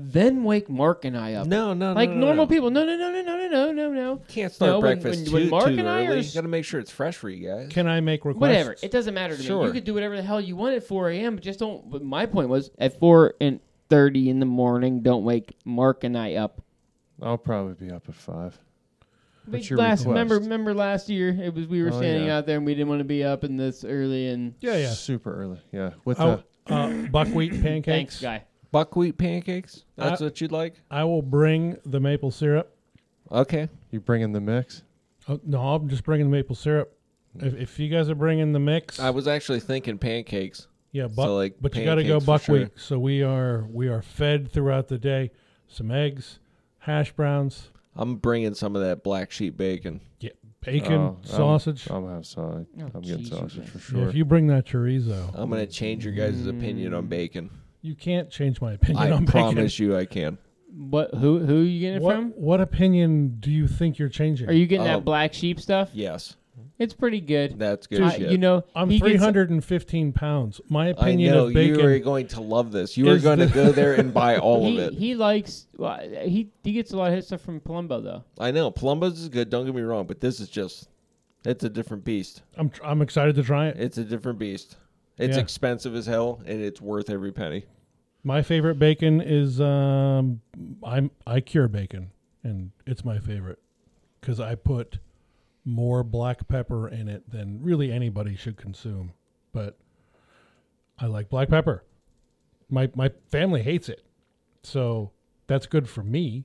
then wake Mark and I up. No, no, no, like no, normal no. people. No, no, no, no, no, no, no, no, no. Can't start No, when- breakfast when- when too, Mark too and I are early. s- You gotta make sure it's fresh for you guys. Can I make requests? Whatever. It doesn't matter to me. Sure. You could do whatever the hell you want at 4 a.m., but just don't. But my point was at 4 and 30 in the morning, don't wake Mark and I up. I'll probably be up at five. We What's your last request? remember remember last year it was we were Oh, standing yeah. out there and we didn't want to be up in this early and yeah, yeah. Super early. Yeah. With I, the, uh, [CLEARS THROAT] buckwheat pancakes. thanks guy. Buckwheat pancakes? That's I- what you'd like? I will bring the maple syrup. Okay. you bring in the mix. Oh, no, I'm just bringing the maple syrup. If, if you guys are bringing the mix, I was actually thinking pancakes. Yeah, So, buck, like, but you got to go pancakes for buckwheat. So we are we are fed throughout the day. Some eggs, hash browns, I'm bringing some of that black sheep bacon. yeah, bacon, um, Oh, I'm- sausage. I'm gonna have sausage. Oh, I'm getting Jesus, sausage man. for Yeah, [LAUGHS] sure. [LAUGHS] if you bring that chorizo, I'm gonna change your guys' opinion Mm. on bacon. you can't change my opinion I on promise you I can. What who who are you getting bacon. it What, from? what opinion do you think you're changing? Are you getting Um, that black sheep stuff? Yes. It's pretty good. That's good I- shit. you know I'm he gets- 315 pounds. My I opinion know of you bacon. are going to love this. You are is going to the- go there and buy [LAUGHS] all he, of it. he likes well, he he gets a lot of his stuff from Palumbo though. I know Palumbo's is good. Don't get me wrong, but this is just it's a different beast. I'm tr- I'm excited to try it. It's a different beast. It's Yeah. expensive as hell, and it's worth every penny. My favorite bacon is um I'm I cure bacon and it's my favorite cuz I put more black pepper in it than really anybody should consume. But I like black pepper. My my family hates it. So that's good for me.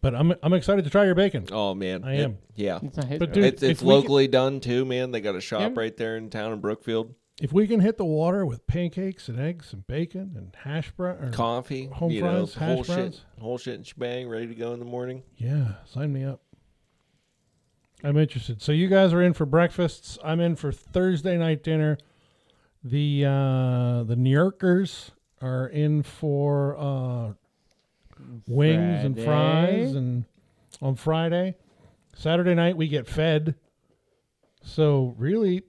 But I'm I'm excited to try your bacon. Oh man, I It- am. yeah, It's not his. But fault. dude, it's if it's we can- locally done too, man. They got a shop Yeah. right there in town in Brookfield. If we can hit the water with pancakes and eggs and bacon and hash brown, or, Coffee, Home you fries, know, whole hash shit, browns. whole shit and shebang, ready to go in the morning. yeah, sign me up. I'm interested. So you guys are in for breakfasts. I'm in for Thursday night dinner. The uh, the New Yorkers are in for uh, wings and Friday. fries and on Friday. Saturday night we get fed. So really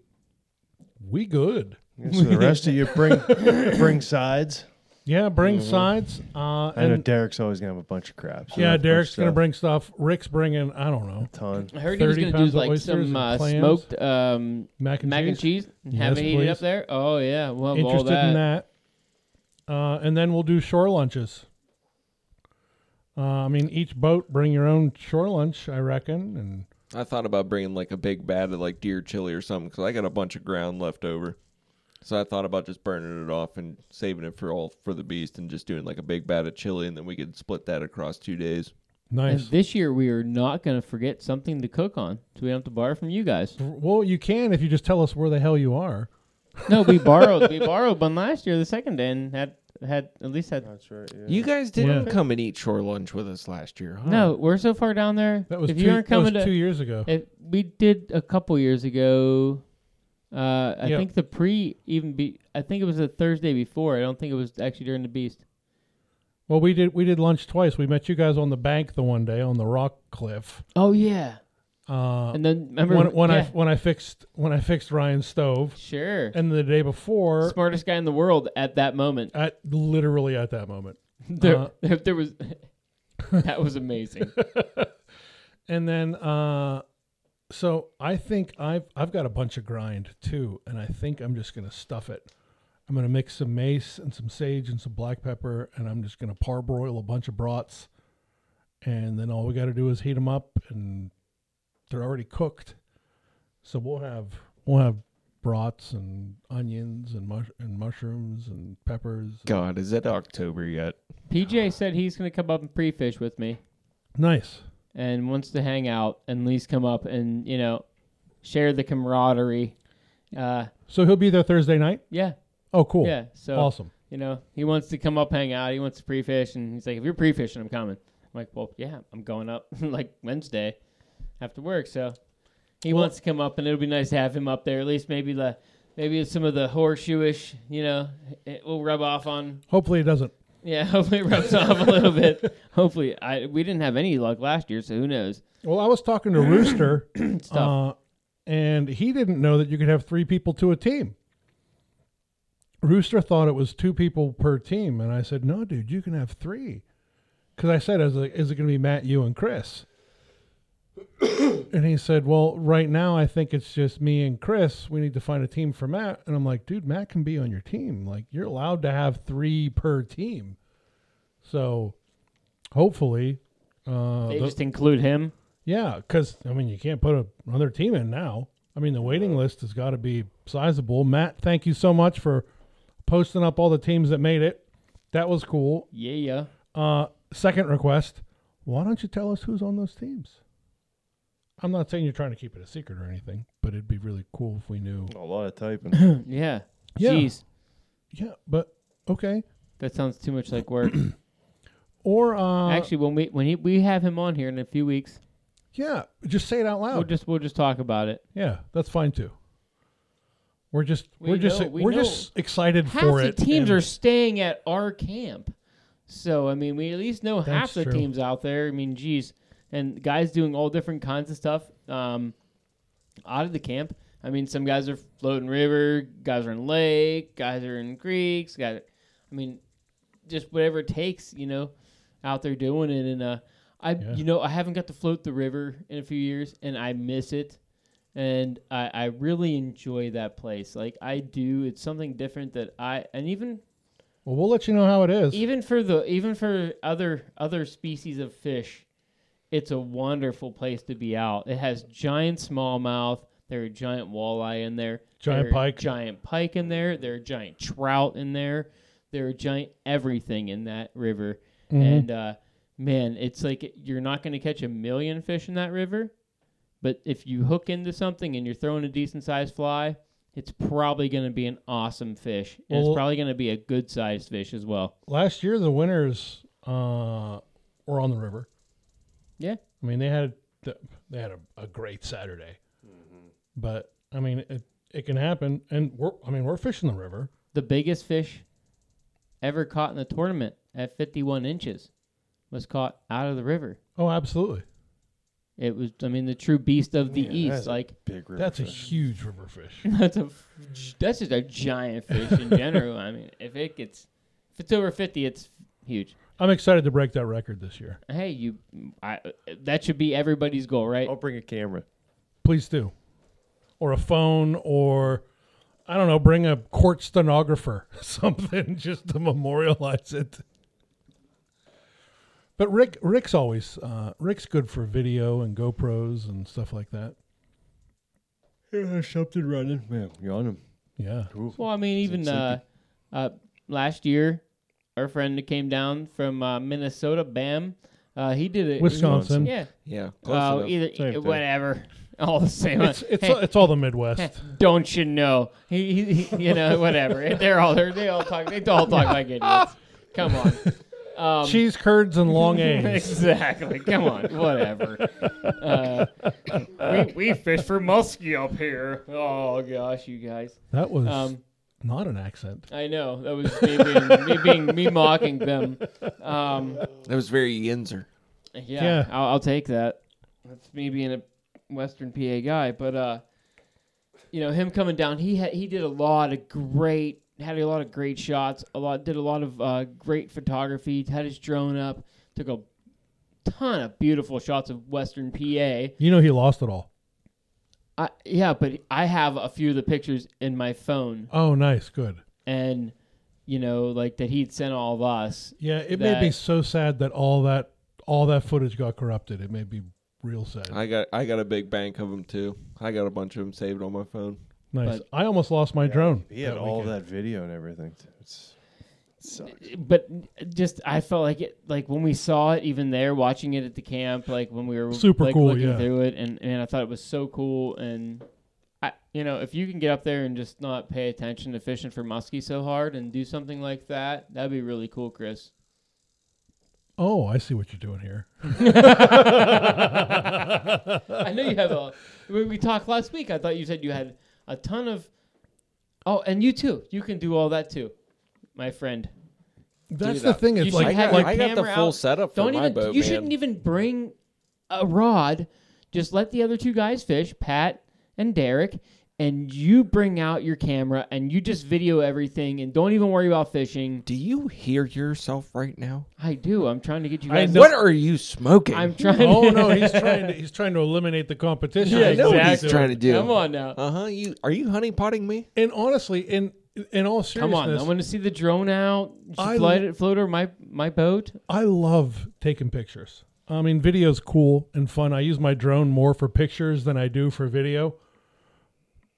we good. Yeah, so the rest of you [LAUGHS] bring bring sides. Yeah, bring sides. Uh, Mm-hmm. I know and Derek's always gonna have a bunch of crap. so yeah, that's a bunch Derek's of gonna stuff. bring stuff. Rick's bringing I don't know a ton. I heard he was 30 gonna pounds do of like oysters some and uh, clams. smoked um, mac and mac cheese. and cheese and Yes, have it heated up please. there. Oh yeah, well all interested that. in that. Uh, and then we'll do shore lunches. Uh, I mean, each boat bring your own shore lunch, I reckon. And I thought about bringing like a big bag of like deer chili or something because I got a bunch of ground left over. So I thought about just burning it off and saving it for all for the beast and just doing like a big bat of chili and then we could split that across two days. And nice. this year we are not going to forget something to cook on, so we don't have to borrow from you guys. well, you can if you just tell us where the hell you are. No, we borrowed. we borrowed one last year, the second day, and had had at least had. That's right. Yeah. You guys didn't Yeah. come and eat shore lunch with us last year, huh? No, we're so far down there. Ah. That was if two, you aren't that was coming two to, years ago. if we did a couple years ago. Uh, I Yeah. think the pre even be. I think it was the Thursday before. I don't think it was actually during the Beast. Well, we did we did lunch twice. We met you guys on the bank the one day on the rock cliff. Oh yeah, Uh, and then remember when when I yeah. when I fixed when I fixed Ryan's stove, sure and the day before, smartest guy in the world at that moment. at literally at that moment, There, Uh, there, [LAUGHS] there was that [LAUGHS] was amazing. and then uh, so I think I've I've got a bunch of grind too, and I think I'm just gonna stuff it. I'm gonna mix some mace and some sage and some black pepper, and I'm just gonna parboil a bunch of brats, and then all we got to do is heat them up, and they're already cooked. So we'll have we'll have brats and onions and mush- and mushrooms and peppers. God, is it October yet? PJ said he's gonna come up and pre-fish with me, Nice. and wants to hang out, and at least come up and you know share the camaraderie. Uh, So he'll be there Thursday night. yeah, Oh, cool. yeah. So Awesome. you know he wants to come up, hang out. He wants to pre-fish, and he's like, if you're pre-fishing, I'm coming. I'm like, well, yeah, I'm going up [LAUGHS] like Wednesday after work. So he Well- wants to come up, and it'll be nice to have him up there. At least maybe the maybe it's some of the horseshoeish, you know, it will rub off on Hopefully it doesn't. Yeah, [LAUGHS] hopefully it rubs off a little bit. Hopefully, I we didn't have any luck last year, so who knows? Well, I was talking to Rooster, It's uh, tough. and he didn't know that you could have three people to a team. Rooster thought it was two people per team, and I said, "No, dude, you can have three. Because I said, "Is it, is it going to be Matt, you, and Chris?" and he said, "Well, right now I think it's just me and Chris. We need to find a team for Matt." And I'm like, "Dude, Matt can be on your team. Like, you're allowed to have three per team." So, hopefully, uh, they the- just include him. yeah, because I mean, you can't put a, another team in now. I mean, the waiting list has got to be sizable. Matt, thank you so much for posting up all the teams that made it. That was cool. Yeah, yeah. Uh, second request: Why don't you tell us who's on those teams? I'm not saying you're trying to keep it a secret or anything, but it'd be really cool if we knew. a lot [LAUGHS] of typing. yeah. Yeah. Jeez, Yeah, but okay. that sounds too much [CLEARS THROAT] like work. Or uh, Actually, when we when he, we have him on here in a few weeks, yeah, just say it out loud. we'll just we'll just talk about it. yeah, that's fine too. We're just We we are just know, we we are know. just excited Half for the it. teams and- are staying at our camp, so I mean, we at least know half That's the true. teams out there. I mean, geez, and guys doing all different kinds of stuff um, out of the camp. I mean, some guys are floating river, guys are in lake, guys are in creeks, guys. I mean, just whatever it takes, you know, out there doing it. And uh, I, Yeah. you know, I haven't got to float the river in a few years, and I miss it. And I, I really enjoy that place. Like I do, it's something different that I, and even Well, we'll let you know how it is. even for the even for other other species of fish it's a wonderful place to be out it has giant smallmouth there are giant walleye in there Giant there are pike. giant pike in there there are giant trout in there there are giant everything in that river Mm-hmm. and uh, man it's like you're not going to catch a million fish in that river but if you hook into something and you're throwing a decent sized fly it's probably going to be an awesome fish and it's Well- probably going to be a good sized fish as well last year the winners uh, were on the river. Yeah. I mean they had th- they had a, a great Saturday, but I mean it it can happen, and we're I mean we're fishing the river. The biggest fish ever caught in the tournament at 51 inches was caught out of the river. Oh, absolutely, It was, I mean, the true beast of the Man, east. that's a Like [LAUGHS] Big river. that's a fish. huge river fish. that's a, f- that's just a giant fish in general. I mean, if it gets, if it's over 50, it's huge. I'm excited to break that record this year. Hey, you, I, that should be everybody's goal, right? I'll bring a camera. Please do, or a phone, or I don't know, bring a court stenographer, [LAUGHS] something just to memorialize it. But Rick, Rick's always uh, Rick's good for video and GoPros and stuff like that. Yeah, something running. Man, you're on him. Yeah, Well, I mean, even sleepy. uh, uh, last year, our friend that came down from uh, Minnesota, Bam, uh, he did it. Wisconsin. Yeah. Yeah, close Well, enough. Oh, either Same thing. whatever. [LAUGHS] all the same. It's it's Hey, it's all the Midwest. don't you know? He, he, he- you know, whatever. [LAUGHS] They're all they're, they all talk. They all talk like idiots. Come on. [LAUGHS] Um, Cheese curds and [LAUGHS] long eggs. exactly. Come on. Whatever. Uh, we, we fish for muskie up here. Oh gosh, you guys. That was Um, not an accent. I know that was me being me, being, me mocking them. Um, That was very Yinzer. yeah, Yeah. I'll, I'll take that. That's me being a Western PA guy, but uh, you know him coming down. He had he did a lot of great had a lot of great shots. A lot did a lot of uh, great photography. Had his drone up. Took a ton of beautiful shots of Western PA. You know he lost it all. I, yeah, but I have a few of the pictures in my phone, Oh, nice, good. and you know like that he'd sent all of us. Yeah, it made me That- so sad that all that all that footage got corrupted. It made me real sad. I got I got a big bank of them too. I got a bunch of them saved on my phone. nice. but- I almost lost my drone. He had all weekend. that video and everything. It's, it sucks. but just I felt like it like when we saw it even there watching it at the camp like when we were Super like, cool, looking yeah. through it and and I thought it was so cool and I you know if you can get up there and just not pay attention to fishing for muskie so hard and do something like that that'd be really cool Chris Oh, I see what you're doing here. [LAUGHS] I know you have a [LAUGHS] we, we talked last week I thought you said you had a ton of oh and you too you can do all that too my friend That's that. the thing. You It's like, should I got, like I got the camera full out. setup for Don't my even. boat, you man. shouldn't even bring a rod. Just let the other two guys fish, Pat and Derek, and you bring out your camera and you just video everything and don't even worry about fishing. Do you hear yourself right now? I do. I'm trying to get you I guys. know. What are you smoking? I'm trying. oh to, no, he's trying to he's trying to eliminate the competition. Yeah, I know what Exactly. he's trying to do. Come on now. Uh huh. You are you honey potting me? And honestly, in in all seriousness, Come on. I want to see the drone out. I- Flight it, float over my my boat. I love taking pictures. I mean, video's cool and fun. I use my drone more for pictures than I do for video.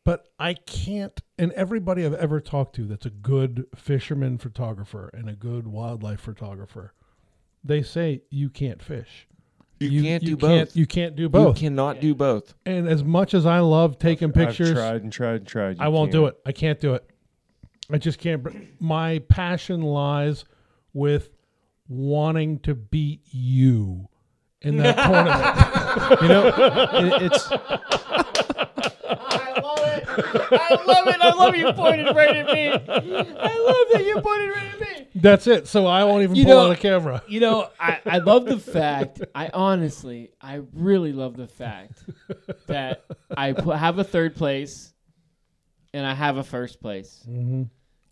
But I can't, and everybody I've ever talked to that's a good fisherman photographer and a good wildlife photographer, they say you can't fish. You, can't do can't- both. You can't do You both. cannot do both. and as much as I love taking pictures, I've tried and tried and tried. I won't do it. I can't do it. I just can't. br- My passion lies with wanting to beat you in [LAUGHS] that tournament. You know, it, it's I love it. I love it. I love you pointed right at me. I love that you pointed right at me. That's it. So I won't even You pull know- out a camera. You know, I, I love the fact. I honestly, I really love the fact that I pu- have a third place, and I have a first place, Mm-hmm.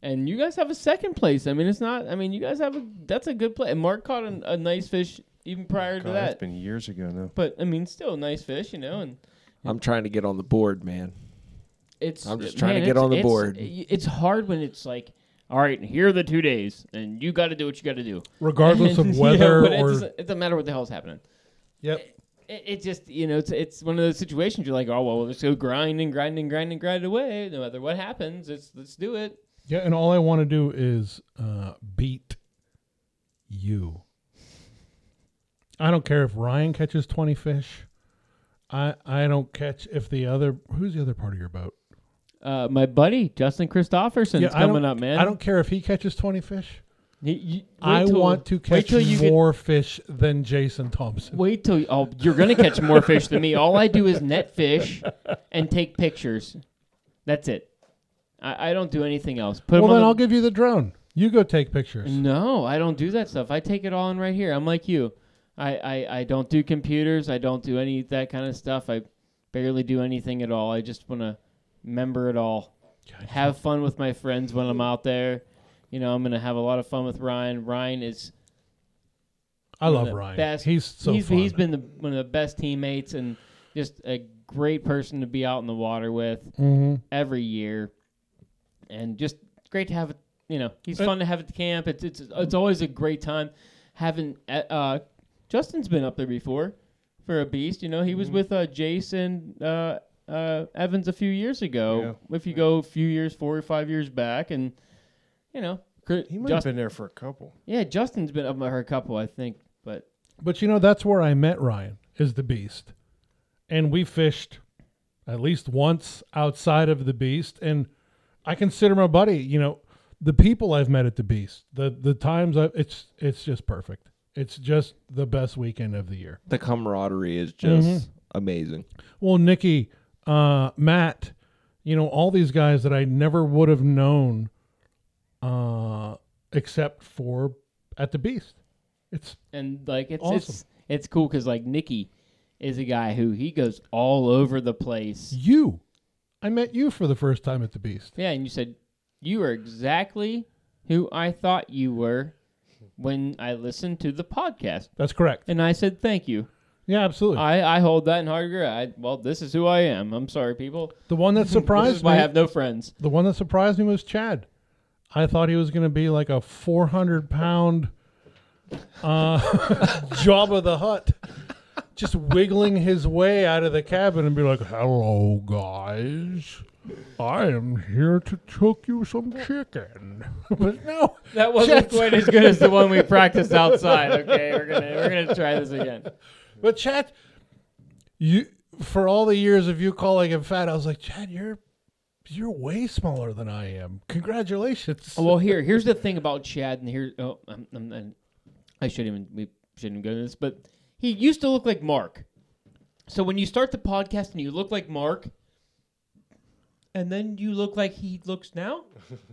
and you guys have a second place. I mean, it's not. I mean, you guys have a. That's a good play. And Mark caught an, a nice fish even prior to God, that. it's been years ago now. but I mean, still a nice fish, you know. And I'm trying to get on the board, man. it's. I'm just trying to man, get it's- on the it's- board. It's hard when it's like, all right, here are the two days, and you got to do what you got to do, Regardless [LAUGHS] Yeah, of weather but it or. doesn't- it doesn't matter what the hell's happening. Yep. it, it just you know it's it's one of those situations you're like oh well let's go grind and grind and grind and grind away no matter what happens it's let's do it Yeah. And all I want to do is uh, beat you. I don't care if Ryan catches 20 fish. I, I don't catch if the other. Who's the other part of your boat? uh, my buddy Justin Christofferson's I don't- coming up man I don't care if he catches 20 fish. He- you- wait I till- want to wait catch till you get- more fish than Jason Thompson. wait till you, oh you're gonna catch more fish than me all I do is net fish and take pictures that's it I, I don't do anything else put 'em Well, on then the- I'll give you the drone. You go take pictures. Mm. No, I don't do that stuff. I take it all in right here. I'm like you. I, I, I don't do computers. I don't do any of that kind of stuff. I barely do anything at all. I just want to remember it all. Have fun with my friends when I'm out there. You know, I'm going to have a lot of fun with Ryan. Ryan is I one of love the Ryan. best- He's so he's, fun. he's been the, one of the best teammates and just a great person to be out in the water with Mhm. every year, and just great to have. it. You know, he's Uh, fun to have at the camp. It's it's it's always a great time. Having uh, uh, Justin's been up there before for a beast. You know, he was with uh, Jason uh, uh, Evans a few years ago. If you go a few years, four or five years back, and you know, Chris- He might Justin, have been there for a couple. yeah, Justin's been up with her a couple, I think, but But you know, that's where I met Ryan, is the beast. And we fished at least once outside of the Beast, and I consider my buddy. You know, the people I've met at the Beast, the the times I, it's it's just perfect. It's just the best weekend of the year. The camaraderie is just amazing. Well, Nikki, uh, Matt, you know, all these guys that I never would have known uh, except for at the Beast. It's and like it's Awesome. it's it's cool because like Nikki is a guy who he goes all over the place. you. I met you for the first time at the Beast. Yeah, and you said you are exactly who I thought you were when I listened to the podcast, That's correct. and I said thank you. Yeah, absolutely. I, I hold that in hard regard. I, well, this is who I am. I'm sorry, people. the one that This surprised is why me. I have no friends. the one that surprised me was Chad. I thought he was going to be like a four hundred pound uh, [LAUGHS] Jabba the Hut, just wiggling his way out of the cabin and be like, "Hello, guys." I am here to cook you some chicken. [LAUGHS] but no, That wasn't Jets. quite as good as the one we practiced outside. Okay, we're gonna we're gonna try this again. But Chad, you for all the years of you calling him fat, I was like, Chad, you're you're way smaller than I am. Congratulations. Oh, well, here, here's the thing about Chad, and here, oh, I'm, I'm, I'm, I shouldn't even, we shouldn't go into this, but he used to look like Mark. So when you start the podcast and you look like Mark, and then you look like he looks now,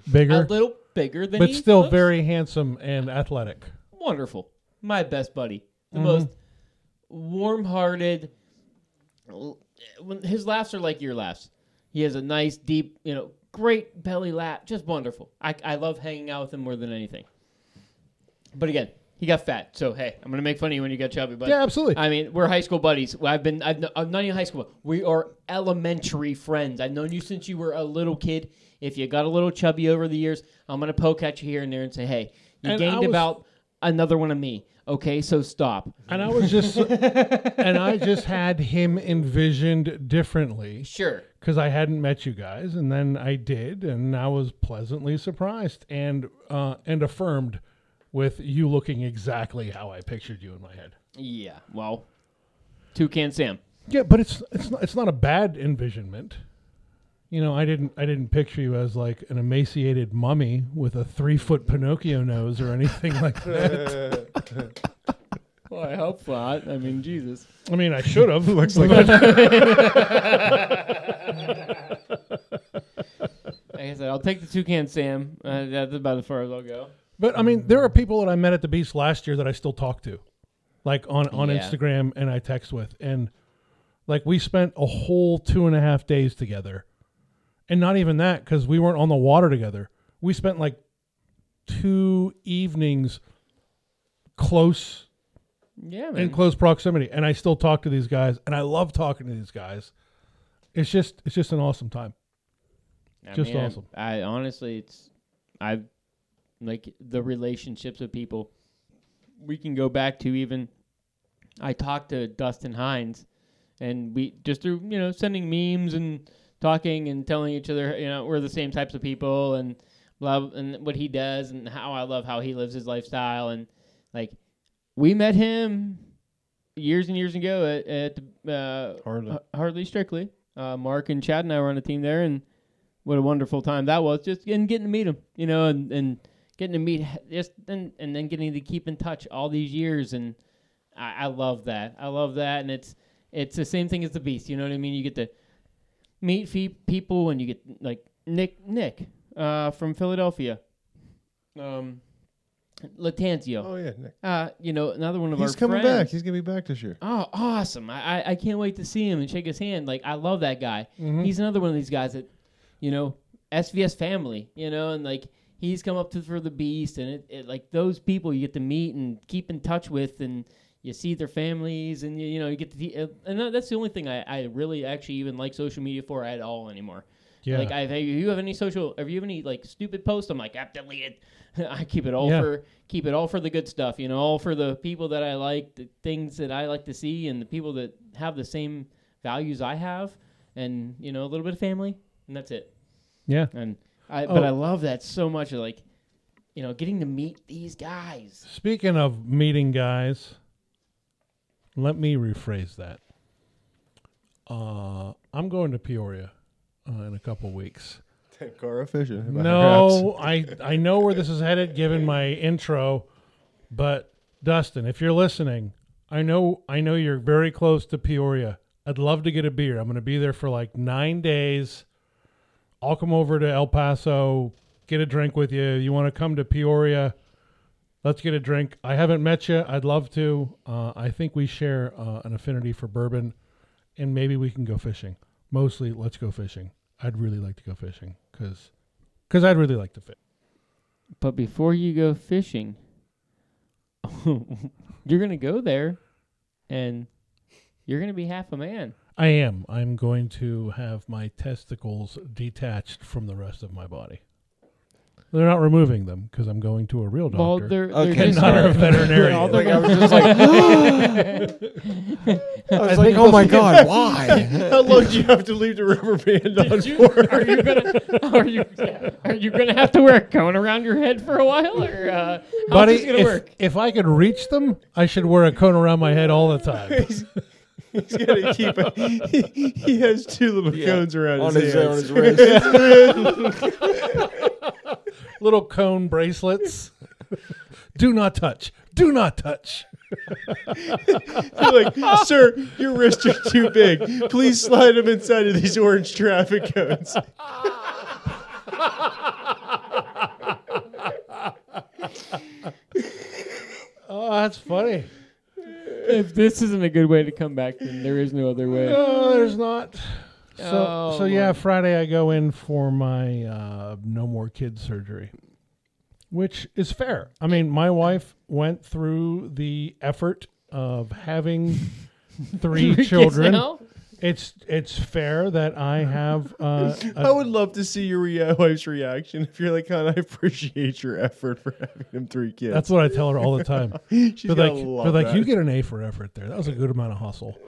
a Bigger, little bigger than, but he still looks. very handsome and athletic. wonderful. My best buddy, the Mm-hmm. most warm-hearted. When his laughs are like your laughs, he has a nice, deep, you know, great belly laugh. Just wonderful. I, I love hanging out with him more than anything. But again, he got fat, so hey, I'm gonna make fun of you when you got chubby. But Yeah, absolutely. I mean, we're high school buddies. I've been, I've, I'm not even high school. But we are elementary friends. I've known you since you were a little kid. If you got a little chubby over the years, I'm gonna poke at you here and there and say, hey, you And I gained was- about another one of me. Okay, so stop. And I was just, [LAUGHS] and I just had him envisioned differently Sure. because I hadn't met you guys, and then I did, and I was pleasantly surprised and uh, and affirmed with you looking exactly how I pictured you in my head. Yeah. Well, toucan Sam. Yeah, but it's it's not, it's not a bad envisionment. You know, I didn't I didn't picture you as like an emaciated mummy with a three foot Pinocchio nose or anything like that. Well, I hope not. I mean, Jesus. I mean, I should have. [LAUGHS] Looks like Like I said, I'll take the toucan Sam. Uh, that's about as far as I'll go. But I mean, there are people that I met at the beach last year that I still talk to, like on on Yeah. Instagram and I text with, and like we spent a whole two and a half days together, and not even that because we weren't on the water together. We spent like two evenings close Yeah, in man. close proximity, and I still talk to these guys, and I love talking to these guys. It's just it's just an awesome time. I just mean, I- awesome. I, honestly, it's I like the relationships with people. We can go back to even I talked to Dustin Hines, and we just through you know sending memes and talking and telling each other you know we're the same types of people and blah and what he does and how I love how he lives his lifestyle and like we met him years and years ago at, at the, uh, Hardly. H- Hardly Strictly. Uh, Mark and Chad and I were on a team there, and what a wonderful time that was. Just and getting to meet him, you know, and, and getting to meet just and, and then getting to keep in touch all these years, and I, I love that. I love that, and it's it's the same thing as the Beast. You know what I mean? You get to meet fe- people, and you get like Nick Nick uh, from Philadelphia, um, Latanzio. Oh yeah, Nick. Uh, you know, another one of He's our coming friends. back. He's gonna be back [LAUGHS] this year. Oh, awesome! I, I I can't wait to see him and shake his hand. Like I love that guy. He's another one of these guys that, you know, SVS family. You know, and like he's come up to for the beast, and it, it like those people you get to meet and keep in touch with, and you see their families, and you, you know you get to. see- And that- that's the only thing I, I really actually even like social media for at all anymore. Yeah. Like, I, if you have any social, if you have any like stupid posts, I'm like, I've deleted. [LAUGHS] I keep it all Yeah. for keep it all for the good stuff, you know, all for the people that I like, the things that I like to see, and the people that have the same values I have, and you know, a little bit of family, and that's it. Yeah. And I, but Oh. I love that so much. Like, you know, getting to meet these guys. Speaking of meeting guys, let me rephrase that. Uh, I'm going to Peoria uh, in a couple weeks. Tankara [LAUGHS] fishing. No, I I know where this is headed given my intro, but Dustin, if you're listening, I know I know you're very close to Peoria. I'd love to get a beer. I'm going to be there for like 9 days. I'll come over to El Paso, get a drink with you. You want to come to Peoria? Let's get a drink. I haven't met you. I'd love to. Uh, I think we share uh, an affinity for bourbon, and maybe we can go fishing. Mostly, let's go fishing. I'd really like to go fishing because because I'd really like to fish. But before you go fishing, [LAUGHS] you're gonna go there, and you're gonna be half a man. I am. I'm going to have my testicles detached from the rest of my body. They're not removing them because I'm going to a real doctor. Well, they're, they're Okay, just not gonna- [LAUGHS] a veterinarian. all Like, they're I gonna- was just like, I was like, oh my god, why? How long do you have to leave the rubber [LAUGHS] band on for? are you gonna [LAUGHS] are you are you gonna have to wear a cone around your head for a while, or uh, how's Buddy, this gonna if, work? if I could reach them, I should wear a cone around my head all the [LAUGHS] time. He's gonna keep it. [LAUGHS] He, he has two little Yeah, cones around on his, his, on hands. his [LAUGHS] wrist. Little cone bracelets. Do not touch. Do not [LAUGHS] touch. They're like, sir, your wrists are too big. Please slide them inside of these orange traffic cones. Oh, that's funny. If this isn't a good way to come back, then there is no other [LAUGHS] way. No, there's not. So, Oh, so yeah, Lord. Friday I go in for my uh, no more kids surgery, which is fair. I mean, my wife went through the effort of having [LAUGHS] three Kids children. now? It's it's fair that I have. Uh, a- I would love to see your rea- wife's reaction if you're like, hon, I appreciate your effort for having them three kids. that's what I tell her all the [LAUGHS] time. She's But gonna like, love but like, that. you get an A for effort there. That was a good amount of hustle.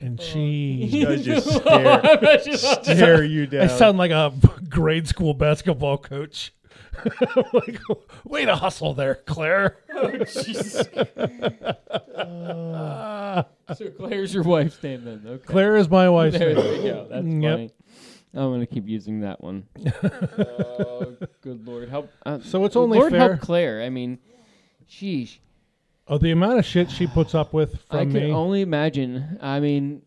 And Oh. she, I [LAUGHS] just stare, stare you down. I sound like a [LAUGHS] grade school basketball coach. [LAUGHS] I'm like, way to hustle there, Claire. [LAUGHS] Oh, so Claire's your wife's name then. Okay. Claire is my wife's There name. we go. That's Yep. funny. I'm gonna keep using [LAUGHS] that one. oh, good lord, help! Uh, So it's only Lord fair- help Claire. I mean, sheesh. Oh, the amount of shit she puts up with I from can me. only imagine. I mean,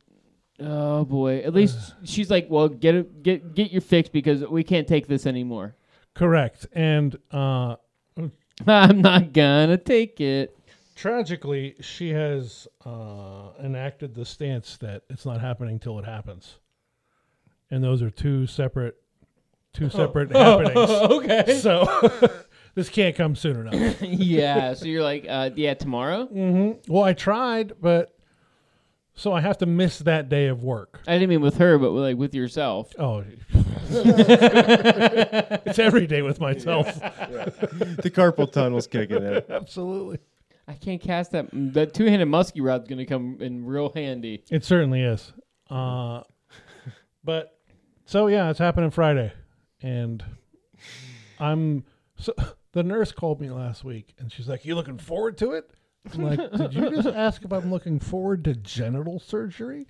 oh boy. At least she's like, well, get a, get get your fix because we can't take this anymore. Correct. And uh, [LAUGHS] I'm not gonna take it. tragically, she has uh, enacted the stance that it's not happening till it happens. And those are two separate, two [LAUGHS] separate happenings. Oh. Okay. So [LAUGHS] this can't come soon enough. [LAUGHS] yeah. So you're like, uh, yeah, tomorrow. Well, I tried, but so I have to miss that day of work. I didn't mean with her, but like with yourself. Oh, [LAUGHS] it's every day with myself. the carpal tunnel's kicking in. Absolutely, I can't cast that. That two-handed musky rod's gonna come in real [LAUGHS] handy. it certainly is. [LAUGHS] Uh, but so yeah, it's happening Friday, and I'm so [LAUGHS] the nurse called me last week, and she's like, "You looking forward to it?" I'm [LAUGHS] like, "Did you just ask if I'm looking forward to genital [LAUGHS] surgery?"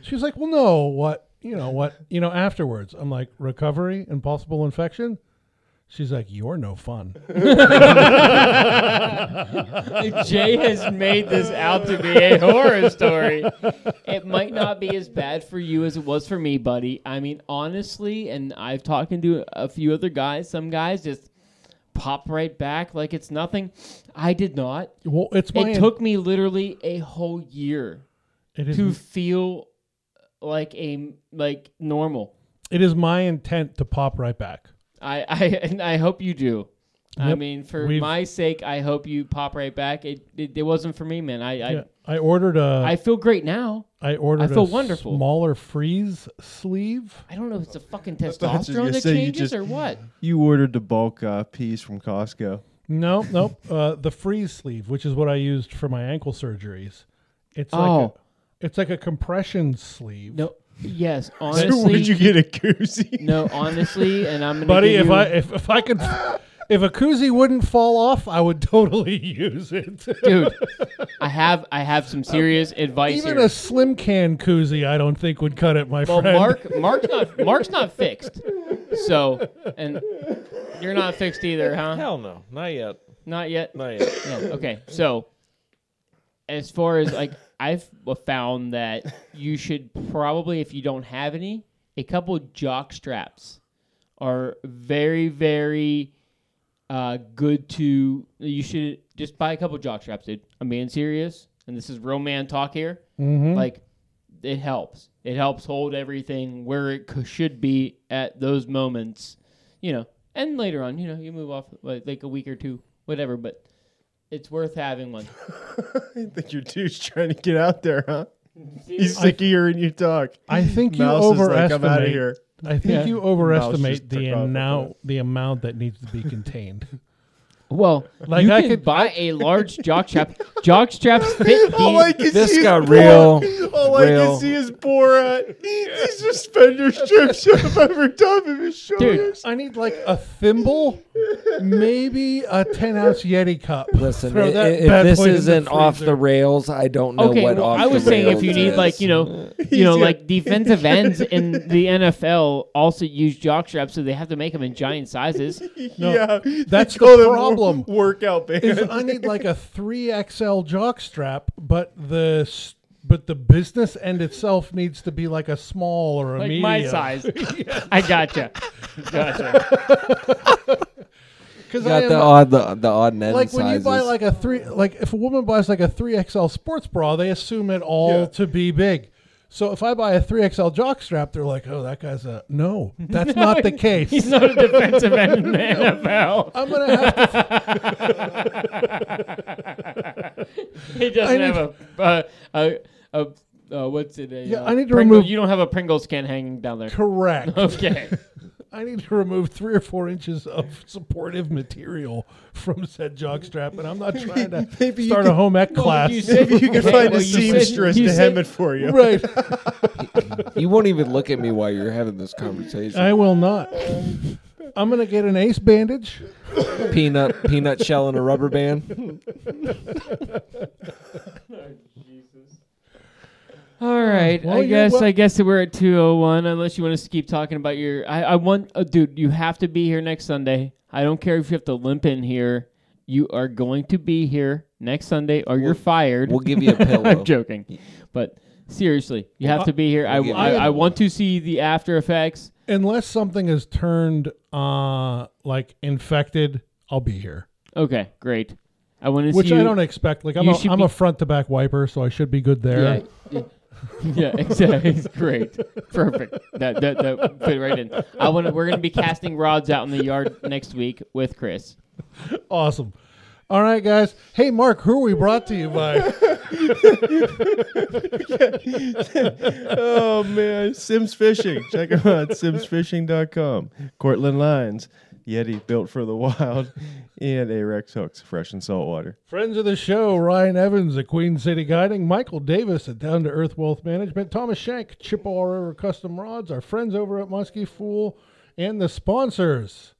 She's like, "Well, no. What you know? What you know afterwards?" I'm like, "Recovery and possible infection." She's like, "You're no fun." [LAUGHS] Jay has made this out to be a horror story. It might not be as bad for you as it was for me, buddy. I mean, honestly, and I've talked to a few other guys. Some guys just pop right back like it's nothing. I did not. Well, it's my It took me literally a whole year it is, to feel like a like normal. it is my intent to pop right back. I I [LAUGHS] and I hope you do. I Yep. mean, for We've- my sake, I hope you pop right back. It it, it wasn't for me, man. I I, Yeah, I ordered a. I feel great now. I ordered I feel a wonderful. smaller freeze sleeve. I don't know if it's a fucking what [LAUGHS] I was just testosterone gonna that say, you changes just- or what. You ordered the bulk uh, piece from Costco. No, [LAUGHS] nope. Uh, the freeze sleeve, which is what I used for my ankle surgeries. It's like Oh. a, it's like a compression sleeve. No, [LAUGHS] yes, So honestly, Where'd you get a koozie? [LAUGHS] no, honestly, and I'm gonna buddy. give If you- I if, if I could [LAUGHS] If a koozie wouldn't fall off, I would [LAUGHS] totally use it. [LAUGHS] dude. [LAUGHS] I have I have some serious advice Even here. a slim can koozie, I don't think would cut it, my well, friend. Mark Mark's not Mark's [LAUGHS] not fixed, so and you're not fixed either, huh? Hell no, not yet, Not yet. not yet. Yeah, okay. So, as far as like, I've found that you should probably, if you don't have any, a couple jock straps are very, very uh, good to. You should just buy a couple jock straps, dude. I'm being serious, and this is real man talk here. Like, it helps. It helps hold everything where it c- should be at those moments, you know. And later on, you know, you move off like, like a week or two, whatever. But it's worth having one. I think your dude's trying to get out there, [LAUGHS] huh? He's I- sick of hearing you talk. I think you Mouse is like, overestimate. I'm out of here. I think Yeah. you Mouse overestimate just the took off with amount the amount that needs to be contained. Well, Like, you I Oh can could- buy a large jock strap. [LAUGHS] jock straps fit the. [LAUGHS] All I can This see got is real, Borat. All I real. can see is Borat. These suspender strips up over top of his shoulders. I need like a thimble, maybe a ten ounce Yeti cup. Listen, Throw i- that i- if bad this boy in the isn't off the freezer. rails, I don't know Okay, what well, off I was the saying if you rails need is. [LAUGHS] like you know, you know, like defensive ends in the NFL also use jock straps, so they have to make them in [LAUGHS] giant sizes. No, yeah, they that's the call them problem. wor- Workout is band. I need like a three XL jock strap, but the s- but the business end itself needs to be like a small or a Like medium. my size. [LAUGHS] I gotcha. Gotcha. Because I got am the odd the, the odd and end like when you buy sizes. like a three, like if a woman buys like a three XL sports bra, they assume it all Yeah. to be big. So if I buy a three XL jock strap, they're like, oh, that guy's a no. That's [LAUGHS] not the case. [LAUGHS] He's not a defensive end [LAUGHS] in the NFL. I'm gonna have to. He doesn't I have a uh, a a. Uh, what's it? A, Yeah, uh, I need to Pringle- remove- You don't have a Pringles can hanging down there. Correct. [LAUGHS] [LAUGHS] Okay. I need to remove three or four inches of supportive material from said jockstrap, and I'm [LAUGHS] not trying to Maybe you start a could- home ec class. you said- Maybe you [LAUGHS] can Okay, find well, you a said- seamstress you to said- hem it for you. right, [LAUGHS] you won't even look at me while you're having this conversation. I will not. I'm gonna get an ace bandage. peanut peanut shell and a rubber band. All right, Well, I you're guess wel- I guess that we're at two oh one. Unless you want us to keep talking about your, I, I want, uh, dude, you have to be here next Sunday. I don't care if you have to limp in here. You are going to be here next Sunday, or you're fired. We'll give you [LAUGHS] [LAUGHS] a I'm pillow. joking, but seriously, you Uh, have to be here. I, give you I, a I want to see the after effects. Unless something is turned uh like infected, I'll be here. Okay, great. I want to Which see. I you- don't expect. Like I'm you a, should I'm be- a front to back wiper, so I should be good there. Yeah, [LAUGHS] yeah, exactly. It's great. Perfect. That that that fit right in. I want. to We're gonna be casting rods out in the yard next week with Chris. Awesome. All right, guys. Hey, Mark, who are we brought to you by? oh man, Sims Fishing. Check them out, simsfishing.com. Cortland Lines, Yeti built for the wild, and Arex hooks, fresh and saltwater. Friends of the show, Ryan Evans at Queen City Guiding, Michael Davis at Down to Earth Wealth Management, Thomas Shank, Chippewa River Custom Rods, our friends over at Muskie Fool, and the sponsors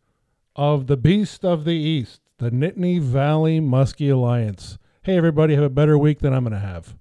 of the Beast of the East, the Nittany Valley Muskie Alliance. Hey, everybody, have a better week than I'm going to have.